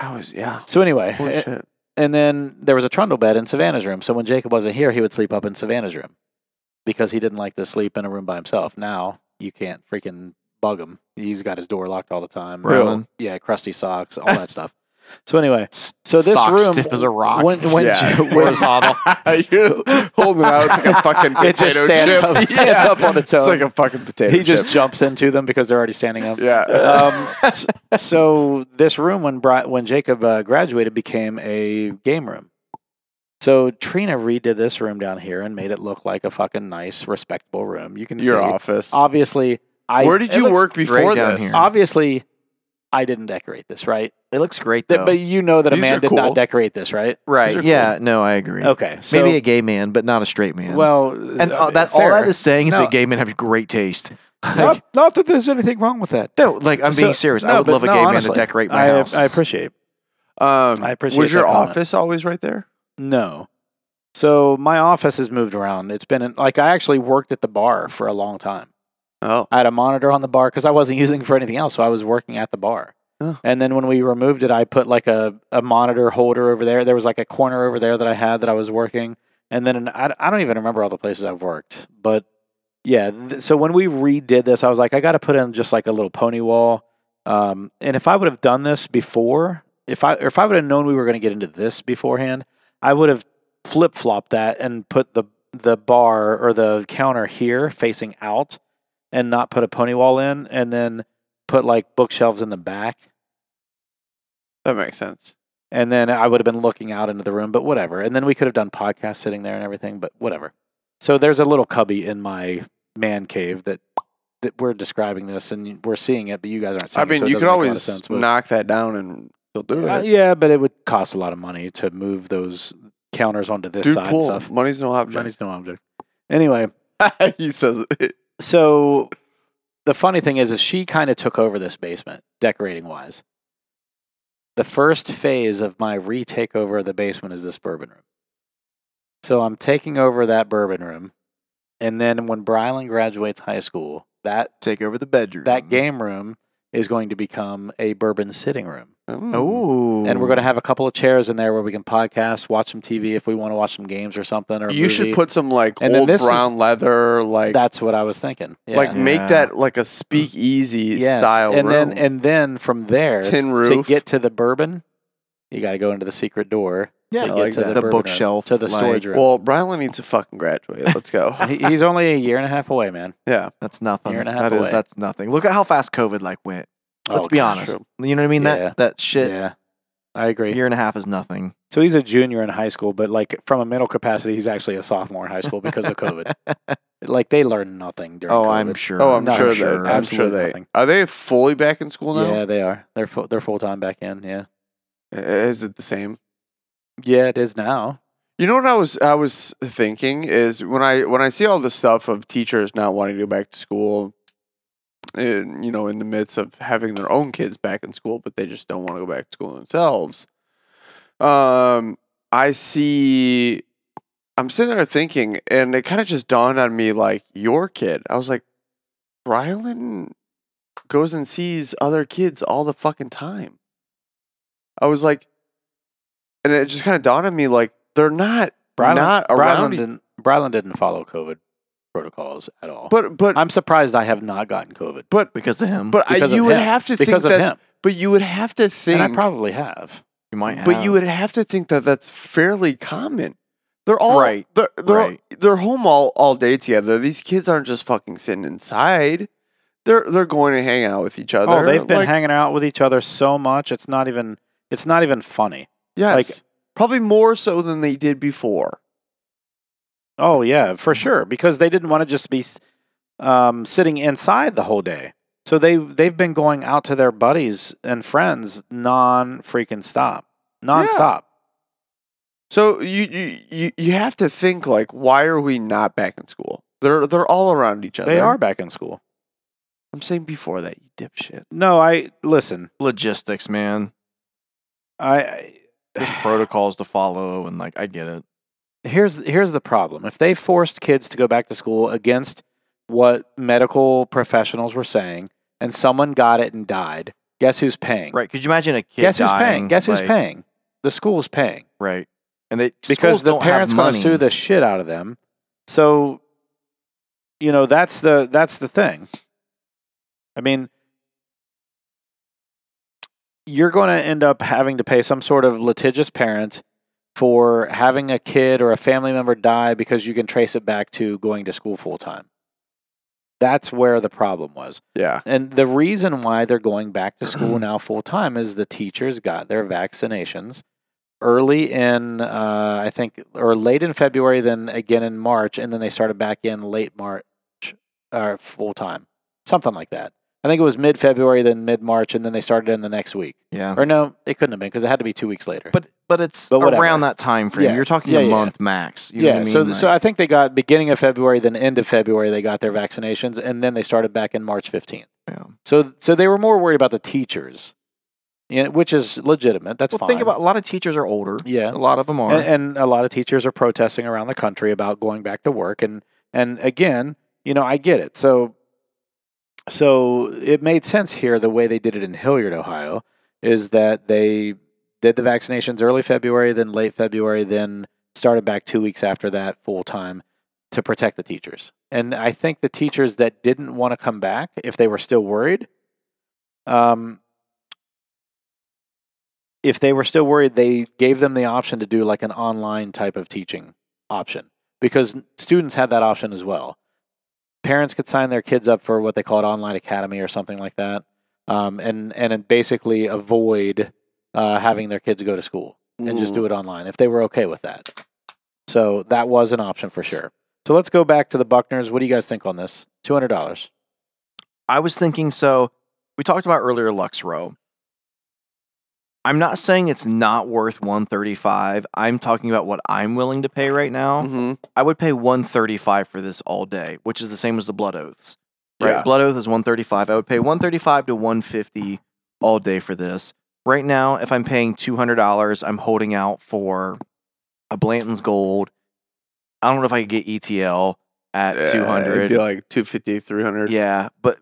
S2: I was. Yeah.
S1: So anyway, eh,
S2: Holy
S1: a-
S2: shit.
S1: and then there was a trundle bed in Savannah's room. So when Jacob wasn't here, he would sleep up in Savannah's room because he didn't like to sleep in a room by himself. Now you can't freaking bug him. He's got his door locked all the time.
S3: Really?
S1: Yeah, crusty socks, all that stuff. So anyway, so this
S3: Sock
S1: room
S3: stiff as a rock.
S1: When, when
S2: Yeah.
S1: horizontal,
S2: You're just holding it out. It's like a fucking potato
S1: It just stands
S2: chip.
S1: up- it stands up on its
S2: It's
S1: own.
S2: like a fucking potato.
S1: he just
S2: chip.
S1: jumps into them because they're already standing up.
S2: Yeah.
S1: Um, s- so this room when Bri- when Jacob uh, graduated became a game room. So Trina redid this room down here and made it look like a fucking nice, respectable room. You can
S2: Your
S1: see.
S2: office.
S1: Obviously, I
S2: Where did
S1: it
S2: you
S1: looks-
S2: work before
S3: great down
S2: this?
S3: here.
S1: Obviously, I didn't decorate this, right?
S3: It looks great
S1: Th-
S3: though.
S1: But you know that a
S2: These are
S1: man did
S2: cool.
S1: not decorate this, right?
S2: These
S3: right?
S2: are
S3: Yeah. No, I agree.
S1: Okay, so,
S3: Maybe a gay man, but not a straight man.
S1: well,
S3: and uh, that all
S1: fair.
S3: that is saying is
S1: No.
S3: that gay men have great taste.
S1: not, not that there's anything wrong with that.
S3: No, like I'm
S1: So-
S3: being serious.
S1: no,
S3: I would
S1: but
S3: love a
S1: no,
S3: gay
S1: honestly,
S3: man to decorate my
S1: I,
S3: house.
S1: I appreciate.
S2: Um,
S1: I appreciate
S2: Was your
S1: that comment.
S2: office always right there?
S1: No. So my office has moved around. It's been in- like I actually worked at the bar for a long time.
S2: Oh.
S1: I had a monitor on the bar because I wasn't using it for anything else, so I was working at the bar.
S2: Oh.
S1: And then when we removed it, I put like a, a monitor holder over there. There was like a corner over there that I had that I was working. And then an, I, I don't even remember all the places I've worked, but yeah. Th- so when we redid this, I was like, I got to put in just like a little pony wall. Um, and if I would have done this before, if I or if I would have known we were going to get into this beforehand, I would have flip flopped that and put the the bar or the counter here facing out, and not put a pony wall in, and then put like bookshelves in the back,
S2: That makes sense.
S1: and then I would have been looking out into the room. But whatever, and then we could have done podcasts sitting there and everything. But whatever. So there's a little cubby in my man cave that that we're describing this and we're seeing it, but you guys aren't seeing
S2: I
S1: it. so
S2: mean,
S1: it doesn't
S2: you
S1: make
S2: could
S1: a lot of
S2: always
S1: sense, but-
S2: knock that down and still do
S1: Uh,
S2: it.
S1: yeah, but it would cost a lot of money to move those counters onto this
S2: Dude,
S1: side
S2: cool.
S1: and stuff.
S2: Money's no object.
S1: Money's no object. Anyway,
S2: he says it.
S1: so the funny thing is, is she kind of took over this basement decorating wise. The first phase of my retake over of the basement is this bourbon room. So I'm taking over that bourbon room, and then when Brylan graduates high school, that
S3: Take over the bedroom.
S2: Mm-hmm.
S1: that game room is going to become a bourbon sitting room.
S3: Oh.
S1: and we're going to have a couple of chairs in there where we can podcast, watch some TV if we want to watch some games or something. Or a
S2: you should
S1: movie.
S2: put some like
S1: And then
S2: old
S1: this is-
S2: brown leather, like
S1: That's what I was thinking. Yeah.
S2: like make
S3: Yeah.
S2: that like a speakeasy
S1: Yes.
S2: style
S1: and
S2: room.
S1: then and then from there
S2: Tin
S1: t- to
S2: roof.
S1: get to the bourbon, you got to go into the secret door.
S3: Yeah,
S1: to
S3: I
S1: get
S2: like
S1: to
S2: that.
S1: the,
S3: The
S1: bourbon room,
S3: bookshelf,
S1: to the storage
S3: like-
S1: room.
S2: well, Brian needs to fucking graduate. Let's go.
S1: He- He's only a year and a half away, man.
S2: yeah,
S3: That's nothing.
S1: Year
S3: That
S1: and a
S3: is
S1: half away.
S3: that's nothing. Look at how fast COVID like went. Let's
S1: Oh,
S3: be
S1: gosh.
S3: honest.
S2: true.
S3: You know what I mean?
S1: Yeah.
S3: That that shit.
S1: Yeah, I agree.
S3: Year and a half is nothing.
S1: So he's a junior in high school, but like from a mental capacity, he's actually a sophomore in high school because of COVID. like they learn nothing during.
S3: Oh,
S1: COVID.
S3: I'm sure.
S2: Oh, I'm
S1: No,
S2: sure,
S1: I'm sure.
S2: they. I'm sure
S1: Absolutely
S2: they.
S1: nothing.
S2: Are they fully back in school now?
S1: Yeah, they are. They're full, they're full time back in. Yeah,
S2: I- Is it the same?
S1: yeah, it is now.
S2: You know what I was I was thinking is when I when I see all the stuff of teachers not wanting to go back to school, and you know, in the midst of having their own kids back in school, but they just don't want to go back to school themselves. Um, I see. I'm sitting there thinking, and it kind of just dawned on me, like your kid. I was like, Rylan goes and sees other kids all the fucking time. I was like, and it just kind of dawned on me, like they're not
S1: Brylan,
S2: not
S1: Brylan
S2: around. e-
S1: didn't. Brylan didn't follow COVID protocols at all.
S2: But but
S1: I'm surprised I have not gotten COVID
S2: but
S3: because of him.
S2: but I,
S1: because of
S2: you would
S1: him.
S2: have to think
S1: because of
S2: that's
S1: him,
S2: But you would have to think.
S1: and I probably have.
S3: you might. Have.
S2: But you would have to think that that's fairly common. They're all
S3: Right,
S2: They're they're,
S3: right.
S2: they're home all, all day together. These kids aren't just fucking sitting inside. They're they're going to hang out with each other.
S1: oh, they've been
S2: like,
S1: hanging out with each other so much. It's not even. It's not even funny.
S2: yes, probably more so than they did before.
S1: Oh yeah, for sure. Because they didn't want to just be um, sitting inside the whole day. So they they've been going out to their buddies and friends non freaking stop, non stop.
S2: So you, you you you have to think like, why are we not back in school? They're they're all around each other.
S1: They are back in school.
S2: I'm saying before that, you dipshit.
S1: No, I listen.
S3: logistics, man.
S1: I- I
S3: There's protocols to follow, and like I get it.
S1: here's here's the problem. If they forced kids to go back to school against what medical professionals were saying, and someone got it and died, guess who's paying?
S3: Right? Could you imagine a kid?
S1: Guess who's paying?
S3: dying,
S1: Guess who's
S3: like-
S1: paying? The school's paying.
S3: Right. And they
S1: because
S3: schools
S1: the
S3: don't have
S1: parents going to
S3: money.
S1: sue the shit out of them. So, you know that's the that's the thing. I mean, you're going to end up having to pay some sort of litigious parent for having a kid or a family member die because you can trace it back to going to school full time. That's where the problem was.
S2: Yeah,
S1: And the reason why they're going back to school now full time is the teachers got their vaccinations early in, uh, I think, or late in February, then again in March, and then they started back in late March or full time, something like that. I think it was mid February, then mid March, and then they started in the next week.
S3: Yeah.
S1: Or no, it couldn't have been because it had to be two weeks later.
S3: But but it's
S1: But whatever.
S3: around that time frame.
S1: Yeah.
S3: You're talking
S1: Yeah,
S3: a
S1: yeah.
S3: month max. You know
S1: yeah,
S3: what I mean?
S1: so
S3: Like,
S1: so I think they got beginning of February, then end of February they got their vaccinations, and then they started back in March fifteenth.
S3: yeah.
S1: So so they were more worried about the teachers, you know, which is legitimate. That's
S3: well,
S1: fine.
S3: think about a lot of teachers are older.
S1: yeah,
S3: A lot of them are.
S1: and, and a lot of teachers are protesting around the country about going back to work. And and again, you know, I get it. So so it made sense here the way they did it in Hilliard, Ohio, is that they did the vaccinations early February, then late February, then started back two weeks after that full time to protect the teachers. And I think the teachers that didn't want to come back, if they were still worried, Um, if they were still worried, they gave them the option to do like an online type of teaching option because students had that option as well. Parents could sign their kids up for what they call an online academy or something like that, um, and and it basically avoid uh, having their kids go to school and
S2: Mm.
S1: just do it online if they were okay with that. So that was an option for sure. So let's go back to the Buckners. What do you guys think on this? Two hundred dollars.
S3: I was thinking so. We talked about earlier Lux Row. I'm not saying it's not worth 135. I'm talking about what I'm willing to pay right now.
S2: Mm-hmm.
S3: I would pay 135 for this all day, which is the same as the blood oaths. Right?
S2: Yeah.
S3: Blood oath is 135. I would pay 135 to 150 all day for this. Right now, if I'm paying $200, I'm holding out for a Blanton's Gold. I don't know if I could get ETL at
S2: Yeah,
S3: 200.
S2: It'd be like 250, 300.
S3: Yeah, but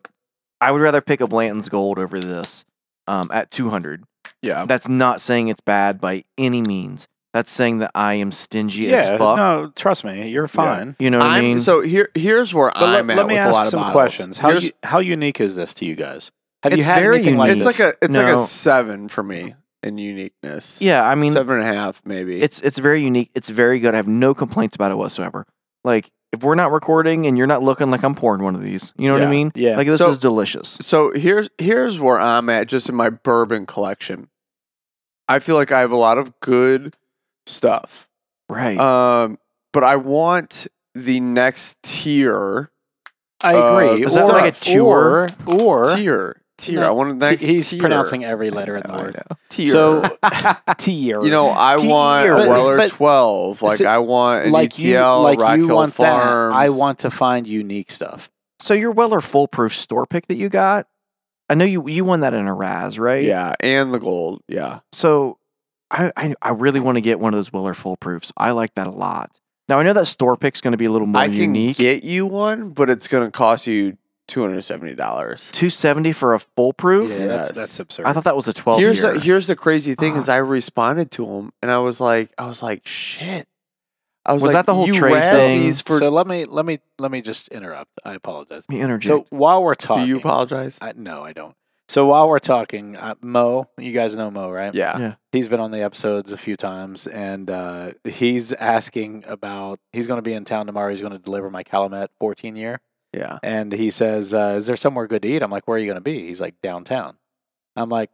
S3: I would rather pick a Blanton's Gold over this um, at 200.
S2: Yeah.
S3: That's not saying it's bad by any means. That's saying that I am stingy as fuck.
S1: no, trust me, you're fine.
S3: You know what i
S2: I'm,
S3: mean?
S2: so here, here's where
S1: But
S2: I'm
S1: let,
S2: at
S1: let me
S2: with
S1: ask
S2: a lot of
S1: some
S2: bottles.
S1: questions. How,
S2: Here's-
S1: u- how unique is this to you guys? Have you
S3: It's
S1: had
S3: very
S1: anything like
S3: unique.
S1: this?
S2: it's like a it's like a
S3: No.
S2: seven for me in uniqueness.
S3: yeah, I mean,
S2: seven and a half maybe.
S3: it's it's very unique. It's very good. I have no complaints about it whatsoever. Like if we're not recording and you're not looking like I'm pouring one of these, you know what
S2: Yeah.
S3: I mean?
S1: Yeah.
S3: Like this
S2: So-
S3: is delicious.
S2: so here's here's where I'm at just in my bourbon collection. I feel like I have a lot of good stuff.
S3: Right.
S2: Um, but I want the next tier
S1: I
S2: uh,
S1: agree.
S2: is
S3: that
S1: or,
S3: like a tour?
S1: Or, or
S2: tier tier.
S1: No,
S2: I want the
S1: t-
S2: next
S1: he's
S2: tier.
S1: pronouncing every letter in
S3: I
S1: the word.
S3: know.
S2: tier.
S1: So
S2: tier. You know, I want
S3: Tier.
S2: a
S3: But-
S2: Weller
S1: but-
S2: twelve. Like
S1: so-
S2: I want an
S1: like you,
S2: ETL,
S1: like
S2: E Rock
S1: you
S2: Hill
S1: want
S2: Farms.
S1: that. I want to find unique stuff.
S3: So your Weller foolproof store pick that you got, I know you you won that in a Raz, right?
S2: Yeah, and the gold. Yeah.
S3: So I I, I really want to get one of those Weller foolproofs. I like that a lot. Now I know that store pick's going to be a little more
S2: I can
S3: unique.
S2: get you one, but it's gonna cost you two hundred seventy dollars.
S3: 270 for a foolproof?
S2: Yeah.
S1: that's,
S2: that's-
S1: that's
S2: that's
S1: absurd.
S3: I thought that was a 12
S2: Here's
S3: year.
S2: the, here's the crazy thing is
S1: Uh-huh.
S2: I responded to him and I was like I was like shit. I was,
S3: Was
S2: like,
S3: that the whole
S2: you
S3: Trey
S2: razz
S3: thing?
S2: These for
S1: so let me let me let me just interrupt. I apologize.
S3: me interject.
S1: So while we're
S2: do
S1: talking,
S2: you apologize?
S1: I, no, I don't. So while we're talking, uh, Mo, you guys know Mo, right?
S2: yeah.
S1: he's been on the episodes a few times and uh, he's asking about he's going to be in town tomorrow he's going to deliver my calumet 14 year
S2: Yeah.
S1: and he says uh, is there somewhere good to eat i'm like where are you going to be he's like downtown i'm like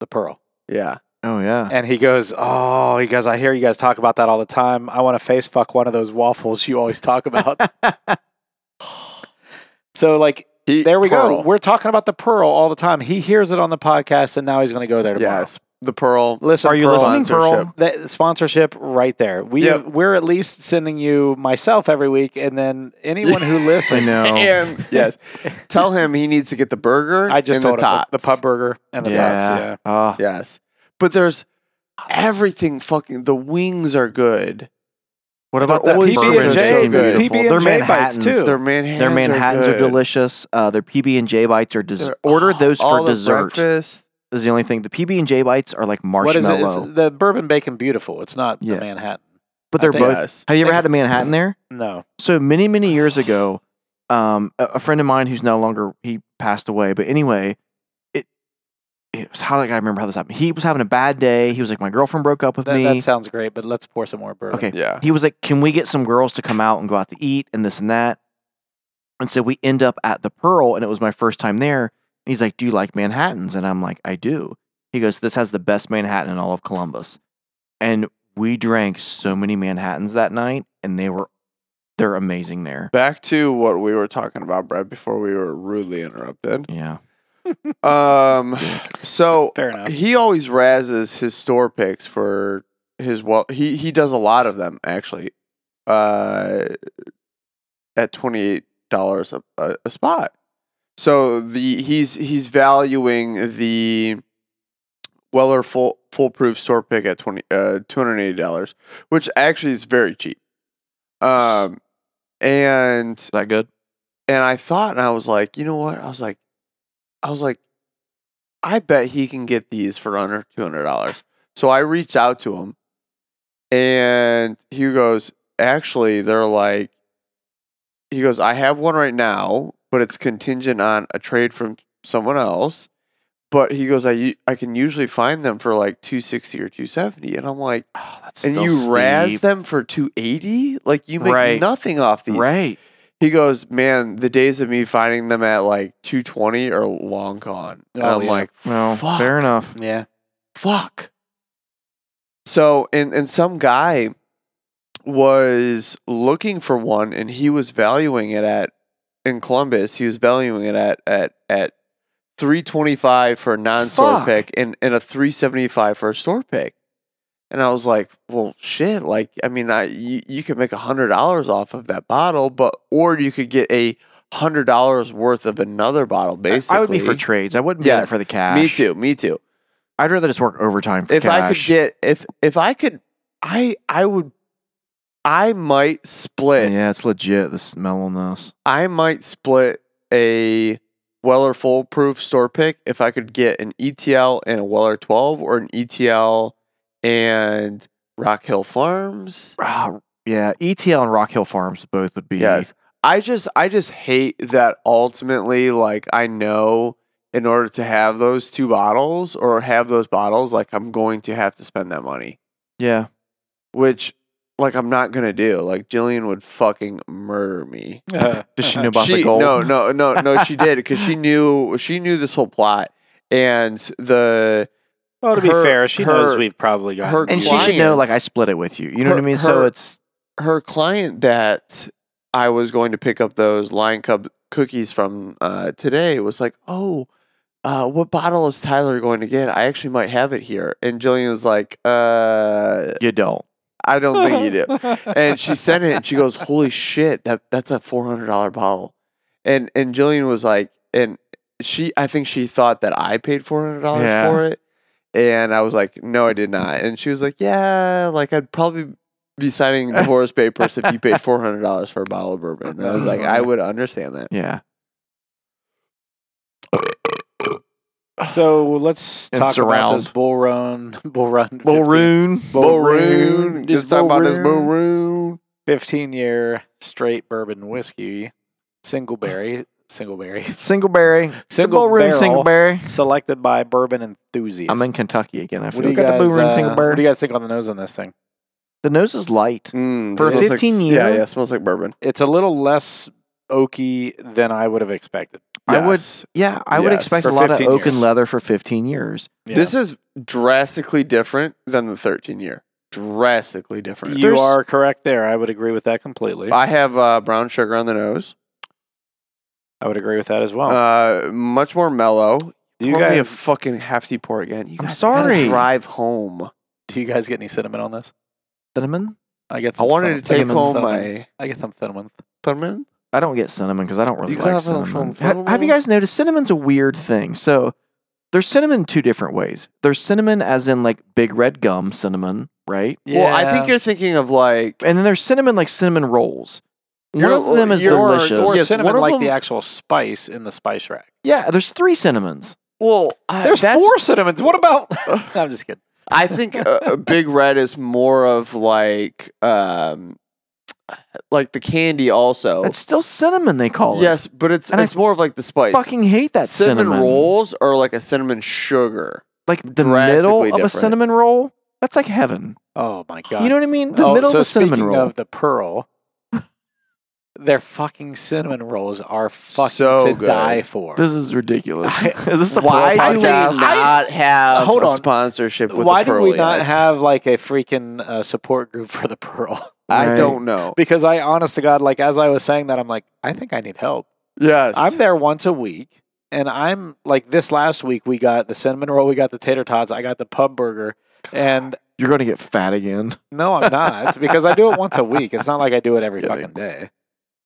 S1: the pearl
S2: Yeah.
S3: oh yeah.
S1: and he goes oh he goes i hear you guys talk about that all the time i want to face fuck one of those waffles you always talk about so like
S2: He-
S1: there we go
S2: Pearl.
S1: we're talking about the pearl all the time he hears it on the podcast and now he's going to go there tomorrow
S2: Yes. The pearl.
S1: listen
S3: Are you
S1: pearl,
S3: listening,
S2: sponsorship.
S3: Pearl?
S1: Uh, that sponsorship right there. We
S2: Yep.
S1: we're at least sending you myself every week, and then anyone who listens.
S3: I know.
S2: And yes, tell him he needs to get the burger.
S1: I just
S2: and
S1: told
S2: the
S1: him the-
S2: tots.
S1: the pub burger and the
S3: yeah.
S1: tots. Yeah.
S3: Ah.
S2: Yes, but there's everything. Fucking the wings are good.
S3: What about
S2: They're
S3: that
S2: always
S3: PB and
S2: so
S3: J?
S2: good.
S1: PB and
S3: Their
S1: J bites,
S3: Manhattans,
S1: too.
S2: Their Manhattans.
S3: Their Manhattans are,
S2: good.
S3: delicious. Uh, their PB and J bites are des-
S2: They're-
S3: order those
S2: All
S3: for
S2: the
S3: dessert.
S2: breakfast.
S3: Is the only thing. The PB and J bites are like
S1: What is
S3: marshmallow,
S1: it? It's the bourbon bacon beautiful. It's not
S3: Yeah.
S1: the Manhattan.
S3: but they're
S1: I think-
S3: both.
S2: Yes.
S3: Have you ever
S1: I
S3: had a
S1: think
S3: Manhattan there?
S1: No.
S3: So many many years ago, um, a, a friend of mine who's no longer he passed away. But anyway, it it was how like I remember how this happened. He was having a bad day. He was like, my girlfriend broke up with
S1: That,
S3: me.
S1: that sounds great, but let's pour some more bourbon.
S3: okay,
S2: Yeah.
S3: he was like, "Can we get some girls to come out and go out to eat and this and that?" And so we end up at the Pearl, and it was my first time there. And he's like, "Do you like Manhattan's?" And I'm like, "I do." He goes, "This has the best Manhattan in all of Columbus," and we drank so many Manhattans that night, and they were they're amazing there.
S2: Back to what we were talking about, Brett, before we were rudely interrupted.
S3: Yeah,
S2: Um, so
S1: Fair enough.
S2: he always razzes his store picks for his well. He he does a lot of them actually, uh, at twenty eight dollars a a a spot. So the he's he's valuing the Weller full foolproof store pick at twenty uh two hundred eighty dollars, which actually is very cheap. Um, and
S3: is that good?
S2: and I thought, and I was like, you know what? I was like, I was like, I bet he can get these for under two hundred dollars. So I reached out to him, and he goes, actually, they're like, he goes, I have one right now, but it's contingent on a trade from someone else. But he goes, I u- I can usually find them for like two sixty or two seventy, and I'm like,
S3: Oh, that's
S2: and
S3: still
S2: you razz
S3: steep.
S2: them for two eighty? Like you make
S3: Right.
S2: nothing off these.
S3: right?
S2: He goes, man, the days of me finding them at like two twenty are long gone. and
S1: Oh,
S2: I'm
S1: yeah.
S2: like,
S3: Well,
S2: fuck
S3: fair enough.
S1: Yeah.
S2: fuck. So and and some guy was looking for one and he was valuing it at in Columbus, he was valuing it at at at 325 for a non-store
S3: Fuck.
S2: pick and, and a 375 for a store pick. And I was like, well shit, like I mean I you, you could make a hundred dollars off of that bottle, but or you could get a hundred dollars worth of another bottle basically.
S3: I would be for trades. I wouldn't be in it
S2: Yes,
S3: for the cash.
S2: Me too, me too
S3: I'd rather just work overtime for
S2: if I could
S3: cash.
S2: get if if I could I I would I might split
S3: yeah, it's legit. The smell on this.
S2: I might split a Weller foolproof store pick if I could get an ETL and a Weller 12 or an ETL and Rock Hill Farms.
S3: Ah, yeah, ETL and Rock Hill Farms both would be.
S2: Yes. I just I just hate that ultimately like I know in order to have those two bottles or have those bottles like I'm going to have to spend that money.
S3: Yeah.
S2: which like I'm not gonna do. Like Jillian would fucking murder me.
S3: Does she know about
S2: she,
S3: the gold?
S2: No, no, no, no. she did because she knew she knew this whole plot and the
S1: Well, to be
S2: Her-
S1: fair, she knows
S2: her-
S1: we've probably got
S2: her
S3: And she should
S2: clients-
S3: know, like, I split it with you. You know what
S2: Her-
S3: I mean? so
S2: her-
S3: it's
S2: her client that I was going to pick up those Lion Cub cookies from uh, today was like, oh. Uh, what bottle is Tyler going to get? I actually might have it here. And Jillian was like, uh,
S3: you don't.
S2: I don't think you do. and she sent it and she goes, Holy shit, that that's a four hundred dollar bottle. And and Jillian was like, and she I think she thought that I paid four hundred dollars
S3: Yeah.
S2: for it. And I was like, No, I did not. And she was like, Yeah, like I'd probably be signing divorce papers if you paid four hundred dollars for a bottle of bourbon. And I was like, I would understand that.
S3: Yeah.
S1: So let's
S3: And
S1: talk about
S3: surround.
S1: this bull run, bull run, 15,
S3: Balloon.
S2: Maroon.
S1: This
S2: Let's talk about this
S1: Maroon.
S2: maroon.
S1: 15 year straight bourbon whiskey, single berry, single berry,
S3: Singleberry.
S1: Single
S3: Balloon
S1: barrel.
S3: Singleberry.
S1: selected by bourbon enthusiasts.
S3: I'm in Kentucky again. I
S1: What do, you
S3: forgot.
S1: guys,
S3: the Balloon
S1: uh, what do
S3: Singleberry.
S1: you guys think on the nose on this thing?
S3: the nose is light.
S2: Mm,
S3: For
S2: smells like-
S3: 15
S2: Yeah,
S3: year?
S2: yeah, smells like bourbon.
S1: It's a little less oaky than I would have expected.
S3: I would.
S2: Yes.
S3: Yeah, I would
S2: Yes,
S3: expect
S1: for
S3: a lot of
S1: 15
S3: oak and
S1: years.
S3: leather for 15 years.
S1: Yeah.
S2: This is drastically different than the 13 year. Drastically different.
S1: you
S3: There's-
S1: are correct there. I would agree with that completely. I,
S2: I have uh, brown sugar on the nose.
S1: would agree with that as well.
S2: Uh, much more mellow.
S1: Oh. do you
S2: Pour me a
S1: guys
S2: fucking hefty pour again. You
S3: I'm
S2: guys gotta
S3: sorry.
S2: Drive home.
S1: do you guys get any cinnamon on this?
S3: Cinnamon.
S1: I get.
S2: I
S1: Some
S2: wanted to
S1: cinnamon-
S2: take home
S1: cinnamon.
S2: my
S1: I get some cinnamon.
S2: cinnamon.
S3: I don't get cinnamon because I don't really
S2: You
S3: like
S2: got a little
S3: cinnamon.
S2: fun-
S3: Ha- have you guys noticed cinnamon's a weird thing? So there's cinnamon two different ways. There's cinnamon as in like big red gum cinnamon, right?
S2: Well, I think you're thinking of like
S3: And then there's cinnamon like cinnamon rolls. One
S2: You're-
S3: of them is
S2: you're-
S3: delicious.
S1: Or
S2: Yes, one
S1: cinnamon
S2: of
S1: like the
S2: them-
S1: actual spice in the spice rack.
S3: yeah, there's three cinnamons.
S2: well. I,
S1: There's
S2: that's-
S1: four cinnamons. What about? I'm just kidding.
S2: I think uh, uh, Big Red is more of like um, like the candy also.
S3: That's still cinnamon they call it.
S2: Oh. yes, but it's
S3: And I
S2: it's more of like the spice.
S3: fucking hate that
S2: cinnamon,
S3: cinnamon,
S2: rolls or like a cinnamon sugar.
S3: Like the
S2: Drastically
S3: middle of a
S2: different.
S3: cinnamon roll, that's like heaven.
S1: Oh my god.
S3: You know what I mean? The
S1: Oh,
S3: middle
S1: so
S3: of a cinnamon
S1: speaking
S3: roll.
S1: of the pearl, their fucking cinnamon rolls are fucking
S2: So
S1: to
S2: good.
S1: die for.
S3: this is ridiculous.
S1: I-
S3: is this the
S2: Why
S3: Pearl
S2: do we
S3: podcast?
S2: not have
S1: Hold
S2: a
S1: on.
S2: sponsorship with
S1: Why
S2: the
S1: do we
S2: Pearl
S1: not
S2: yet?
S1: have like a freaking uh, support group for the pearl?
S2: I
S3: Right.
S2: don't know.
S1: because I, honest to God, like as I was saying that, I'm like, I think I need help.
S2: Yes.
S1: I'm there once a week, and I'm like this last week we got the cinnamon roll, we got the tater tots, I got the pub burger, and
S3: You're gonna get fat again.
S1: no, I'm not because I do it once a week. It's not like I do it every
S2: Kidding.
S1: fucking day.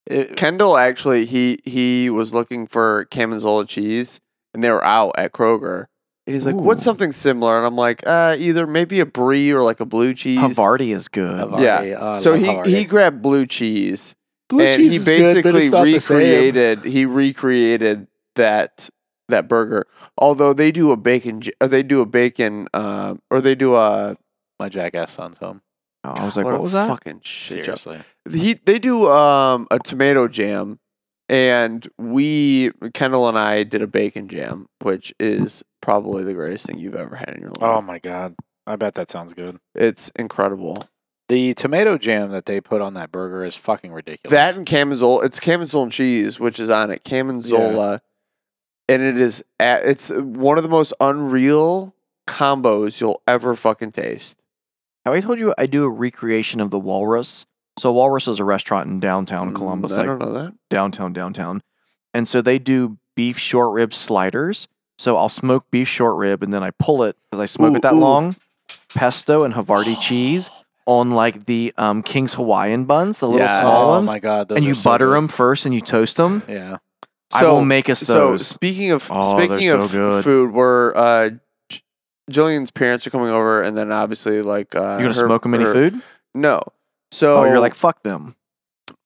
S1: It-
S2: Kendall actually he he was looking for Gorgonzola cheese and they were out at Kroger. And he's like,
S3: Ooh.
S2: "What's something similar?" And I'm like, "Uh, either maybe a brie or like a blue cheese."
S3: Havarti is good.
S1: Havarti,
S2: Yeah.
S1: oh, I
S2: So
S1: love
S2: he
S1: Havarti.
S2: he grabbed blue cheese
S1: Blue
S2: and
S1: cheese
S2: he
S1: is good, but
S2: basically
S1: it's not the same.
S2: recreated he recreated that that burger. Although they do a bacon j- uh, they do a bacon uh, or they do a
S1: My jackass son's home.
S3: Oh, I was like,
S2: what,
S3: what,
S2: a
S3: was that?
S2: Fucking shit job.
S1: Seriously.
S2: he they do um a tomato jam and we Kendall and I did a bacon jam which is probably the greatest thing you've ever had in your life.
S1: Oh my god. I bet that sounds good.
S2: It's incredible.
S1: The tomato jam that they put on that burger is fucking ridiculous.
S2: That and Camenzola. It's Camenzola and cheese, which is on it. Camenzola, and it is. At, it's one of the most unreal combos you'll ever fucking taste.
S3: Have I told you I do a recreation of the Walrus? So Walrus is a restaurant in downtown
S2: Mm,
S3: Columbus,
S2: I
S3: like
S2: don't know that.
S3: downtown downtown and so they do beef short rib sliders so i'll smoke beef short rib and then i pull it because i smoke
S2: Ooh,
S3: it that
S2: ooh.
S3: long pesto and havarti cheese on like the um, king's hawaiian buns the little
S2: Yes.
S3: small
S1: oh
S3: ones
S1: my god. those
S3: and
S1: are
S3: you
S1: so
S3: butter
S1: good.
S3: them first and you toast them
S1: Yeah.
S3: i will make us
S2: So uh,
S3: those
S2: speaking of
S3: Oh, they're
S2: speaking
S3: so
S2: of
S3: good.
S2: food, we're uh, J- Jillian's parents are coming over, and then obviously like uh,
S3: you're gonna
S2: her-
S3: smoke them any
S2: her-
S3: food
S2: No. So
S3: oh you're like fuck them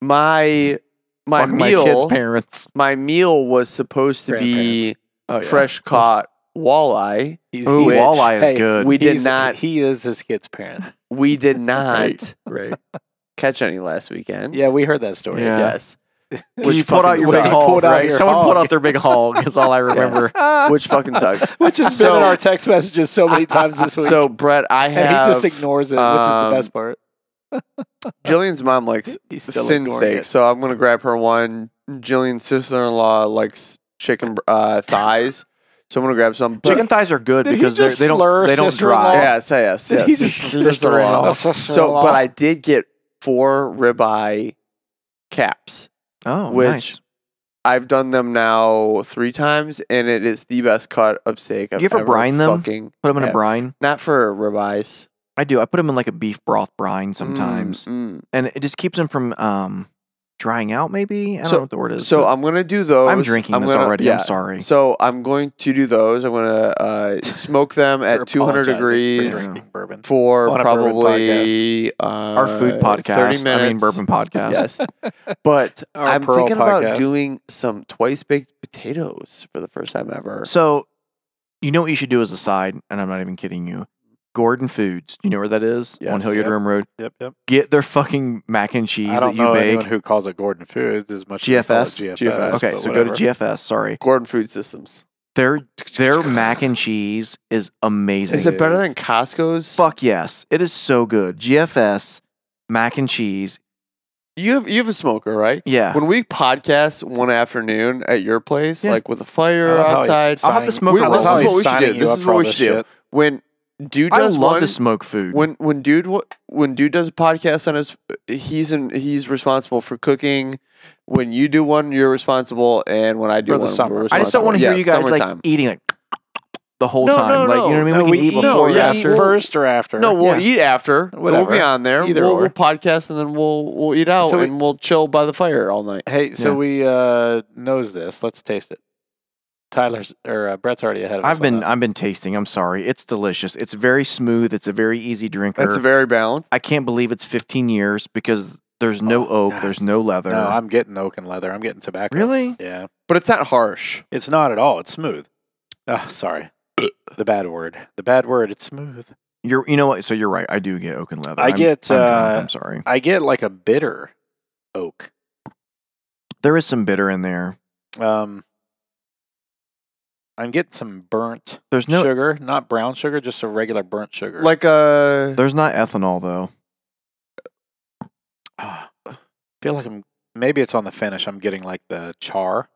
S2: my my
S3: fuck my kids
S2: meal my,
S3: parents
S2: meal was supposed to be
S3: oh,
S2: fresh caught walleye.
S1: He's,
S3: Ooh,
S2: Which-
S3: walleye is
S1: hey,
S3: good.
S2: We did
S1: he's-
S2: not
S1: He is his kid's parent.
S2: we did not
S3: Right.
S2: catch any last weekend.
S1: Yeah, we heard that story.
S3: Yeah.
S2: Yes.
S3: Which you pulled out your
S1: sucks.
S3: big
S1: You
S3: hog,
S1: pulled out
S3: right?
S1: your
S3: Someone pulled
S1: hog.
S3: out their big hog. Is all I remember.
S2: Which fucking sucks.
S1: Which has
S2: So-
S1: been in our text messages so many times this week.
S2: So Brett, I
S1: and
S2: have
S1: he just ignores it, which is the
S2: um,
S1: best part.
S2: Jillian's mom likes
S1: He's still
S2: thin
S1: ignoring
S2: steak,
S1: it.
S2: so I'm gonna grab her one. Jillian's sister-in-law likes chicken uh, thighs, so I'm gonna grab some. But-
S3: Chicken thighs are good
S1: Did he
S3: because they're-
S1: just
S3: they don't
S1: slur
S3: they don't
S1: sister-in-law?
S3: dry.
S2: Yes, yes, yes.
S1: He just-
S2: sister-in-law. So, but I did get four ribeye caps.
S3: Oh,
S2: which
S3: nice.
S2: I've done them now three times, and it is the best cut of steak. I've
S3: you ever brine them?
S2: Fucking,
S3: Put them in
S2: yeah.
S3: a brine.
S2: not for ribeyes.
S3: I do. I put them in like a beef broth brine sometimes,
S2: Mm,
S3: and it just keeps them from um drying out. Maybe I don't
S2: So-
S3: know what the word
S2: mm.
S3: is.
S2: So
S3: but
S2: I'm gonna do those.
S3: I'm drinking this
S2: gonna-
S3: already.
S2: yeah.
S3: I'm sorry.
S2: So I'm going to do those. I'm gonna uh, smoke them
S1: You're
S2: at 200
S1: apologizing for
S2: degrees
S1: drinking Bourbon.
S2: for
S1: On a bourbon
S2: probably uh, our
S3: Our food podcast.
S2: Thirty minutes.
S3: I mean, bourbon podcast.
S2: Yes, but
S1: Our
S2: I'm
S1: Pearl
S2: thinking
S1: podcast.
S2: about doing some twice baked potatoes for the first time ever.
S3: So you know what you should do as a side, and I'm not even kidding you. Gordon Foods. Do you know where that is on
S2: Yes.
S3: Hilliard
S1: Yep.
S3: Rim Road?
S1: Yep, yep.
S3: Get their fucking mac and cheese
S1: I
S3: that
S1: don't
S3: you
S1: know anyone
S3: bake.
S1: who calls it Gordon Foods as much. as they call it
S3: GFS?
S1: GFS.
S2: GFS,
S3: Okay,
S1: but
S3: so go to
S1: whatever.
S3: GFS. Sorry,
S2: Gordon Food Systems.
S3: their their mac and cheese is amazing.
S2: Is it better
S1: is.
S2: than Costco's?
S3: Fuck yes, it is so good. GFS mac and cheese.
S2: You have you have a smoker, right?
S3: Yeah,
S2: When we podcast one afternoon at your place,
S3: Yeah. Oh,
S2: like with a
S1: I
S2: fire
S1: love how he's
S2: outside,
S3: I'll have the
S1: signing-
S3: smoker
S1: I love
S3: roll.
S1: how
S3: This is
S1: he's
S2: what we should
S1: signing
S2: do.
S1: you
S2: This
S1: up
S2: is
S1: for
S2: what
S1: all
S2: we should do.
S1: shit.
S2: when dude
S3: I
S2: does
S3: love
S2: one,
S3: to smoke food.
S2: when when dude wa- when dude does a podcast on his, he's in he's responsible for cooking. When you do one, you're responsible, and when I do
S1: For the
S2: one,
S1: summer.
S2: we're
S3: I just don't want to hear
S2: responsible. Yes,
S3: you guys like
S2: summertime.
S3: eating like the whole
S2: No,
S3: time.
S2: no,
S3: like you
S2: no.
S3: know what I mean?
S1: No,
S3: we can eat
S1: eat
S3: before
S2: no,
S3: or
S2: yeah,
S3: after.
S2: eat
S1: first or after.
S2: No, we'll
S3: Yeah.
S2: eat after. We'll
S1: Whatever.
S2: be on there.
S1: Either
S2: we'll,
S1: or.
S2: we'll podcast and then we'll we'll eat out
S1: So we-
S2: and we'll chill by the fire all night.
S1: Hey, so
S3: Yeah.
S1: we uh knows this. Let's taste it. Tyler's or uh, Brett's already ahead of us.
S3: I've
S1: on
S3: been
S1: that.
S3: I've been tasting. I'm sorry. It's delicious. It's very smooth. It's a very easy drinker.
S2: That's very balanced.
S3: I can't believe it's 15 years because there's no oak,
S1: Oh, God.
S3: there's no leather.
S1: No, I'm getting oak and leather. I'm getting tobacco.
S3: really?
S1: Yeah.
S2: But it's not harsh.
S1: It's not at all. It's smooth. Oh, sorry. the bad word. The bad word. It's smooth.
S3: You're you know what? So you're right. I do get oak and leather.
S1: I
S3: I'm-
S1: get,
S3: I'm, drunk,
S1: uh,
S3: I'm sorry.
S1: I get like a bitter oak.
S3: There is some bitter in there.
S1: Um, I'm getting some burnt
S3: There's no
S1: sugar, not brown sugar, just a regular burnt sugar.
S2: Like uh, a
S3: there's not ethanol though.
S1: Ah, I feel like I'm maybe it's on the finish. I'm getting like the char.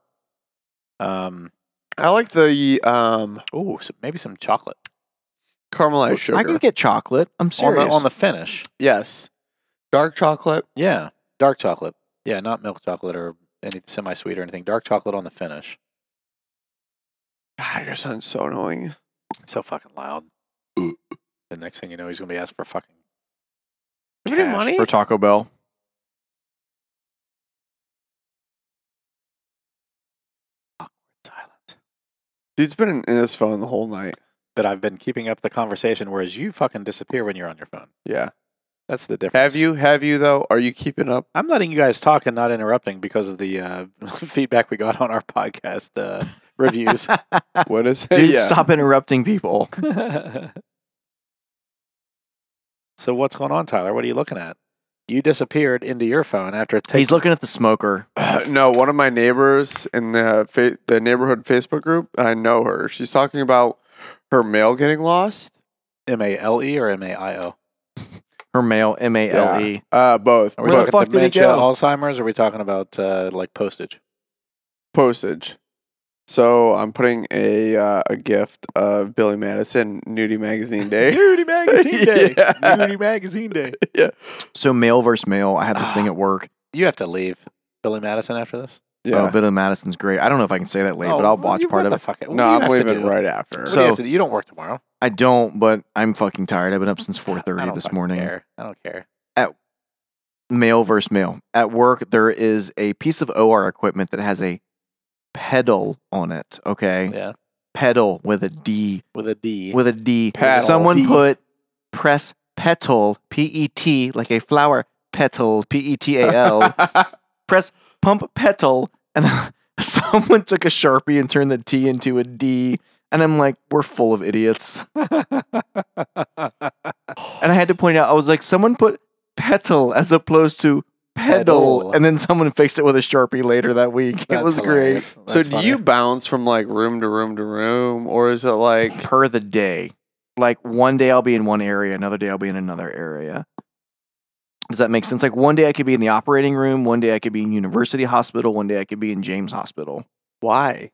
S1: Um,
S2: I like the um
S1: oh, maybe some chocolate
S2: caramelized sugar.
S3: I could get chocolate. I'm
S1: on
S3: serious.
S1: the on the finish.
S2: yes. Dark chocolate.
S1: Yeah, dark chocolate. Yeah, not milk chocolate or any semi-sweet or anything. Dark chocolate on the finish.
S2: God, your son's so annoying.
S1: So fucking loud. the next thing you know, he's gonna be asking for fucking.
S2: Give me
S1: cash.
S2: money.
S3: for Taco Bell.
S1: Silence.
S2: Dude's been in, in his phone the whole night.
S1: But I've been keeping up the conversation, whereas you fucking disappear when you're on your phone.
S2: Yeah.
S1: That's the difference.
S2: Have you? Have you though? Are you keeping up?
S1: I'm letting you guys talk and not interrupting because of the uh, feedback we got on our podcast uh, reviews.
S2: What is it?
S3: Dude,
S2: yeah.
S3: stop interrupting people.
S1: so what's going on, Tyler? What are you looking at? You disappeared into your phone after taking.
S3: He's looking at the smoker.
S2: no, one of my neighbors in the fa- the neighborhood Facebook group. I know her. She's talking about her mail getting lost.
S1: M A L E or M A I O?
S3: Her mail, M A L E.
S2: Uh, both.
S1: Are we
S2: Where the
S1: talking
S2: fuck did he
S1: dementia,
S2: go?
S1: Alzheimer's? Or are we talking about uh, like postage?
S2: postage. So I'm putting a uh, a gift of Billy Madison Nudie Magazine Day.
S1: Nudie Magazine Day.
S2: Yeah.
S1: Nudie Magazine Day.
S3: So mail versus mail. I had this thing at work.
S1: You have to leave Billy Madison after this.
S2: Yeah.
S3: Uh, Billy Madison's great. I don't know if I can say that
S1: Oh,
S3: late, but I'll watch part of it.
S2: no, I'm leaving right after.
S1: So
S3: So-
S1: you, have to do? you don't work tomorrow.
S3: I don't, but I'm fucking tired. I've been up since
S1: I
S3: 4:30
S1: don't
S3: this
S1: fucking
S3: morning.
S1: care. I don't care.
S3: Mail versus mail. At work, there is a piece of OR equipment that has a pedal on it. Okay,
S1: Yeah,
S3: pedal with a D.
S1: with a D.
S3: With a D.
S2: Pedal.
S3: Someone
S2: D.
S3: put press petal. P E T like a flower petal. P E T A L. press pump petal and someone took a sharpie and turned the t into a d and i'm like we're full of idiots and i had to point out i was like someone put petal as opposed to pedal,
S1: Pedal.
S3: and then someone fixed it with a sharpie later that week it
S1: That's
S3: was
S1: hilarious. That's
S2: so do
S1: funny.
S2: you bounce from like room to room to room, or is it like
S3: great per the day like one day i'll be in one area another day i'll be in another area does that make sense like one day i could be in the operating room one day i could be in university hospital one day i could be in james hospital
S2: why?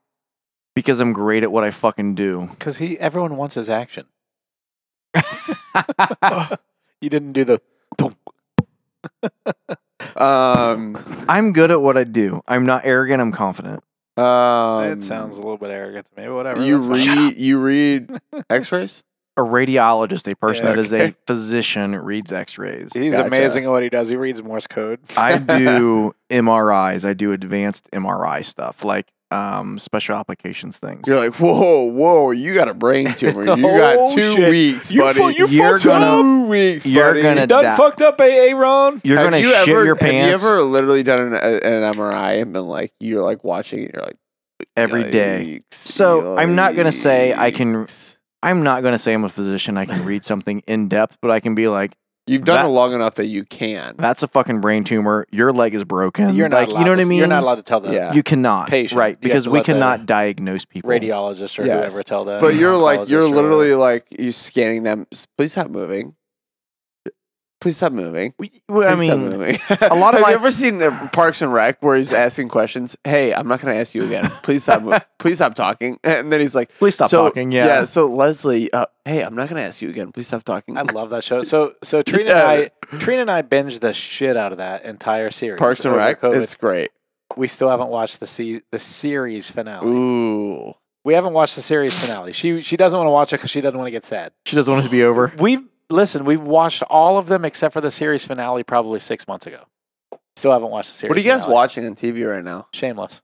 S3: because I'm great at what I fucking do.
S1: Because he, everyone wants his action. you didn't do the.
S2: Um,
S3: I'm good at what I do. I'm not arrogant. I'm confident.
S2: um,
S1: That sounds a little bit arrogant to me, but whatever.
S2: You
S1: that's fine.
S2: read you read X-rays.
S3: A radiologist, a person
S1: Yeah,
S3: that is
S2: okay.
S3: a physician, reads X-rays.
S1: He's
S2: Gotcha.
S1: amazing at what he does. He reads Morse code.
S3: I do MRIs. I do advanced MRI stuff, like um, special applications things.
S2: You're like, whoa, whoa, you got a brain tumor. You got
S1: Oh,
S2: two
S1: shit.
S2: weeks,
S1: You
S2: buddy.
S1: fu- you
S3: You're
S1: fucked
S3: gonna-
S1: up.
S2: two weeks,
S3: you're
S2: buddy.
S3: gonna
S1: Done
S3: die.
S1: fucked up, eh, Aaron.
S3: You're
S2: Have
S3: gonna
S2: you
S3: shit
S2: ever,
S3: your
S2: Have you
S3: pants
S2: ever literally done an, a- an MRI and been like, you're like watching it, you're like
S3: every day.
S2: "Yikes,
S3: So, I'm not gonna say I can-
S2: yikes."
S3: I'm not gonna say I'm a physician. I can read something in depth, but I can be like,
S2: You've done
S3: That-
S2: it long enough that you can.
S3: "That's a fucking brain tumor. Your leg is broken."
S1: You're not.
S3: like, you know what I
S1: allowed to-
S3: mean.
S1: You're not allowed to tell the
S2: Yeah.
S3: You cannot,
S1: Patient. You
S3: right?
S1: have
S3: Because
S1: to
S3: we
S1: let the
S3: cannot diagnose people.
S1: radiologist or
S2: Yes.
S1: whoever tell that.
S2: but you're
S1: oncologist
S2: like
S1: or
S2: you're
S1: whatever.
S2: literally like you scanning them. "S- Please stop moving. Please stop moving.
S3: We- well, I
S2: Please stop
S3: mean,
S2: moving.
S3: a lot of
S2: have
S3: my-
S2: you ever seen uh, Parks and Rec where he's asking questions? Hey, I'm not gonna ask you again. Please stop. mo- please stop talking. And then he's like,
S3: please stop
S2: so,
S3: talking. Yeah.
S2: Yeah. So Leslie, uh, hey, I'm not gonna ask you again. Please stop talking.
S1: I love that show. So so Trina and I Trina and I binged the shit out of that entire series.
S2: Parks and
S1: over
S2: Rec.
S1: COVID.
S2: It's great.
S1: we still haven't watched the se- the series finale.
S2: Ooh.
S1: We haven't watched the series finale. She she doesn't want to watch it because she doesn't want to get sad.
S3: She doesn't want it to be over.
S1: We've listen. We've watched all of them except for the series finale, probably six months ago. Still haven't watched the series.
S2: What are you guys
S1: finale.
S2: watching on TV right now?
S1: Shameless.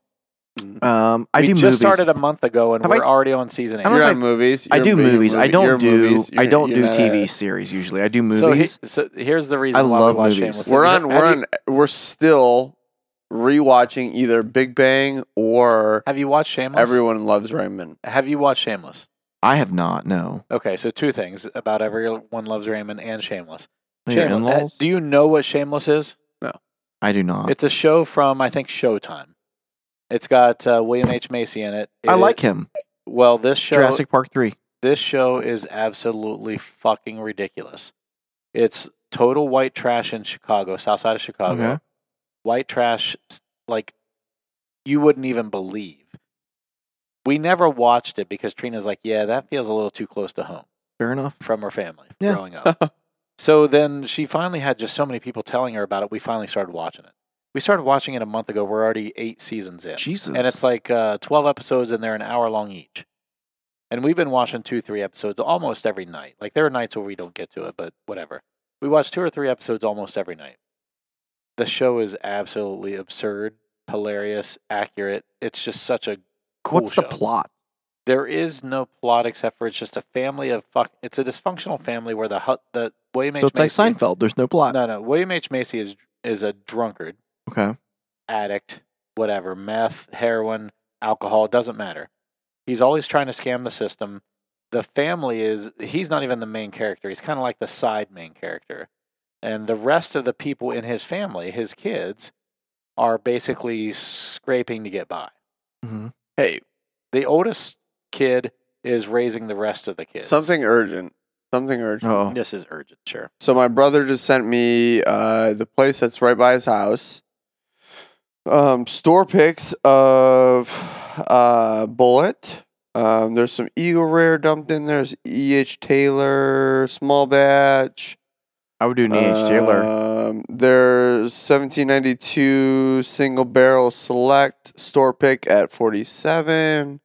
S3: Um, I
S1: we
S3: do
S1: just
S3: movies.
S1: started a month ago, and
S3: Have
S1: we're
S3: I-
S1: already on season eight.
S3: I don't
S2: You're
S3: know
S2: on
S3: if
S2: movies.
S3: I
S2: You're
S3: do
S2: big in
S3: movies. I
S2: movie- you're
S3: don't do.
S2: movies.
S3: I
S2: You're-
S3: don't
S2: you're
S3: do
S2: not
S3: TV
S2: a-
S3: series usually. I do movies.
S1: So, he, so here's the reason
S3: I
S1: why
S3: love
S1: we watch
S3: movies.
S1: Shameless.
S2: We're
S1: Have
S2: on.
S1: you-
S2: We're
S1: have you-
S2: on. We're still rewatching either Big Bang or
S1: Have you watched Shameless?
S2: Everyone Loves Raymond.
S1: Have you watched Shameless?
S3: I have not. No.
S1: Okay, so two things about Everyone Loves Raymond and Shameless.
S3: Your
S1: Shameless. uh,
S3: in-laws?
S1: Do you know what Shameless is?
S3: I do not.
S1: It's a show from I think Showtime. It's got uh, William H Macy in it.
S3: I
S1: It-
S3: like him.
S1: Well, this show
S3: Jurassic Park three.
S1: this show is absolutely fucking ridiculous. It's total white trash in Chicago, south side of Chicago.
S3: Okay.
S1: White trash s- like you wouldn't even believe. We never watched it because Trina's like, "Yeah, that feels a little too close to home."
S3: Fair enough.
S1: from her family
S3: Yeah.
S1: growing up. so then she finally had just so many people telling her about it. We finally started watching it. We started watching it a month ago. We're already eight seasons in.
S3: Jesus.
S1: And it's like uh, 12 episodes and they're an hour long each. And we've been watching two, three episodes almost every night. Like there are nights where we don't get to it, but whatever. We watch two or three episodes almost every night. The show is absolutely absurd, hilarious, accurate. It's just such a cool
S3: what's
S1: show
S3: the plot?
S1: there is no plot except for it's just a family of fuck. It's a dysfunctional family where the hut the William H
S3: So it's like
S1: Macy.
S3: Seinfeld. There's no plot.
S1: No, no. William H Macy is is a drunkard,
S3: Okay.
S1: addict, whatever, meth, heroin, alcohol. It doesn't matter. He's always trying to scam the system. The family is he's not even the main character. He's kind of like the side main character, and the rest of the people in his family, his kids, are basically scraping to get by.
S3: Mhm.
S2: Hey,
S1: The oldest kid is raising the rest of the kids.
S2: Something urgent. Something urgent.
S3: Oh,
S1: This is urgent, sure.
S2: So my brother just sent me uh, the place that's right by his house. Um, store picks of uh, Bullet. Um, there's some Eagle Rare dumped in. There's E.H. Taylor, small batch.
S3: I would do Niche E Taylor.
S2: Um, there's 1792 single barrel select store pick at 47.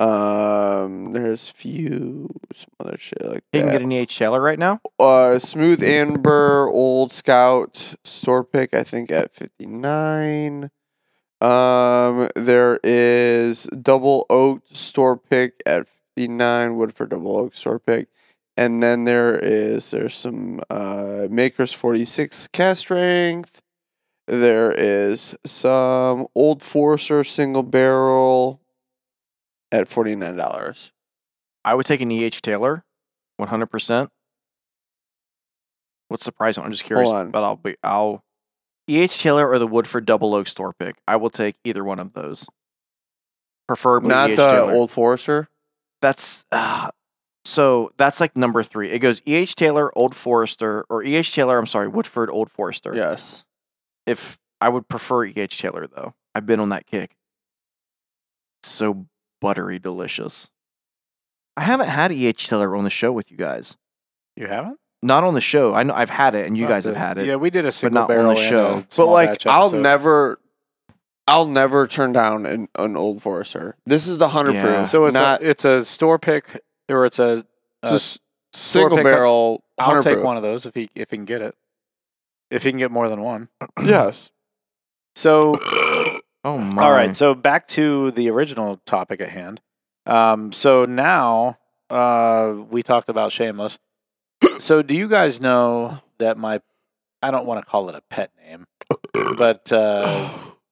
S2: Um, there's few some other shit like
S3: He can
S2: that
S3: get an EH Taylor right now.
S2: uh, Smooth Amber Old Scout store pick, I think at 59. Um, there is Double Oak store pick at 59, Woodford Double Oak store pick. And then there is there's some uh, Makers 46 cast strength. There is some Old Forcer single barrel at $49.
S3: I would take an EH Taylor, one hundred percent. What's the price on? I'm just curious,
S2: on.
S3: but I'll be I'll EH Taylor or the Woodford Double Oak store pick. I will take either one of those. Preferably
S2: Not
S3: EH
S2: the
S3: Taylor.
S2: Old Forester.
S3: That's uh, so that's like number three. It goes EH Taylor, Old Forester, or EH Taylor. I'm sorry, Woodford, Old Forester.
S2: Yes.
S3: If I would prefer EH Taylor though, I've been on that kick. so buttery delicious. I haven't had EH Taylor on the show with you guys.
S1: You haven't?
S3: Not on the show. I know I've had it, and you guys have had it.
S1: Yeah, we did a single
S3: not on the
S1: barrel and a
S3: show. But,
S2: But
S1: small
S2: like,
S1: batch
S2: I'll
S1: episode.
S2: never, I'll never turn down an, an old Forester. This is the hundred
S3: Yeah.
S2: proof.
S1: So it's
S2: not
S1: a, it's a store pick, or it's a. uh,
S2: just single
S1: pickup.
S2: barrel.
S1: I'll
S2: 100
S1: take
S2: proof.
S1: one of those if he if he can get it. If he can get more than one.
S2: Yes.
S1: So
S3: Oh my!
S1: All right, so back to the original topic at hand. Um, so now uh, we talked about Shameless. so do you guys know that my I don't want to call it a pet name, but uh,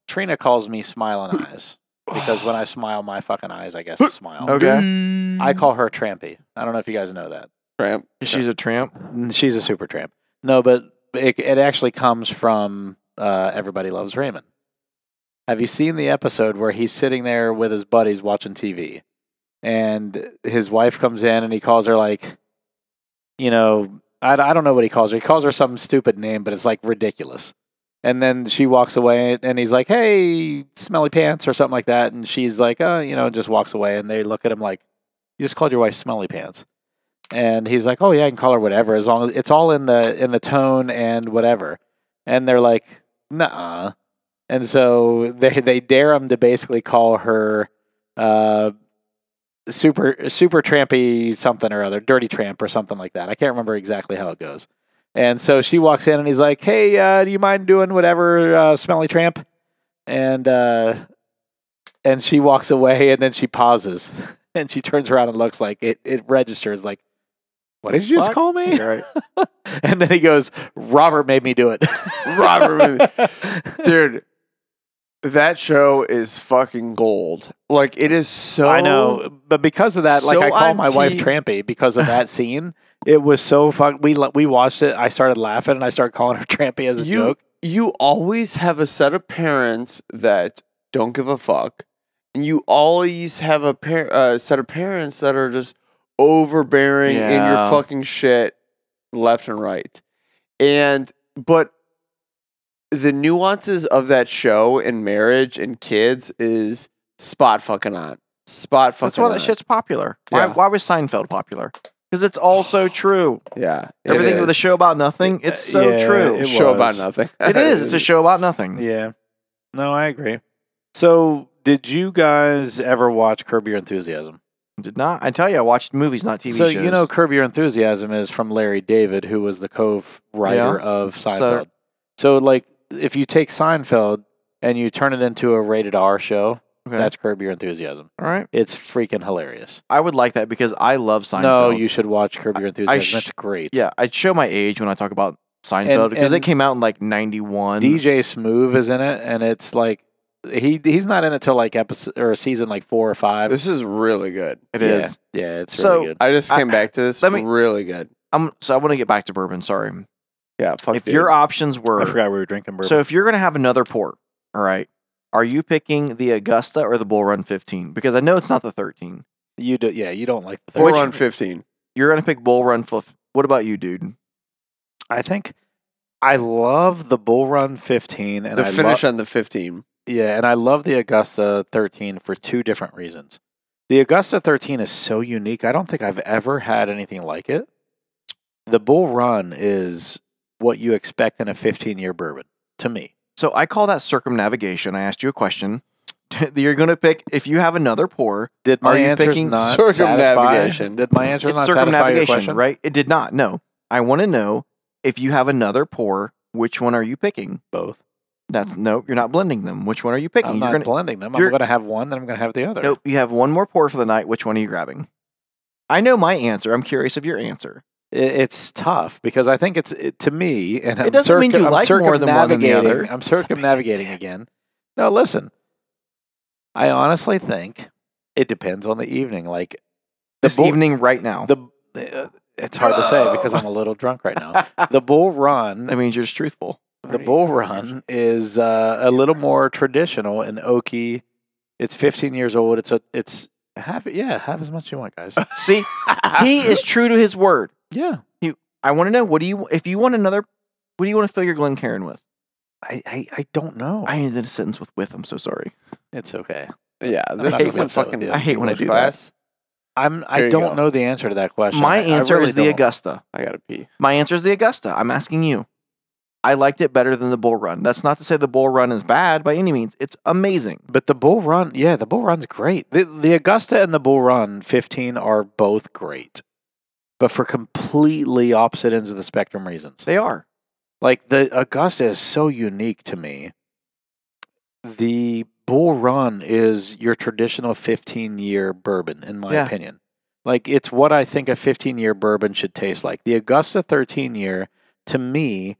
S1: Trina calls me Smiling Eyes because when I smile, my fucking eyes, I guess, smile.
S2: Okay.
S1: I call her Trampy. I don't know if you guys know that.
S2: Tramp.
S3: she's a tramp.
S1: She's a super tramp. No, but it, it actually comes from uh, Everybody Loves Raymond. Have you seen the episode where he's sitting there with his buddies watching TV and his wife comes in and he calls her, like, you know, I, I don't know what he calls her. He calls her some stupid name, but it's like ridiculous. And then she walks away and he's like, hey, smelly pants or something like that. And she's like, oh, you know, and just walks away. And they look at him like, you just called your wife smelly pants and he's like, "Oh yeah, I can call her whatever as long as it's all in the in the tone and whatever." And they're like, "Nah," and so they they dare him to basically call her uh, super super trampy something or other, dirty tramp or something like that. I can't remember exactly how it goes. And so she walks in and he's like, "Hey, uh, do you mind doing whatever, uh, smelly tramp?" And uh, and she walks away and then she pauses and she turns around and looks like it. It registers like. What did you just
S3: Fuck.
S1: call me?
S3: You're right.
S1: and then he goes, Robert made me do it.
S2: Robert made Dude, that show is fucking gold. Like it is so.
S1: I know, but because of that, like
S2: So
S1: Oh. I call my wife
S2: auntie-
S1: Trampy because of that scene. It was so fuck. We lo- we watched it. I started laughing and I started calling her Trampy as a
S2: you
S1: joke.
S2: you always have a set of parents that don't give a fuck, and you always have a par- uh, set of parents that are just overbearing in your
S3: Yeah.
S2: fucking shit left and right, and but the nuances of that show and marriage and kids is spot fucking on spot fucking.
S3: That's why that
S2: on.
S3: shit's popular.
S2: Yeah.
S3: Why, why was Seinfeld popular? Because it's all so true.
S2: Yeah, it
S3: Everything with a
S2: is.
S3: show about nothing. It's so
S1: uh, yeah,
S3: true.
S1: it
S2: show about
S1: was.
S2: nothing.
S3: it is. It's a show about nothing.
S1: Yeah. No, I agree. So, did you guys ever watch Curb Your Enthusiasm?
S3: Did not. I tell you, I watched movies, not TV
S1: so
S3: shows.
S1: you know, Curb Your Enthusiasm is from Larry David, who was the co-writer
S3: Yeah.
S1: of
S3: So-
S1: Seinfeld. So, like, if you take Seinfeld and you turn it into a rated R show,
S3: Okay.
S1: that's Curb Your Enthusiasm.
S3: all right.
S1: It's freaking hilarious.
S3: I would like that because I love Seinfeld.
S1: No, you should watch Curb Your Enthusiasm.
S3: sh-
S1: That's great.
S3: Yeah, I show my age when I talk about Seinfeld because it
S1: and-
S3: came out in like '91.
S1: DJ Smoove is in it, and it's like he he's not in it till like episode or season like four or five.
S2: This is really good.
S3: It is.
S1: Yeah, it's
S3: So-
S1: really good.
S2: I just
S3: I-
S2: came back to this.
S3: let me-
S2: really good.
S3: I'm so I want to get back to bourbon. Sorry.
S2: Yeah, fuck.
S3: if
S2: dude.
S3: your options were
S1: I forgot we were drinking bourbon.
S3: er, so, if you're gonna have another pour, all right, are you picking the Augusta or the Bull Run 15? Because I know it's not the 13.
S1: You do, yeah. You don't like the
S2: Bull
S1: third.
S2: Run 15.
S3: You're gonna pick Bull Run Fluff. What about you, dude?
S1: I think I love the Bull Run 15, and
S2: the
S1: I
S2: finish
S1: lo-
S2: on the 15.
S1: yeah, and I love the Augusta 13 for two different reasons. The Augusta 13 is so unique. I don't think I've ever had anything like it. The Bull Run is what you expect in a 15 year bourbon to me.
S3: So I call that circumnavigation. I asked you a question. You're gonna pick if you have another pour.
S1: Did
S3: Are
S1: my
S3: you
S1: answers
S3: picking
S1: not
S2: circumnavigation?
S1: satisfy? Did my answers
S3: it's
S1: not satisfy your question?
S3: circumnavigation, right? It did not. No, I want to know if you have another pour. Which one are you picking?
S1: Both.
S3: That's no. You're not blending them. Which one are you picking?
S1: Hmm. I'm
S3: you're
S1: not
S3: gonna,
S1: blending them. I'm
S3: you're-
S1: going to have one, then I'm going to have the other.
S3: Nope. You have one more pour for the night. Which one are you grabbing? I know my answer. I'm curious of your answer.
S1: it, it's tough because I think it's it, to me, and I'm
S3: It doesn't mean
S1: circum-
S3: you
S1: I'm
S3: like more than one than the
S1: circumnavigating-
S3: other.
S1: I'm circumnavigating again. No, listen. I honestly think it depends on the evening. Like
S3: This
S1: bull-
S3: evening, right now.
S1: the, uh, it's hard to say because I'm a little drunk right now. The bull run,
S3: that means you're just truthful.
S1: the bull run is uh, a little more traditional and oaky. It's 15 years old. It's a it's half yeah half as much as you want, guys.
S3: See, he is true to his word.
S1: yeah,
S3: I want to know what do you if you want another. What do you want to fill your Glencairn with?
S1: I I, I don't know.
S3: I ended a sentence with "with." I'm so sorry.
S1: it's okay.
S2: Yeah,
S1: not
S2: this is
S1: gonna
S2: a
S1: flip that with
S2: fucking
S1: you.
S3: I hate when I
S2: English
S3: do that.
S2: class.
S1: I'm. I
S2: There you
S1: don't
S2: go.
S1: know the answer to that question.
S3: My
S1: I- I
S3: answer
S1: really
S3: is the
S1: don't.
S3: Augusta.
S2: I gotta pee.
S3: My answer is the Augusta. I'm asking you. I liked it better than the Bull Run. That's not to say the Bull Run is bad by any means. It's amazing.
S1: But the Bull Run, yeah, the Bull Run's great. The, the Augusta and the Bull Run 15 are both great, but for completely opposite ends of the spectrum reasons.
S3: They are.
S1: Like the Augusta is so unique to me. The Bull Run is your traditional 15 year bourbon, in my
S3: Yeah.
S1: opinion. Like it's what I think a 15 year bourbon should taste like. The Augusta 13 year, to me,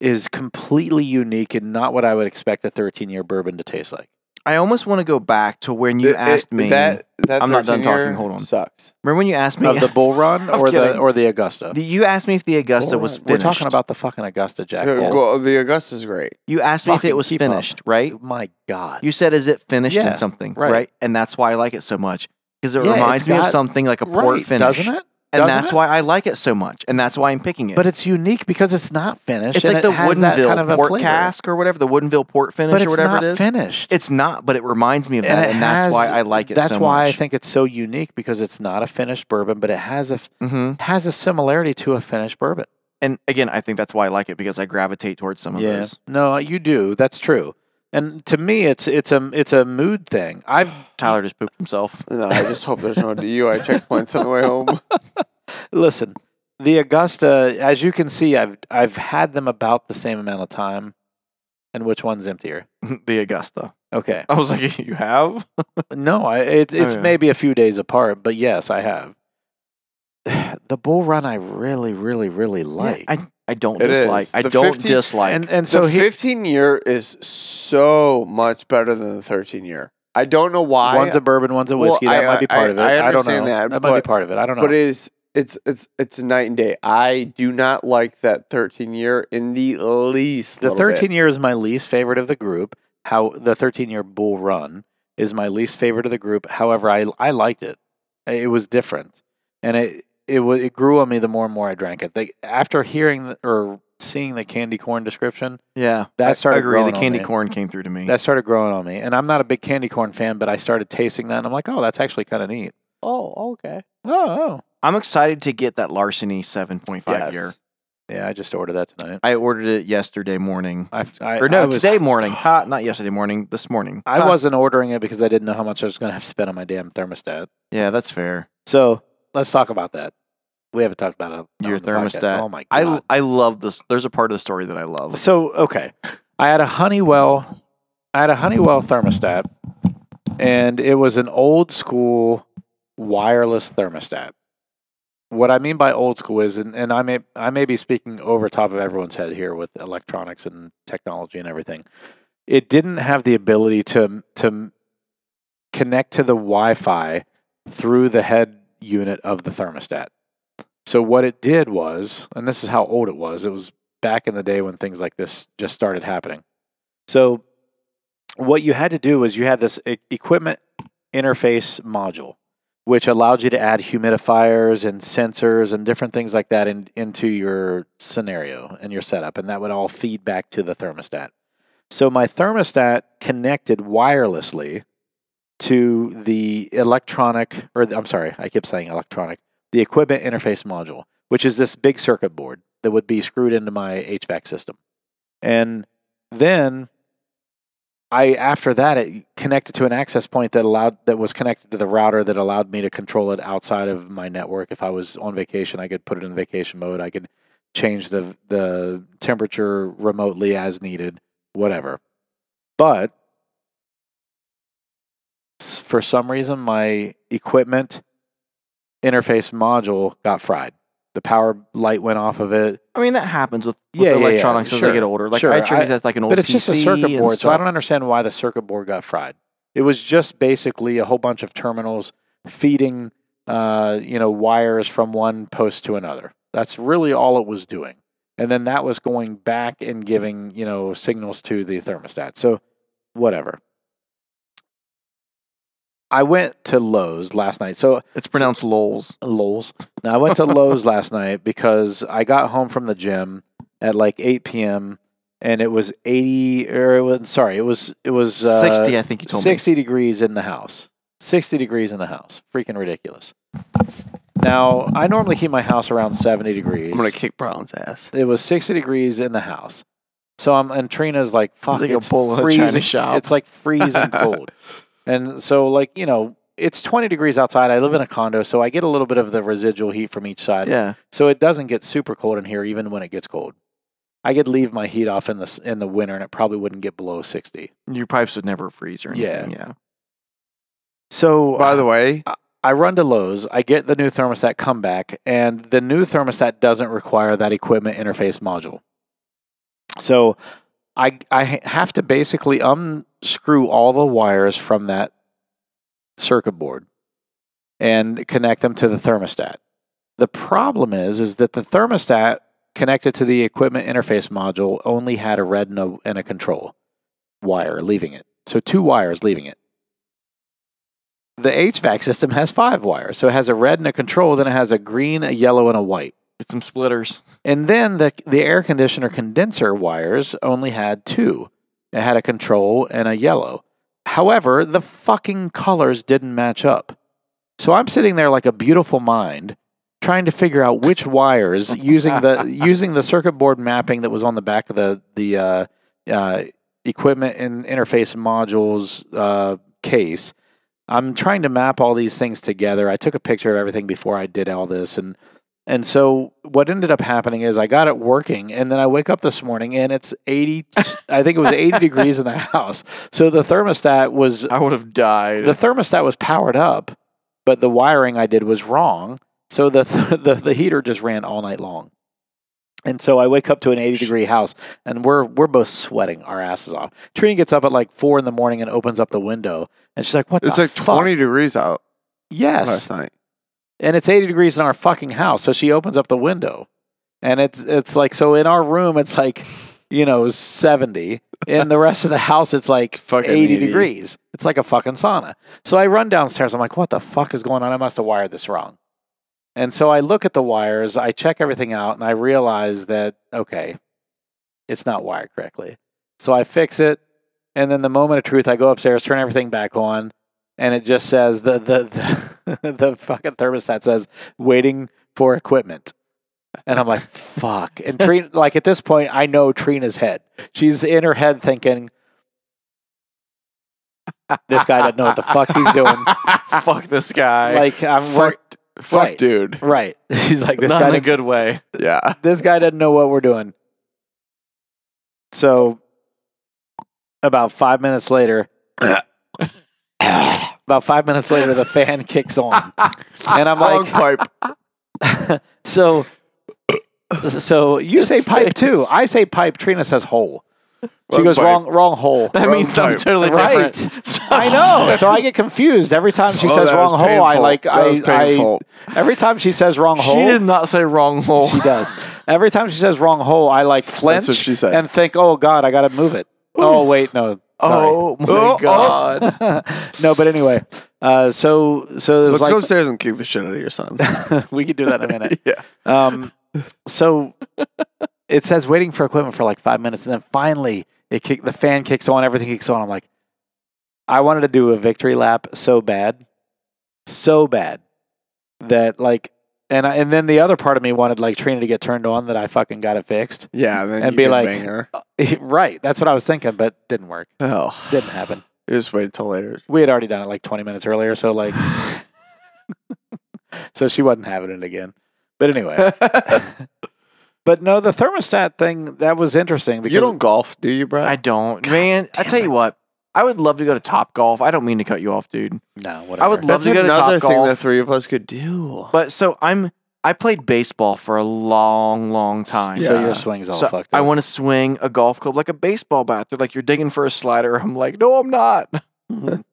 S1: is completely unique and not what I would expect a 13 year bourbon to taste like.
S3: I almost want to go back to when you
S2: It- it-
S3: asked me.
S2: that. that
S3: I'm not done
S2: 13 year
S3: talking, hold on.
S2: Sucks.
S3: remember when you asked me?
S1: Of the Bull Run
S3: I was
S1: or the
S3: kidding.
S1: or the Augusta?
S3: the- you asked me if the Augusta
S1: Bull
S3: was
S1: Run-
S3: finished.
S1: We're talking about the fucking Augusta, Jack.
S2: The,
S1: Bull.
S2: go- the Augusta's great.
S3: You asked me if it
S1: Fucking
S3: was
S1: keep up.
S3: finished, right?
S1: My God.
S3: You said, "Is it finished
S1: Yeah,
S3: in something?"
S1: right.
S3: Right. And that's why I like it so much because it
S1: Yeah, it's
S3: reminds me of
S1: got-
S3: something like a
S1: Right,
S3: port finish,
S1: doesn't it?
S3: and
S1: Doesn't
S3: that's
S1: it?
S3: why I like it so much, and that's why I'm picking it.
S1: But it's unique because it's not finished.
S3: it's
S1: and
S3: like
S1: it
S3: the
S1: has that
S3: Woodenville
S1: kind of a
S3: port
S1: flavor.
S3: cask or whatever the Woodenville port finish
S1: but
S3: or
S1: it's
S3: whatever
S1: not
S3: it is.
S1: finished.
S3: It's not, but it reminds me of
S1: And
S3: that,
S1: it
S3: and that's why
S1: has-
S3: I like it.
S1: That's
S3: so
S1: why
S3: much.
S1: I think it's so unique because it's not a finished bourbon, but it has a
S3: hmm
S1: has a similarity to a finished bourbon.
S3: And again, I think that's why I like it because I gravitate towards some of
S1: Yeah.
S3: those.
S1: No, uh, you do. That's true. And to me, it's it's a it's a mood thing. I've
S3: Tyler just pooped himself.
S2: No, I just hope there's no DUI checkpoints on the way home.
S1: listen. The Augusta, as you can see, I've I've had them about the same amount of time. And which one's emptier?
S3: the Augusta.
S1: Okay.
S3: I was like, "You have?"
S1: No, I, it's
S2: Oh,
S1: it's
S3: Okay.
S1: maybe a few days apart, but yes, I have. The bull run, I really, really, really like.
S3: I I don't
S2: It is.
S3: dislike. I
S2: The
S3: don't
S2: 50
S3: dislike.
S1: and and so
S2: the
S1: he,
S2: 15 year is so much better than the 13 year. I don't know why.
S1: one's a bourbon, one's a
S2: Well,
S1: whiskey. that
S2: I-
S1: might be
S2: I-
S1: part of it.
S2: I
S1: don't know.
S2: understand that,
S1: that might be
S2: but-
S1: part of it. I don't know.
S2: but it is it's it's it's night and day. I do not like that 13 year in the least.
S1: the
S2: little bit.
S1: 13 year is my least favorite of the group. How the 13 year bull run is my least favorite of the group. However, I I liked it. It was different, and it it wa- it grew on me the more and more I drank it. They, after hearing the, or seeing the candy corn description,
S3: yeah,
S1: that
S3: I-
S1: started
S3: I agree. The
S1: growing on
S3: candy
S1: me.
S3: corn came through to me.
S1: that started growing on me. And I'm not a big candy corn fan, but I started tasting that and I'm like, oh, that's actually kind of neat.
S2: Oh, okay.
S1: Oh, oh.
S3: I'm excited to get that Larceny 7.5
S2: Yes.
S3: year.
S1: Yeah, I just ordered that tonight.
S3: I ordered it yesterday morning.
S1: I, I,
S3: or no,
S1: I was,
S3: today morning. Ha, not yesterday morning. This morning.
S1: I
S3: Ha.
S1: wasn't ordering it because I didn't know how much I was going to have to spend on my damn thermostat.
S3: Yeah, that's fair.
S1: So let's talk about that. We haven't talked about it.
S3: Your
S1: on the podcast.
S3: thermostat.
S1: Oh, my
S3: I
S1: God.
S3: I love this. There's a part of the story that I love.
S1: so, okay. I had a Honeywell. I had a Honeywell thermostat, and it was an old school wireless thermostat. What I mean by old school is, and, and I may I may be speaking over top of everyone's head here with electronics and technology and everything. It didn't have the ability to to connect to the Wi-Fi through the head unit of the thermostat. So what it did was, and this is how old it was. It was back in the day when things like this just started happening. So what you had to do was you had this e- equipment interface module which allowed you to add humidifiers and sensors and different things like that in, into your scenario and your setup. And that would all feed back to the thermostat. So my thermostat connected wirelessly to the electronic, or the- I'm sorry, I keep saying electronic, the equipment interface module, which is this big circuit board that would be screwed into my HVAC system. And then I after that it connected to an access point that allowed that was connected to the router that allowed me to control it outside of my network. If I was on vacation, I could put it in vacation mode. I could change the the temperature remotely as needed, whatever. But s- for some reason my equipment interface module got fried. The power light went off of it.
S3: I mean, that happens with, with
S1: Yeah, yeah, yeah,
S3: electronics as
S1: sure,
S3: they get older. Like
S1: sure,
S3: I attribute
S1: I-
S3: that to like an old
S1: but it's
S3: PC
S1: just a circuit
S3: and
S1: board, so I
S3: stuff.
S1: don't understand why the circuit board got fried. It was just basically a whole bunch of terminals feeding, uh, you know, wires from one post to another. That's really all it was doing, and then that was going back and giving, you know, signals to the thermostat. So, whatever. I went to Lowe's last night, so
S3: It's pronounced lols.
S1: Lowell's. Now I went to Lowe's last night because I got home from the gym at like 8 p.m. and it was 80 or it was sorry, it was it was uh,
S3: Sixty, I think you told
S1: 60 degrees in the house. 60 degrees in the house. Freaking ridiculous. Now, I normally keep my house around 70 degrees.
S2: I'm gonna kick Brown's ass.
S1: It was 60 degrees in the house. So I'm and Trina's like, fuck,
S3: Like a
S1: it's
S3: bull in a China
S1: freezing.
S3: shop.
S1: It's like freezing cold. And so like, you know, it's 20 degrees outside. I live in a condo, so I get a little bit of the residual heat from each side.
S3: me. Yeah,
S1: So it doesn't get super cold in here even when it gets cold. I could leave my heat off in the s- in the winter and it probably wouldn't get below 60.
S3: your pipes would never freeze or
S1: Yeah.
S3: anything. Yeah,
S1: So
S3: uh,
S2: By the way,
S1: I run to Lowe's, I get the new thermostat comeback, and the new thermostat doesn't require that equipment interface module. So I, I ha- have to basically unscrew all the wires from that circuit board and connect them to the thermostat. The problem is is that the thermostat connected to the equipment interface module only had a red and a, and a control wire leaving it. So two wires leaving it the HVAC system has five wires. So it has a red and a control, then it has a green, a yellow, and a white.
S3: get some splitters.
S1: And then the, the air conditioner condenser wires only had two. It had a control and a yellow. However, the fucking colors didn't match up. So I'm sitting there like a beautiful mind trying to figure out which wires using the using the circuit board mapping that was on the back of the the uh, uh, equipment and interface modules uh, case. I'm trying to map all these things together. I took a picture of everything before I did all this and and so what ended up happening is I got it working, and then I wake up this morning and it's eighty. I think it was eighty degrees in the house. So the thermostat was
S3: I would have died.
S1: the thermostat was powered up, but the wiring I did was wrong. So the th- the, the heater just ran all night long. And so I wake up to an 80 degree house and we're we're both sweating our asses off. Trina gets up at like four in the morning and opens up the window and she's like, "What?
S2: it's
S1: the
S2: like
S1: fuck?
S2: 20 degrees out
S1: Yes,
S2: last night.
S1: and it's 80 degrees in our fucking house so she opens up the window and it's it's like so in our room it's like you know 70 in the rest of the house it's like
S2: It's fucking
S1: 80,
S2: 80.
S1: degrees it's like a fucking sauna so i run downstairs i'm like what the fuck is going on i must have wired this wrong and so i look at the wires i check everything out and i realize that okay it's not wired correctly so i fix it and then the moment of truth i go upstairs turn everything back on and it just says the the the, the fucking thermostat says waiting for equipment. And I'm like, fuck. And Trina, like at this point, I know Trina's head. She's in her head thinking, this guy doesn't know what the fuck he's doing.
S3: Fuck this guy.
S1: Like I'm work-
S2: Fuck, fuck,
S1: right.
S2: dude.
S1: right. She's like, this
S3: not
S1: guy
S3: in a
S1: didn't-
S3: good way.
S2: Yeah.
S1: this guy doesn't know what we're doing. So, about five minutes later, about five minutes later, the fan kicks on, and I'm
S2: Long
S1: like,
S2: pipe.
S1: so, so you say pipe
S3: face.
S1: too? I say pipe. Trina says hole. She
S2: Wrong
S1: goes
S2: pipe.
S1: wrong, wrong hole.
S3: That
S2: Wrong
S3: means something
S2: type.
S3: totally
S1: Right.
S3: different. So-
S1: I know. So I get confused every time she
S2: Oh,
S1: says
S2: that was
S1: wrong hole. I
S2: painful.
S1: like
S2: That was
S1: I,
S2: painful.
S1: I every time she says wrong hole.
S3: She did not say wrong hole.
S1: She does. Every time she says wrong hole, I like flinch
S2: what she said.
S1: and think, oh God, I got to move it. Oh, wait, no. Sorry.
S3: Oh my
S2: Oh, oh.
S3: god!
S1: no, but anyway, uh, so so it was
S2: Let's go
S1: like
S2: upstairs and kick the shit out of your son.
S1: we could do that in a minute.
S2: yeah.
S1: Um, so it says waiting for equipment for like five minutes, and then finally it kick, the fan kicks on, everything kicks on. I'm like, I wanted to do a victory lap so bad, so bad that like, and I, and then the other part of me wanted like Trina to get turned on that I fucking got it fixed.
S2: Yeah. Then
S1: And
S2: you
S1: be
S2: can
S1: like-
S2: bang her.
S1: right, that's what I was thinking, but didn't work,
S2: oh,
S1: didn't happen.
S2: you just wait till later.
S1: We had already done it like 20 minutes earlier, so like, so she wasn't having it again. But anyway. But no, the thermostat thing that was interesting because
S2: you don't golf, do you, Brad?
S3: I don't, man.
S1: damn
S3: I tell
S1: it.
S3: you what, I would love to go to Top Golf. I don't mean to cut you off, dude.
S1: no, whatever.
S3: I would
S2: That's
S3: love to go to
S2: another thing
S3: Topgolf.
S2: the three of us could do.
S3: But so I'm. I played baseball for a long, long time.
S1: So
S2: Yeah.
S1: your swing's all
S3: So
S1: fucked. Up.
S3: I want to swing a golf club like a baseball bat. They're like, you're digging for a slider. I'm like, no, I'm not.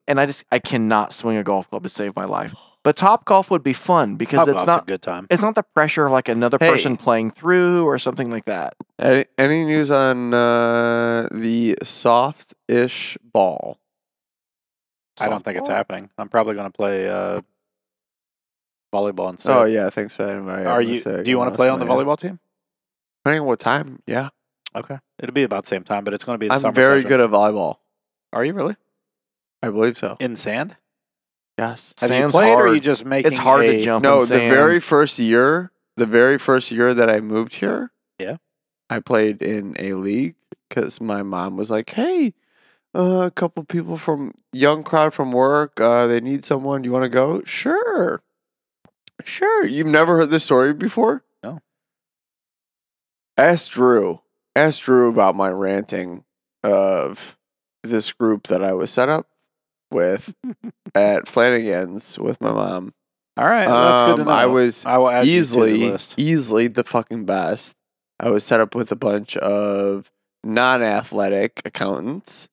S3: and I just, I cannot swing a golf club to save my life. But top golf would be fun because
S1: Top
S3: it's
S1: golf's
S3: not,
S1: a good time.
S3: it's not the pressure of like another
S2: Hey.
S3: person playing through or something like that.
S2: Any, any news on uh, the soft-ish ball?
S1: I don't think it's
S3: Softball?
S1: happening. I'm probably going to play uh, volleyball instead.
S2: oh yeah, thanks for having me.
S1: Are you? Do you want to play on the volleyball team?
S2: Depending what time? Yeah,
S1: Okay, it'll be about the same time, but it's going to be. The
S2: I'm
S1: summer
S2: very
S1: session.
S2: good at volleyball.
S1: Are you really
S2: I believe so.
S1: in sand?
S2: Yes.
S1: Have you
S3: Sand's
S1: played, or are
S3: hard.
S1: you just making?
S3: It's hard
S1: a-
S3: to jump.
S2: No,
S3: in
S2: the
S3: sand.
S2: very first year, the very first year that I moved here,
S1: Yeah.
S2: I played in a league because my mom was like, "Hey, uh, a couple people from young crowd from work, uh, they need someone. Do you want to go? Sure, sure. You've never heard this story before?
S1: No.
S2: Ask Drew. Ask Drew about my ranting of this group that I was set up with at Flanagan's with my mom.
S1: All right, well, that's good to
S2: Um,
S1: know.
S2: I was
S1: I will add you to the
S2: easily,
S1: list.
S2: easily the fucking best. I was set up with a bunch of non-athletic accountants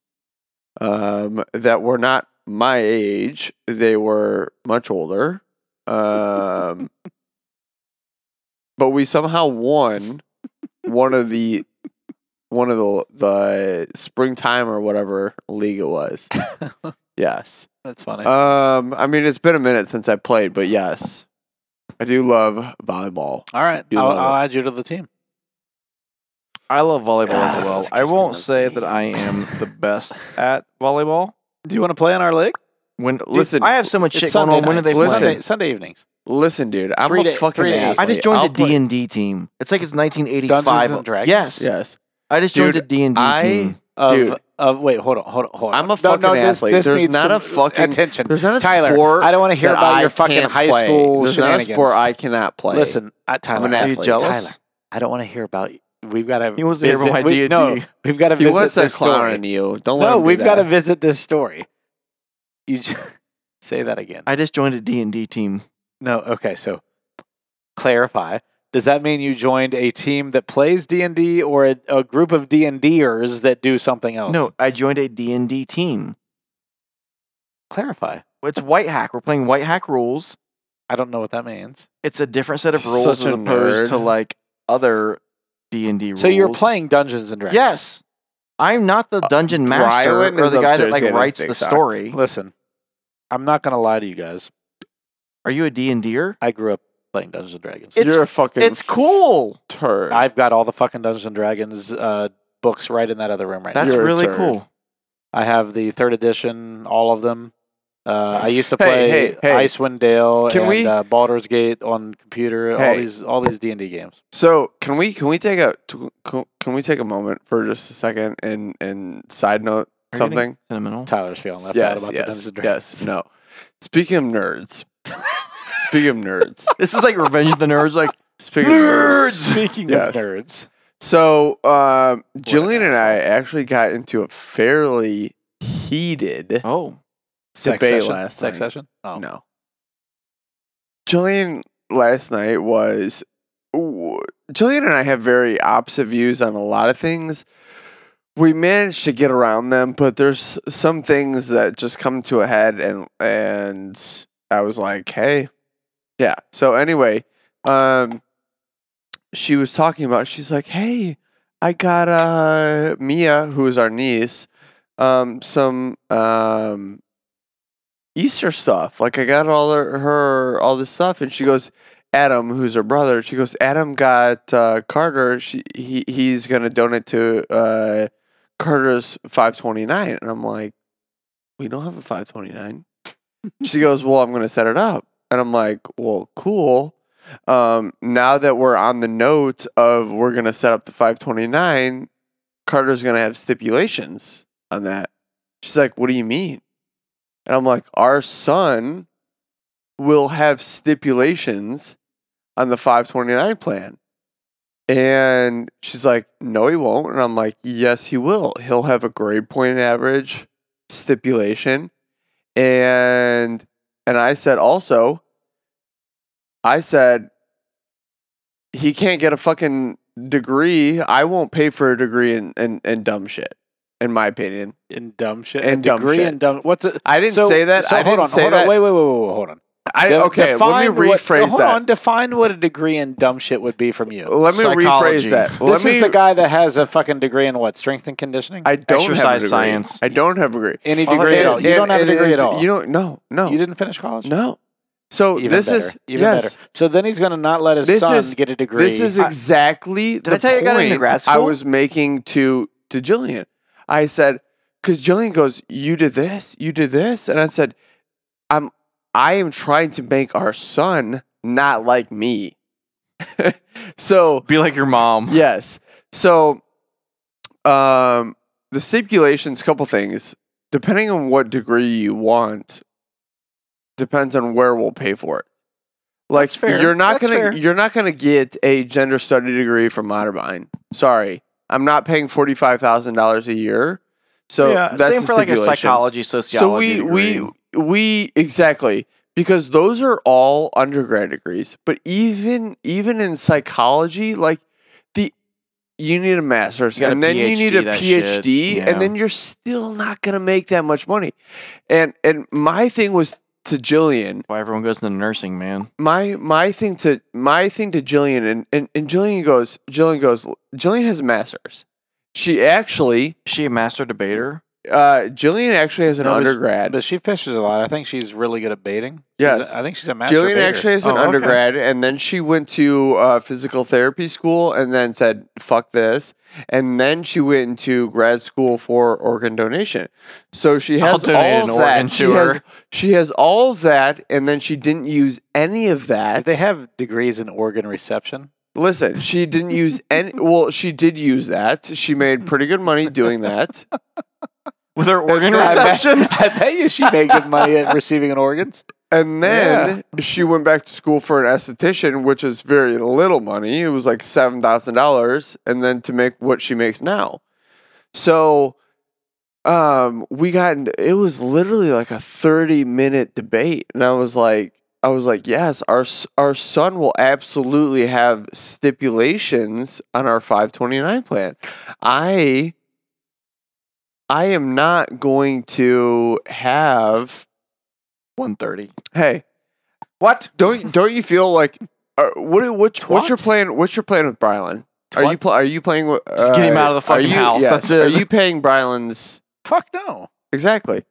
S2: um, that were not my age. They were much older, um, but we somehow won one of the one of the the springtime or whatever league it was. yes.
S1: That's funny.
S2: Um, I mean, it's been a minute since I played, but yes, I do love volleyball.
S1: All right,
S2: you
S1: I'll,
S2: love it.
S1: I'll add you to the team.
S3: I love volleyball
S1: Ah,
S3: as well.
S1: it's
S3: I
S1: just
S3: won't
S1: one of
S3: say
S1: those
S3: that I
S1: things.
S3: am the best at volleyball.
S1: Do you want to play in our league?
S3: When dude,
S2: Listen,
S3: I have so much
S1: It's
S3: shit going
S1: Sunday
S3: on. When are
S1: nights.
S3: they
S2: Listen.
S3: playing?
S1: Sunday, Sunday evenings.
S2: Listen, dude, I'm
S1: Three
S2: a
S1: day-
S2: fucking
S1: three days.
S2: ass.
S3: I just joined
S2: I'll
S3: the
S2: play-
S3: D and D team. It's like it's 1985.
S1: Dungeons and Dragons?
S3: Yes,
S2: Yes,
S3: I just joined
S2: Dude,
S3: the D and D
S2: I-
S3: team.
S1: Of,
S2: Dude.
S1: of wait, hold on, hold on, hold on.
S2: I'm a fucking athlete. There's not a
S1: some
S2: fucking-
S1: attention.
S2: there's not a
S1: Tyler,
S2: sport
S1: I don't want to hear
S2: that
S1: about
S2: I
S1: your fucking
S2: can't
S1: high
S2: play.
S1: school
S2: There's not a
S1: shenanigans.
S2: sport I cannot play.
S1: Listen, I, Tyler,
S2: an
S1: are you
S2: athlete.
S1: jealous?
S2: Tyler.
S1: I don't want to hear about. We've got to.
S3: He wants to hear about my
S1: we, No,
S3: D&D.
S1: we've got to
S2: he
S1: visit
S2: wants a
S1: this
S2: clown
S1: story.
S2: in you. Don't let
S1: No,
S2: him do
S1: we've got to
S2: that.
S1: visit this story. You just, say that again.
S3: I just joined a D and D team.
S1: no, okay. So clarify. Does that mean you joined a team that plays D and D, or a, a group of D and Ders that do something else?
S3: No, I joined a D and D team.
S1: clarify.
S3: It's White Hack. We're playing White Hack rules.
S1: I don't know what that means.
S3: It's a different set of
S2: Such
S3: rules as
S2: a
S3: opposed to
S2: nerd.
S3: like other D and D rules.
S1: So you're playing Dungeons and Dragons.
S3: Yes, I'm not the dungeon master
S2: Rylan
S3: or
S2: is
S3: the guy that
S2: upstairs
S3: like
S2: getting his
S3: writes
S2: dick
S3: the
S2: sucked.
S3: story.
S1: Listen, I'm not gonna lie to you guys.
S3: Are you a D and D'er?
S1: I grew up playing Dungeons and Dragons.
S3: It's-
S2: You're a fucking
S3: It's cool.
S2: turd.
S1: I've got all the fucking Dungeons and Dragons uh, books right in that other room right
S3: That's
S1: now.
S2: You're a
S3: really
S2: turd.
S3: cool.
S1: I have the third edition, all of them. Uh, I used to
S2: Hey,
S1: play
S2: hey, hey.
S1: Icewind Dale
S2: Can
S1: and
S2: we-
S1: uh, Baldur's Gate on computer. All
S2: Hey.
S1: these, all these D and D games.
S2: So can we can we take a can can we take a moment for just a second and and side note
S3: Are you getting
S2: something?
S3: Sentimental.
S1: Tyler's feeling left out
S2: Yes,
S1: about the Dungeons
S2: yes,
S1: and Dragons.
S2: yes. No. Speaking of nerds. Speaking of nerds.
S3: This is like Revenge of the Nerds. Like
S2: Speaking of nerds.
S1: Speaking
S2: Yes.
S1: of nerds,
S2: So, um, Jillian and
S1: asshole.
S2: I actually got into a fairly heated
S3: oh,
S1: sex
S2: debate
S1: session.
S2: last
S1: sex
S2: night.
S1: session. Oh.
S2: No. Jillian last night was. w- Jillian and I have very opposite views on a lot of things. We managed to get around them, but there's some things that just come to a head, and and I was like, hey, yeah. So anyway, um, she was talking about. She's like, hey, I got uh Mia, who is our niece. um, some um, Easter stuff. Like I got all her, her all this stuff, and she goes, Adam, who's her brother, she goes, Adam got uh, Carter. She he he's gonna donate to uh, Carter's five twenty nine, and I'm like, we don't have a five twenty nine. she goes, well, I'm gonna set it up, and I'm like, well, cool. Um, now that we're on the note of we're gonna set up the five twenty nine, Carter's gonna have stipulations on that. She's like, what do you mean? And I'm like, our son will have stipulations on the 529 plan. And she's like, no, he won't. And I'm like, yes, he will. He'll have a grade point average stipulation. And and I said also, I said, he can't get a fucking degree. I won't pay for a degree in, in, in dumb shit, in my opinion.
S1: in dumb shit.
S2: And
S1: a
S2: dumb
S1: degree in
S2: shit.
S1: dumb. What's it?
S2: I didn't
S1: so,
S2: say that.
S1: So
S2: I
S1: hold
S2: didn't
S1: on,
S2: say
S1: hold
S2: that.
S1: on. Wait, wait, wait, wait, wait, hold on.
S2: I,
S1: De-
S2: okay, let
S1: define
S2: me rephrase
S1: what, hold
S2: that.
S1: on. Define what a degree in dumb shit would be from you.
S2: Let me
S3: Psychology.
S2: rephrase that.
S1: this
S2: Let me,
S1: is the guy that has a fucking degree in what? Strength and conditioning?
S2: I don't have a
S3: Exercise
S2: degree.
S3: science.
S2: I don't have a degree.
S1: Any
S3: Well,
S1: degree at
S3: and-
S1: all. You don't have a
S2: and it
S1: degree
S2: is-
S1: at all.
S2: You don't. No. No.
S1: You didn't finish college?
S2: no. So
S1: Even
S2: this
S1: better.
S2: is
S1: Even
S2: yes.
S1: better. So then he's going to not let his
S2: This
S1: son
S2: is-
S1: get a degree.
S2: This is exactly the
S3: I tell you I
S2: point
S3: got into grad
S2: I
S3: school?
S2: was making to to Jillian. I said because Jillian goes, "You did this. You did this," and I said, "I'm I am trying to make our son not like me." so
S3: Be like your mom.
S2: yes. So, um, the stipulations, couple things, depending on what degree you want, depends on where we'll pay for it. Like
S1: That's fair.
S2: you're not
S1: That's
S2: gonna
S1: fair.
S2: you're not gonna get a gender study degree from Otterbein. Sorry, I'm not paying forty five thousand dollars a year. So
S3: yeah.
S2: that's
S3: Same for like a
S2: stipulation.
S3: psychology, sociology.
S2: So we
S3: degree.
S2: we we exactly because those are all undergrad degrees. But even even in psychology, like the you need a master's
S3: You got a
S2: and then you need
S3: PhD,
S2: a
S3: that shit,
S2: PhD,
S3: yeah.
S2: and then you're still not gonna make that much money. And and my thing was to Jillian,
S3: Why everyone goes into nursing, man?
S2: my my thing to my thing to Jillian and, and, and Jillian goes Jillian goes Jillian has a master's. She actually
S3: Is she a master debater?
S2: uh Jillian actually has an
S1: No, but-
S2: undergrad.
S1: But she fishes a lot. I think she's really good at baiting.
S2: Yes.
S1: She's a- I think she's a master
S2: Jillian
S1: baiter.
S2: actually is an
S3: Oh, okay.
S2: undergrad, and then she went to uh, physical therapy school, and then said "fuck this," and then she went into grad school for organ donation. So she
S3: I'll
S2: has all
S3: donate an
S2: of that.
S3: organ to
S2: she has
S3: her.
S2: she has all of that, and then she didn't use any of
S1: Did
S2: that.
S1: they have degrees in organ reception?
S2: Listen, she didn't use any. Well, she did use that. She made pretty good money doing that.
S3: With her organ
S1: I bet-
S3: reception?
S1: I bet you she made good money at receiving in organs.
S2: And then she went back to school for an esthetician, which is very little money. It was like seven thousand dollars, and then to make what she makes now. So, um, we got in- it was literally like a thirty minute debate, and I was like, I was like, yes, our s- our son will absolutely have stipulations on our five twenty nine plan. I I am not going to have
S3: 130.
S2: hey.
S3: What?
S2: Don't don't you feel like uh, what what's what's your
S1: Twat.
S2: plan? What's your plan with Brylan? Are you pl- are you playing with? Uh,
S3: Just get him out of the
S2: are
S3: fucking
S2: you-
S3: house,
S2: yes.
S3: that's it.
S2: Are you paying Brylan's
S1: Fuck no.
S2: exactly?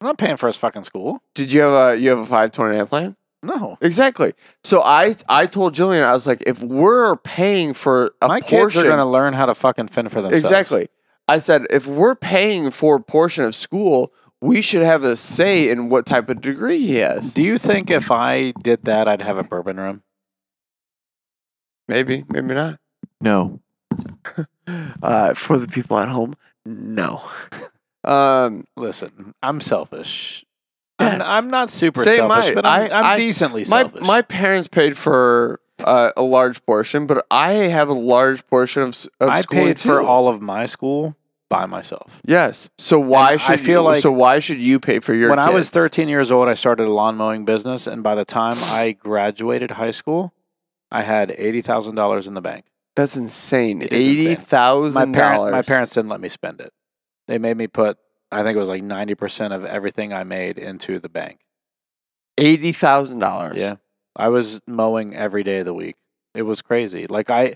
S1: I'm not paying for his fucking school.
S2: Did you have a you have a five twenty nine plan?
S1: No.
S2: Exactly. So I I told Jillian I was like, if we're paying for a
S1: My
S2: portion,
S1: kids are going to learn how to fucking fend for themselves.
S2: exactly. I said if we're paying for a portion of school, we should have a say in what type of degree he has.
S1: Do you think if I did that, I'd have a bourbon room?
S2: Maybe maybe not.
S3: No.
S2: Uh, for the people at home, no. um.
S1: Listen, I'm selfish. I'm-
S2: Yes.
S1: I'm, not super
S2: Same,
S1: selfish,
S2: I-
S1: but I'm,
S2: I-
S1: I, am
S2: I-
S1: decently
S2: my
S1: selfish.
S2: my parents paid for uh, a large portion, but I have a large portion of, s- of
S1: I
S2: schooling
S1: paid for
S2: too.
S1: all of my school by myself.
S2: Yes. So why
S1: And I
S2: should
S1: feel
S2: you,
S1: like
S2: so why should you pay for your
S1: when I was
S2: kids?
S1: 13 years old, I started a lawn mowing business, and by the time I graduated high school, I had eighty thousand dollars in the bank.
S2: That's insane.
S1: It is insane.
S2: Eighty
S1: My
S2: thousand
S1: parent,
S2: dollars.
S1: my parents didn't let me spend it. They made me put, I think it was like ninety percent of everything I made into the bank.
S2: Eighty thousand dollars.
S1: Yeah, I was mowing every day of the week. It was crazy. Like I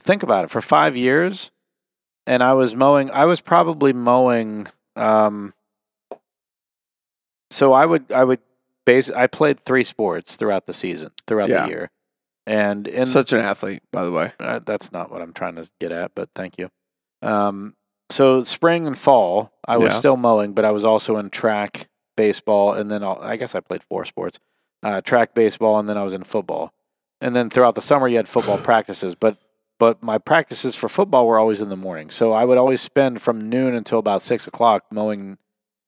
S1: think about it for five years, and I was mowing. I was probably mowing Um, so I would I would base I played three sports throughout the season throughout
S2: Yeah.
S1: the year, and in
S2: Such an athlete, by the way.
S1: uh, that's not what I'm trying to get at, but thank you. Um, so spring and fall, I was
S2: Yeah.
S1: still mowing, but I was also in track, baseball, and then I'll, I guess I played four sports: uh, track, baseball, and then I was in football. And then throughout the summer, you had football practices, but but my practices for football were always in the morning. So I would always spend from noon until about six o'clock mowing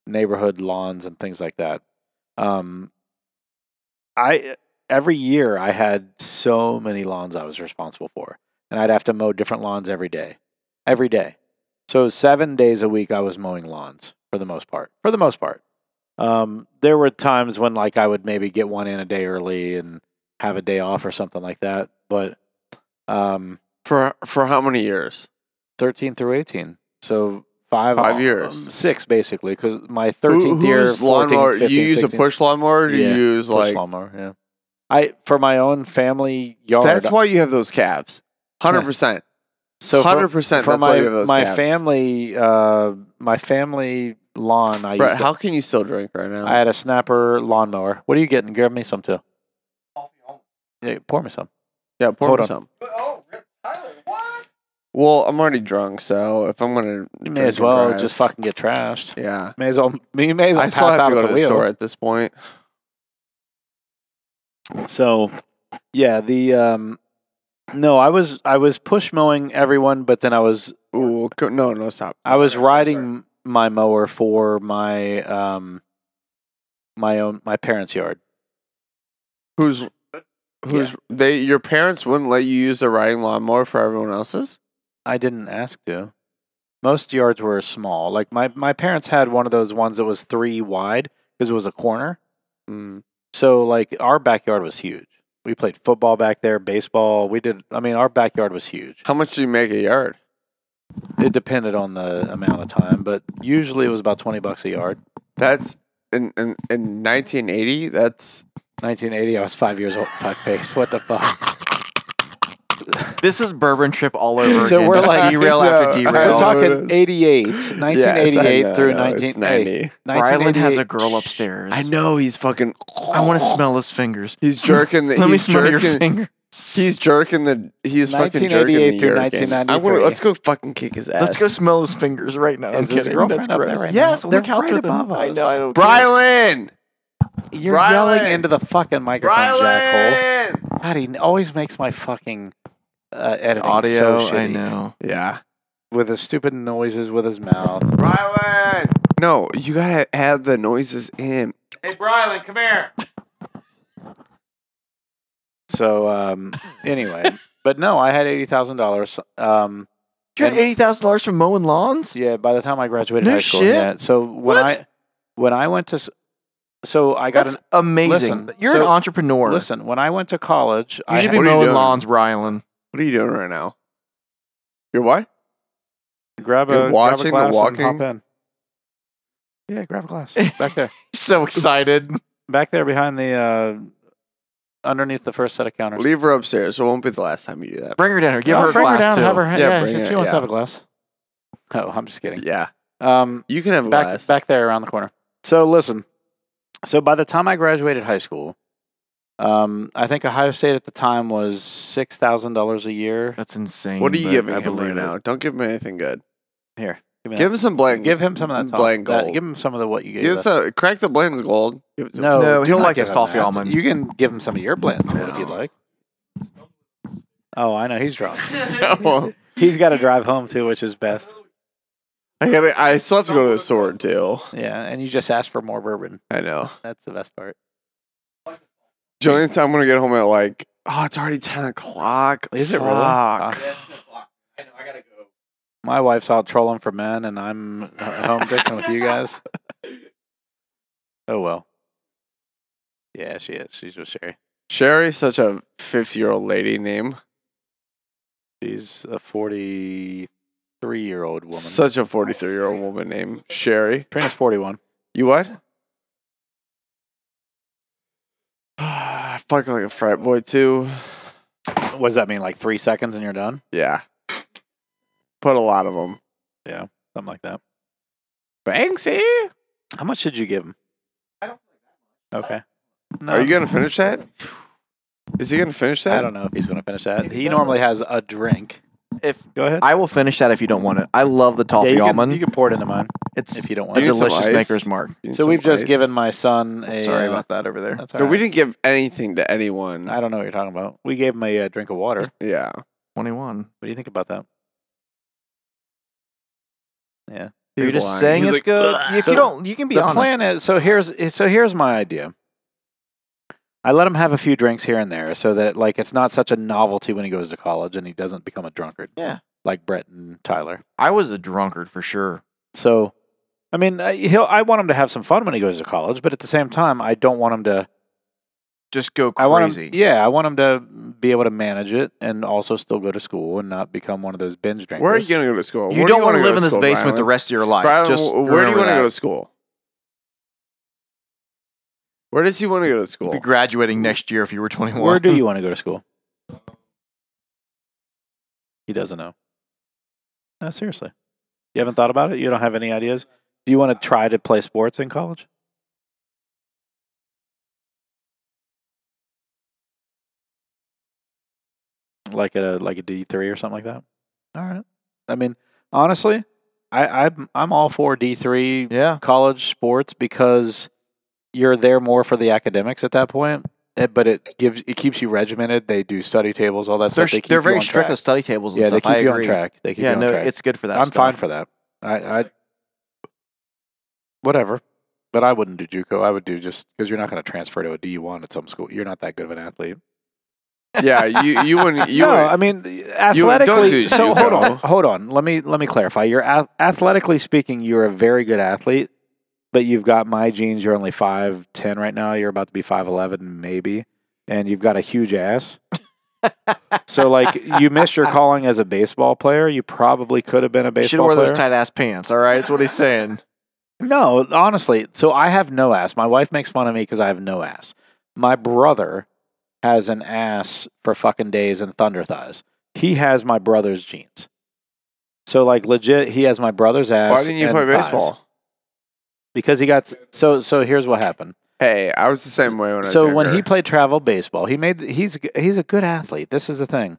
S1: neighborhood lawns and things like that. Um, I every year I had so many lawns I was responsible for, and I'd have to mow different lawns every day, every day. So seven days a week I was mowing lawns for the most part. For the most part, um, there were times when like I would maybe get one in a day early and have a day off or something like that. But um,
S2: For for how many years?
S1: thirteen through eighteen, so five
S2: Five
S1: um,
S2: years.
S1: six basically, because my
S2: Who-
S1: thirteenth year,
S2: whose
S1: 14,
S2: lawnmower?
S1: 15,
S2: you use
S1: 16,
S2: a push lawnmower? Or do
S1: Yeah,
S2: you use
S1: push
S2: like?
S1: lawnmower, yeah. I for my own family yard.
S2: That's why you have those calves. Hundred percent.
S1: so for-
S2: Hundred percent.
S1: for
S2: That's
S1: my
S2: why you have those
S1: my
S2: calves.
S1: family uh, my family lawn. I
S2: Brett,
S1: used a-
S2: how can you still drink right now?
S1: I had a snapper lawnmower. What are you getting? Grab me some too. Yeah, pour me some.
S2: yeah, pour
S1: hold
S2: me
S1: on.
S2: some. Well, I'm already drunk, so if I'm gonna,
S1: You
S2: drink
S1: may as
S2: and
S1: well
S2: drive-
S1: just fucking get trashed.
S2: Yeah,
S1: May as well. You may as well
S2: I still
S1: pass
S2: have
S1: out
S2: to go
S1: at
S2: to
S1: the
S2: the
S1: wheel.
S2: store at this point.
S1: So, yeah, the um, no, I was I was push mowing everyone, but then I was
S2: Ooh, go, no, no, stop.
S1: I was
S2: Sorry, sorry.
S1: riding my mower for my um my own my parents' yard.
S2: Who's who's they? Your parents wouldn't let you use the riding lawnmower for everyone else's.
S1: I didn't ask to. Most yards were small. Like my my parents had one of those ones that was three wide because it was a corner. Hmm.
S2: Mm.
S1: So like our backyard was huge. We played football back there, baseball. We did. I mean, our backyard was huge.
S2: How much do you make a yard?
S1: It depended on the amount of time, but usually it was about twenty bucks a yard.
S2: That's in in, in 1980. That's
S1: 1980, I was five years old. Fuck face. What the fuck?
S3: This is bourbon trip all over
S1: So
S3: again.
S1: we're
S3: Just
S1: like-
S3: derail
S2: No,
S3: after
S2: I
S3: derail.
S1: We're
S2: know it
S1: talking
S2: is.
S1: 88,
S2: Yes, I
S1: 1988
S2: know,
S1: through
S2: I know, it's
S1: 19, hey, 1988.
S2: 90.
S3: Rylan has a girl upstairs.
S2: I know he's fucking.
S3: I want to smell his fingers.
S2: He's jerking. The,
S3: Let me
S2: he's
S3: smell your
S2: jerking.
S3: finger.
S2: He's jerking the. He's fucking jerking
S1: 1988
S2: the
S1: through
S2: year again. I wanna,
S1: 1993.
S2: let's go fucking kick his ass.
S3: Let's go smell his fingers right now.
S1: Is
S3: I'm
S1: his
S3: kidding.
S1: girlfriend
S3: That's
S1: up there
S3: gross.
S1: right now?
S3: yes,
S1: They're
S3: look out
S1: right
S3: for them.
S1: above
S3: I
S1: us.
S3: know. I don't care.
S2: Brylan.
S1: You're
S2: Rylan!
S1: yelling into the fucking microphone, jackhole.
S2: Brylan.
S1: God, he always makes my fucking uh, editing
S3: Audio.
S1: so shitty.
S3: I know.
S2: Yeah.
S1: With his stupid noises with his mouth.
S2: Brylan. No, you gotta add the noises in.
S1: So um, anyway, but no, I had eighty thousand dollars. Um,
S3: You had
S1: And-
S3: eighty thousand dollars for mowing lawns.
S1: yeah, by the time I graduated
S3: No
S1: high school,
S3: shit.
S1: yeah. So when
S3: What?
S1: I when I went to s- so I got
S3: That's amazing.
S1: listen,
S3: You're an
S1: so-
S3: entrepreneur.
S1: an, listen when I went to college.
S3: you
S1: I
S3: should
S1: had-
S3: be
S2: What are you
S3: mowing
S2: doing?
S3: lawns, Rylan.
S2: What are you doing right now? You're what?
S1: grab a
S2: You're
S1: grab a
S2: watching the
S1: glass and
S2: walking?
S1: hop in. Yeah, grab a glass back there,
S3: So excited.
S1: back there behind the uh, underneath the first set of counters.
S2: Leave her upstairs. It won't be the last time you do that.
S3: Bring her down here. Give
S1: Yeah,
S3: her a
S1: bring
S3: glass
S1: her down,
S3: too.
S1: Have her, yeah,
S2: Yeah, bring
S1: if
S2: it,
S1: she wants
S2: yeah.
S1: to have a glass. Oh, I'm just kidding.
S2: Yeah.
S1: Um,
S2: You can have a
S1: back
S2: glass.
S1: back there around the corner. So listen, so by the time I graduated high school, um, I think Ohio State at the time was six thousand dollars a year.
S3: That's insane.
S2: What are you
S3: but
S2: giving
S3: I
S2: him
S3: believe
S2: right
S3: it.
S2: now? Don't give him anything good.
S1: Here, give, me
S2: Give him some
S1: that.
S2: blank.
S1: give him some of that. Tom.
S2: blank
S1: That-
S2: gold.
S1: give him some of the what you gave
S2: Give
S1: us.
S2: us a crack the Blaine's gold. Give it to
S1: no,
S3: No,
S1: do
S3: he'll
S1: not
S3: like
S1: give
S3: his
S1: him
S3: toffee
S1: that.
S3: almond.
S1: You can give him some of your blends if you'd like. Oh, I know he's drunk.
S2: him. No.
S1: he's got to drive home too, which is best.
S2: I gotta. I still have to go to the store too.
S1: Yeah, and you just asked for more bourbon.
S2: I know.
S1: That's the best part.
S2: Julian, I'm gonna get home at like. Oh, it's already ten o'clock.
S1: Is it
S2: Fuck.
S1: really? Ah. My wife's out trolling for men, and I'm h- home drinking with you guys. Oh well. Yeah, she is. She's with Sherry.
S2: Sherry's such a fifty-year-old lady name.
S1: She's a forty-three year old woman.
S2: Such a forty-three-year-old woman named Sherry.
S1: Trina's forty-one.
S2: You what? I fuck like a frat boy too.
S1: What does that mean? Like three seconds and you're done?
S2: Yeah. Put a lot of them.
S1: Something like that.
S4: Banksy.
S1: How much did you give him? I don't. Okay. No,
S2: Are you gonna finish that? Is he gonna finish that?
S1: I don't know if he's going to finish that.
S3: If he
S1: He
S3: doesn't-
S1: normally has a drink.
S3: If
S1: Go ahead.
S3: I will finish that if you don't want it. I love the toffee
S1: you, can,
S3: almond.
S1: you can pour it into mine
S3: it's
S1: if you don't
S3: a
S1: want it.
S2: you need some
S3: delicious
S2: ice?
S3: Maker's Mark.
S2: You need
S1: So
S2: some
S1: we've just
S2: ice.
S1: given my son a.
S3: Sorry
S1: uh,
S3: about that over there.
S1: That's all
S2: No,
S1: right.
S2: we didn't give anything to anyone.
S1: I don't know what you're talking about. We gave him a uh, drink of water. What
S2: yeah.
S3: Twenty-one.
S1: do you think about that?
S3: You're
S2: He's
S3: just
S2: lying.
S3: saying
S2: He's
S3: it's
S2: like,
S3: good.
S2: "Ugh."
S3: If
S1: So
S3: you don't, you can be
S1: the
S3: honest.
S1: plan is so here's so here's my idea. I let him have a few drinks here and there so that like it's not such a novelty when he goes to college and he doesn't become a drunkard.
S3: Yeah.
S1: Like Brett and Tyler.
S3: I was a drunkard for sure.
S1: So, I mean, I- he'll. I want him to have some fun when he goes to college, but at the same time, I don't want him to.
S3: Just go
S1: I want him.
S3: crazy.
S1: Yeah, I want him to be able to manage it and also still go to school and not become one of those binge drinkers.
S2: Where are you gonna go to school?
S3: You
S2: Where do
S3: don't want
S2: wanna
S3: to
S2: go
S3: live in this
S2: school,
S3: basement the
S2: Brian?
S3: rest of your life.
S2: Brian,
S3: just
S2: wh- where do you
S3: want
S2: to go to school? Where does he want to go to school?
S3: Be graduating next year if you were 21.
S1: Where do you want to go to school? He doesn't know. No, seriously. You haven't thought about it? You don't have any ideas? Do you want to try to play sports in college? Like a like a D three or something like that? All right. I mean, honestly, I, I'm I'm all for D three
S3: Yeah.
S1: college sports because you're there more for the academics at that point. eh, But it gives it keeps you regimented. They do study tables, all that
S3: They're,
S1: stuff. They keep
S3: they're
S1: you
S3: very
S1: on
S3: strict
S1: track.
S3: with study tables and
S1: yeah,
S3: stuff.
S1: they keep
S3: I
S1: you
S3: agree.
S1: on track. They keep
S3: yeah,
S1: you on
S3: no,
S1: track.
S3: it's good for that
S1: I'm
S3: stuff.
S1: fine for that. I, I whatever. But I wouldn't do JUCO. I would do just because you're not going to transfer to a D one at some school. You're not that good of an athlete.
S2: yeah, you you wouldn't you
S1: no,
S2: wouldn't-
S1: I mean
S2: don't
S1: athletically.
S2: do
S1: so hold on,
S2: JUCO.
S1: hold on. Let me let me clarify. You're ath- athletically speaking, you're a very good athlete, but you've got my genes. You're only five ten right now. You're about to be five eleven, maybe, and you've got a huge ass. so like you missed your calling as a baseball player. You probably could have been a
S3: Should
S1: baseball
S3: wear
S1: player.
S3: those tight ass pants. All right, that's what he's saying.
S1: No, honestly. So I have no ass. My wife makes fun of me because I have no ass. My brother has an ass for fucking days and thunder thighs. He has my brother's jeans. So like legit, he has my brother's ass.
S2: why didn't you
S1: and
S2: play
S1: thighs.
S2: baseball?
S1: Because he got s- so so. Here's what happened.
S2: Hey, I was the same way when I was
S1: so when
S2: younger.
S1: he played travel baseball, he made he's he's a good athlete. This is the thing.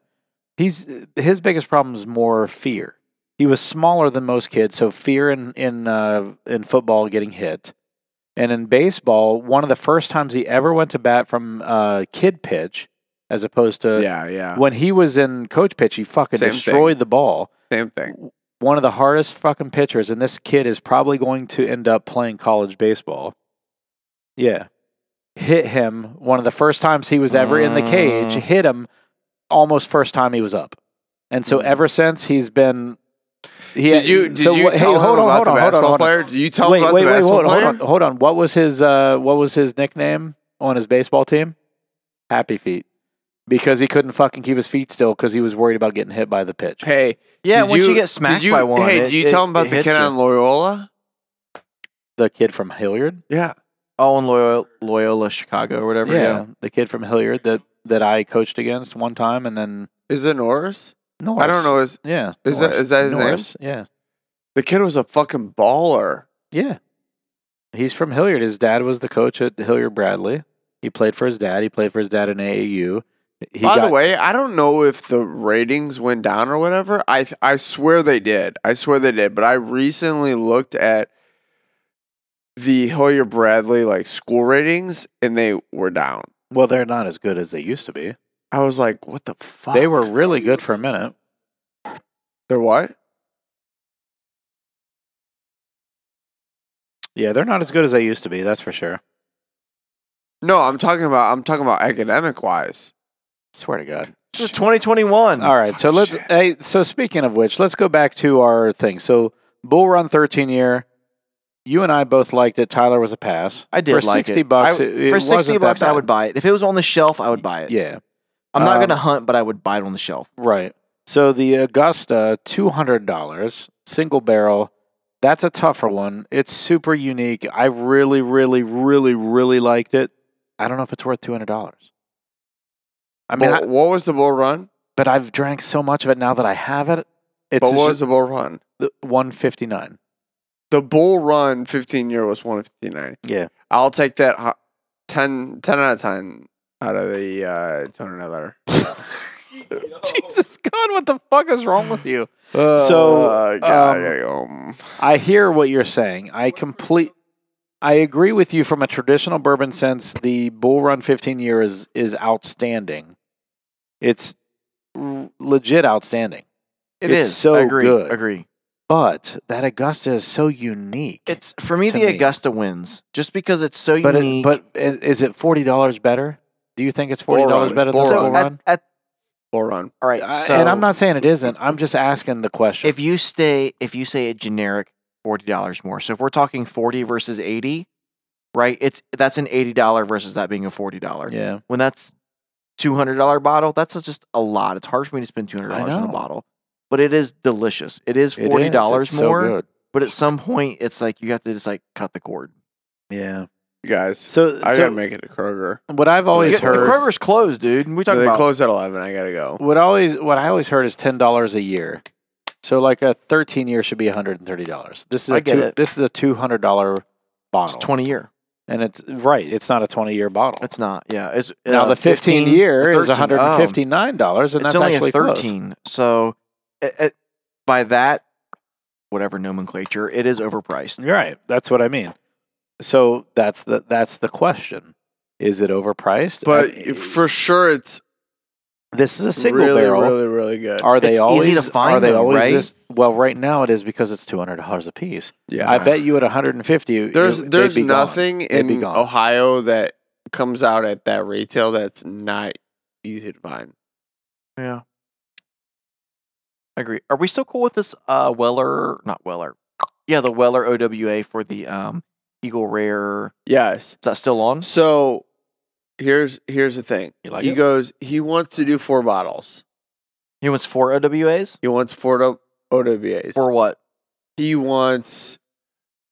S1: He's his biggest problem is more fear. He was smaller than most kids, so fear in in uh, in football getting hit, and in baseball, one of the first times he ever went to bat from uh, kid pitch, as opposed to
S2: yeah, yeah,
S1: when he was in coach pitch, he fucking
S2: Same
S1: destroyed the ball.
S2: same thing.
S1: One of the hardest fucking pitchers, and this kid is probably going to end up playing college baseball. Yeah. Hit him one of the first times he was ever in the cage,
S2: Uh.
S3: Mm.
S1: hit him almost first time he was up. And so
S3: Mm.
S1: ever since he's been he,
S2: Hmm. Did you did
S1: so
S2: you
S1: what-
S2: tell him about the basketball player? Did you tell
S1: wait,
S2: him about
S1: wait,
S2: the
S1: wait,
S2: basketball
S1: hold on, hold
S2: player?
S1: on, hold on. What was his uh, what was his nickname on his baseball team? Happy Feet, because he couldn't fucking keep his feet still because he was worried about getting hit by the pitch.
S2: Hey,
S3: Yeah,
S2: did
S3: once you, get smacked
S2: did you,
S3: by one,
S2: Hey,
S3: it-
S2: did you
S3: it-
S2: tell him about
S3: it
S2: the
S3: hits
S2: kid
S3: you.
S2: on Loyola?
S1: The kid from Hilliard,
S2: Yeah,
S3: Oh, in Loyola, Loyola, Chicago, or whatever.
S1: yeah, the kid from Hilliard that that I coached against one time, and then
S2: is it Norris?
S1: Norris.
S2: I don't know. Is
S1: Yeah,
S2: Is that- is that his name?
S1: name? Yeah,
S2: the kid was a fucking baller?
S1: yeah. He's from Hilliard. His dad was the coach at Hilliard Bradley. He played for his dad. He played for his dad in AAU. He
S2: By the
S1: got-
S2: way, I don't know if the ratings went down or whatever. I th- I swear they did. I swear they did. But I recently looked at the Hillier Bradley like school ratings, and they were down.
S1: well, they're not as good as they used to be.
S2: I was like, "What the fuck?"
S1: They were really good for a minute.
S2: They're what?
S1: Yeah, they're not as good as they used to be. That's for sure.
S2: No, I'm talking about. I'm talking about academic wise.
S1: Swear to God.
S3: This is 2021.
S1: All right, so let's. Hey, so speaking of which, let's go back to our thing. So Bull Run 13 year. You and I both liked it. Tyler was a pass.
S3: I did
S1: for
S3: like
S1: 60
S3: it.
S1: bucks.
S3: I-
S1: it- it
S3: for 60
S1: wasn't that
S3: bucks, I
S1: bad.
S3: would buy it. If it was on the shelf, I would buy it.
S1: Yeah,
S3: I'm not
S1: Um,
S3: gonna hunt, but I would buy it on the shelf.
S1: right. So the Augusta, two hundred dollars, single barrel. That's a tougher one. It's super unique. I really, really, really, really liked it. I don't know if it's worth two hundred dollars. I
S2: I
S1: mean,
S2: mean,
S1: I-
S2: what was the bull run?
S1: but I've drank so much of it now that I have it. It's
S2: But what
S1: just
S2: was the bull run?
S1: one fifty nine.
S2: The the Bull Run 15 year was 159.
S1: Yeah.
S2: I'll take that hu- 10, 10 out of 10 out of the uh, ton another.
S1: Jesus God, what the fuck is wrong with you?
S2: Uh,
S1: So,
S2: God,
S1: um,
S2: I- um,
S1: I hear what you're saying. I complete. I agree with you from a traditional bourbon sense. The Bull Run 15 year is is outstanding. It's r- legit outstanding.
S3: it's
S1: It's so
S3: agree,
S1: good.
S3: Agree.
S1: But that Augusta is so unique.
S3: It's for me
S1: To
S3: the
S1: me.
S3: Augusta wins just because it's so
S1: but it,
S3: unique.
S1: but i- is it forty dollars better? Do you think it's
S2: Bull
S1: forty
S2: Run.
S1: dollars better than
S2: Bull
S1: Bull Run?
S3: so
S2: Run.
S3: at, at,
S2: Bull Run.
S3: all right.
S1: I-
S3: so
S1: and I'm not saying it isn't. I'm just asking the question.
S3: If you stay, if you say a generic forty dollars more, so if we're talking forty versus eighty, right? It's that's an eighty dollar versus that being a forty dollar.
S1: yeah,
S3: When that's two hundred dollar bottle, that's just a lot. It's hard for me to spend two hundred dollars on a
S1: know.
S3: bottle, but it is delicious. It is
S1: It is.
S3: forty dollars
S1: It's so
S3: more,
S1: good.
S3: but at some point, it's like you have to just like cut the cord.
S1: Yeah.
S2: You guys,
S1: So,
S2: I
S1: so
S2: gotta make it to Kroger.
S1: what I've always
S3: Yeah,
S1: heard.
S3: the Kroger's closed, dude. We talking
S2: they
S3: about
S2: close at 11. I gotta go.
S1: What always what I always heard is ten dollars a year. So like a thirteen year should be hundred and thirty dollars. This is
S3: I
S1: a
S3: get
S1: two,
S3: it.
S1: this is a two hundred dollar
S3: it's
S1: bottle,
S3: twenty year.
S1: and it's right. It's not a twenty year bottle.
S3: It's not. Yeah. It's
S1: now
S3: uh,
S1: the fifteen, year
S3: the
S1: is
S3: 13.
S1: one hundred
S3: Oh.
S1: and fifty nine dollars, and
S3: it's
S1: that's
S3: only
S1: actually
S3: a 13 so it, it- by that whatever nomenclature it is overpriced
S1: Close. You're right. That's what I mean. So that's the that's the question. Is it overpriced?
S2: But
S1: I-
S2: for sure, it's
S1: this is a single
S2: really,
S1: barrel.
S2: really, really good.
S1: Are they
S3: It's
S1: always?
S3: easy to find
S1: are they
S3: though,
S1: always
S3: right?
S1: this? Well, right now it is because it's two hundred dollars a piece.
S2: yeah.
S1: I bet you at 150.
S2: There's
S1: it- they'd
S2: there's
S1: be gone.
S2: nothing
S1: They'd be
S2: in
S1: gone.
S2: Ohio that comes out at that retail that's not easy to find.
S3: yeah i agree are we still cool with this uh weller not weller yeah the weller owa for the um eagle rare
S2: Yes.
S1: Mm-hmm.
S3: is that still on
S2: So here's here's the thing.
S1: You like
S2: he
S1: it?
S2: goes he wants to do four bottles.
S3: he wants four owas
S2: He wants four o- OWAs.
S3: for what
S2: He wants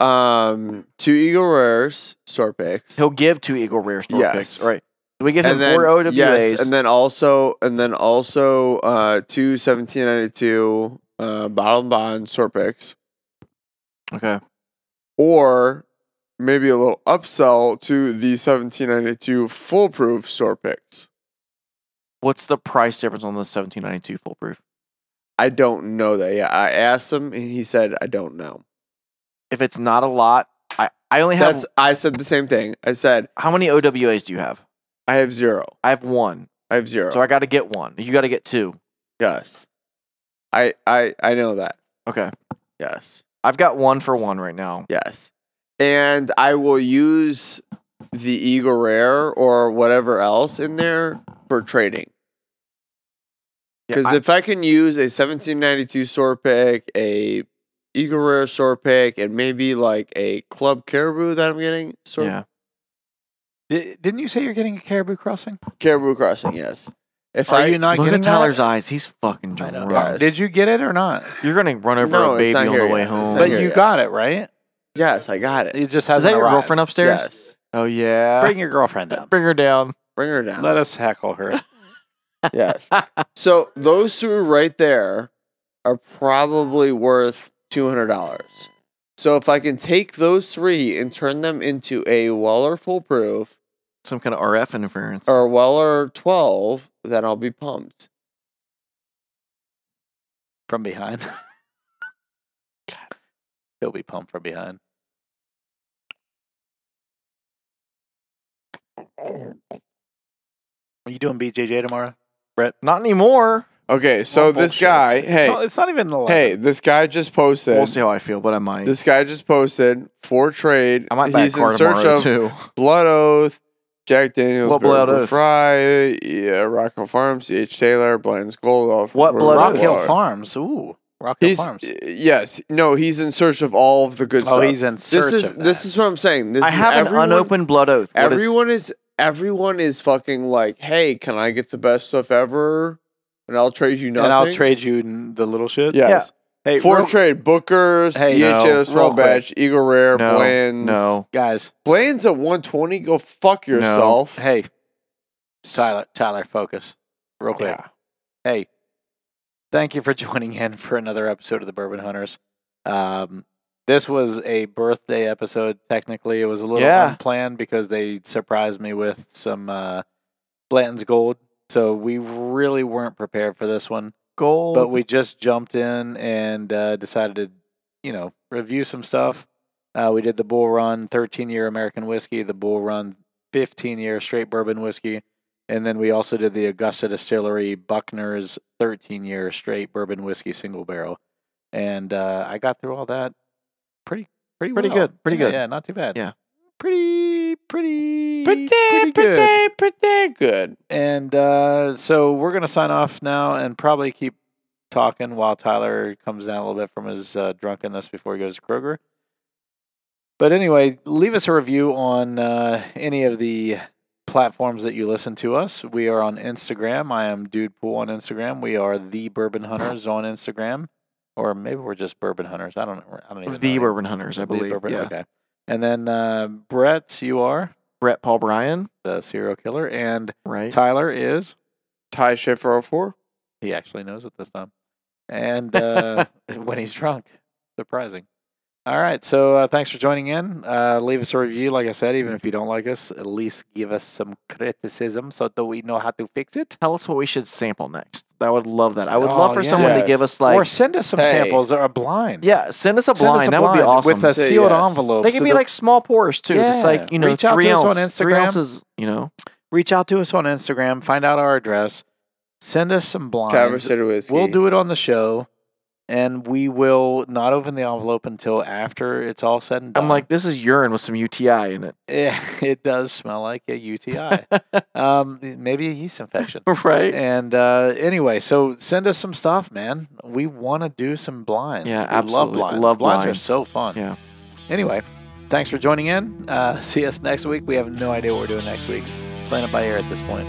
S2: um two Eagle Rares, store picks.
S3: he'll give two eagle rare store
S2: Yes.
S3: picks right so we give him
S2: and then,
S3: four owas
S2: yes, and then also and then also uh two 1792 uh bottle and bond store picks.
S3: okay
S2: or maybe a little upsell to the 1792 foolproof store picks.
S3: what's the price difference on the 1792 foolproof
S2: I don't know that yet. I asked him and he said, I don't know.
S3: if it's not a lot i i only have
S2: That's I said the same thing. I said,
S3: how many owas do you have
S2: I have zero.
S3: I have one,
S2: I have zero.
S3: so I got to get one. You got to get two.
S2: yes. I I I know that.
S3: Okay,
S2: Yes.
S3: I've got one for one right now.
S2: Yes. And I will use the Eagle Rare or whatever else in there for trading.
S3: Yeah,
S2: Because
S3: I-
S2: if I can use a 1792 store pick, a Eagle Rare store pick, and maybe like a Club Caribou that I'm getting, sort
S3: yeah,
S1: Di- didn't you say you're getting a Caribou Crossing?
S2: Caribou Crossing, yes. If
S1: Are
S2: I
S1: you not
S3: look
S1: getting
S3: at Tyler's
S1: that?
S3: eyes. He's fucking
S1: I know.
S3: drunk.
S2: Yes.
S1: Did you get it or not?
S3: You're gonna run over
S2: No,
S3: a
S2: it's
S3: baby
S2: not
S3: on
S2: here
S3: the way
S2: yet. It's
S3: home.
S2: not
S1: But
S2: here
S1: you
S2: yet.
S1: got it right.
S2: yes, I got it.
S1: It just
S3: is
S1: hasn't
S3: that your
S1: arrived.
S3: girlfriend upstairs?
S2: Yes,
S3: Oh yeah.
S1: Bring your girlfriend down.
S3: Bring her down.
S2: bring her down.
S1: Let us heckle her.
S2: yes. So those two right there are probably worth two hundred dollars. So if I can take those three and turn them into a Weller foolproof
S3: Some kind of RF interference.
S2: or Weller twelve, then I'll be pumped.
S1: From behind. He'll be pumped from behind. Are you doing BJJ tomorrow?
S3: Not anymore.
S2: Okay, so
S1: Well,
S2: this
S1: bullshit.
S2: guy,
S1: It's
S2: hey,
S1: not- it's not even the
S2: hey, this guy just posted.
S3: We'll see how I feel, but I might.
S2: This guy just posted for trade.
S3: I might buy a
S2: He's
S3: car
S2: in search
S3: tomorrow
S2: of
S3: too.
S2: Blood Oath, Jack Daniels,
S3: What
S2: Burger
S3: Blood Oath?
S2: Fry, yeah, Rocco Farm, C.H. Taylor, Bland's Gold. Off
S3: What Blood
S1: Rock
S3: Oath?
S1: Hill Farms. Ooh, Rock Hill
S2: He's
S1: Farms.
S2: yes, no, he's in search of all of the good
S1: Oh,
S2: stuff.
S1: he's in search
S2: uh, this is
S1: of that.
S2: this is what I'm saying. This
S3: I
S2: is
S3: have
S2: everyone,
S3: an unopened blood oath. What is-
S2: Everyone is everyone is fucking like, hey, can I get the best stuff ever? And I'll trade you nothing.
S1: and I'll trade you n- the little shit.
S2: Yes,
S1: Hey,
S2: for
S1: real-
S2: trade Booker's, E
S1: Hey, no,
S2: EHS,
S1: real
S2: Small
S1: quick.
S2: Batch, Eagle Rare,
S3: no,
S2: Bland's.
S3: no.
S1: guys.
S2: Bland's at 120. Go fuck yourself.
S1: Hey, Tyler, Tyler, focus real quick.
S2: Yeah.
S1: Hey, thank you for joining in for another episode of the Bourbon Hunters. Um, This was a birthday episode. Technically, it was a little
S3: Yeah.
S1: unplanned because they surprised me with some uh, Blanton's Gold. So we really weren't prepared for this one,
S3: Gold.
S1: but we just jumped in and uh, decided to, you know, review some stuff. Uh, we did the Bull Run 13 year American whiskey, the Bull Run 15 year straight bourbon whiskey, and then we also did the Augusta Distillery Buckner's 13 year straight bourbon whiskey single barrel. And uh, I got through all that pretty pretty
S3: Pretty
S1: well.
S3: good, pretty
S1: Yeah,
S3: good.
S1: Yeah, not too bad.
S3: Yeah.
S1: Pretty pretty
S2: Pretty,
S1: pretty
S2: pretty,
S1: good.
S2: pretty, good.
S1: And uh, so we're gonna sign off now and probably keep talking while Tyler comes down a little bit from his uh, drunkenness before he goes to Kroger. But anyway, leave us a review on uh, any of the platforms that you listen to us. We are on Instagram. I am Dude Pool on Instagram. We are the Bourbon Hunters on Instagram, or maybe we're just Bourbon Hunters. I don't. I don't even.
S3: the
S1: know.
S3: Bourbon Hunters, I
S1: The
S3: believe.
S1: Bourbon-
S3: yeah.
S1: Okay. And then uh, Brett, you are
S3: Brett Paul Bryan,
S1: the serial killer, and
S3: right?
S1: Tyler is.
S2: Ty Schiffer 04.
S1: He actually knows it this time. And uh, when he's drunk, surprising. All right. So uh, thanks for joining in. Uh, leave us a review. Like I said, even if you don't like us, at least give us some criticism so that we know how to fix it.
S3: Tell us what we should sample next. I would love that. I would
S1: Oh,
S3: love for someone to give
S2: yes.
S3: us like,
S1: or send us some
S2: hey.
S1: samples that are blind.
S3: yeah, send us a
S1: Send
S3: blind.
S1: us a
S3: that would be
S1: blind
S3: awesome.
S1: With a
S2: Say
S1: sealed
S2: yes.
S1: envelope.
S3: they can
S1: so
S3: be
S1: that-
S3: like small pours too, just
S1: Yeah.
S3: like you know,
S1: Reach out
S3: three
S1: to us on
S3: ounce- Three
S1: Instagram.
S3: ounces, you know.
S1: reach out to us on Instagram, find out our address, send us some
S2: Travis
S1: blinds.
S2: said whiskey.
S1: We'll do it on the show, and we will not open the envelope until after it's all said and done.
S3: I'm like, this is urine with some UTI in it,
S1: Yeah, it does smell like a UTI. um, maybe a yeast infection.
S3: right?
S1: And uh, anyway, so send us some stuff, man. We want to do some blinds.
S3: Yeah,
S1: We
S3: absolutely.
S1: Love blinds.
S3: Love
S1: blinds.
S3: blinds.
S1: are so fun.
S3: Yeah.
S1: Anyway, thanks for joining in. Uh, see us next week. We have no idea what we're doing next week. Playing it by ear at this point.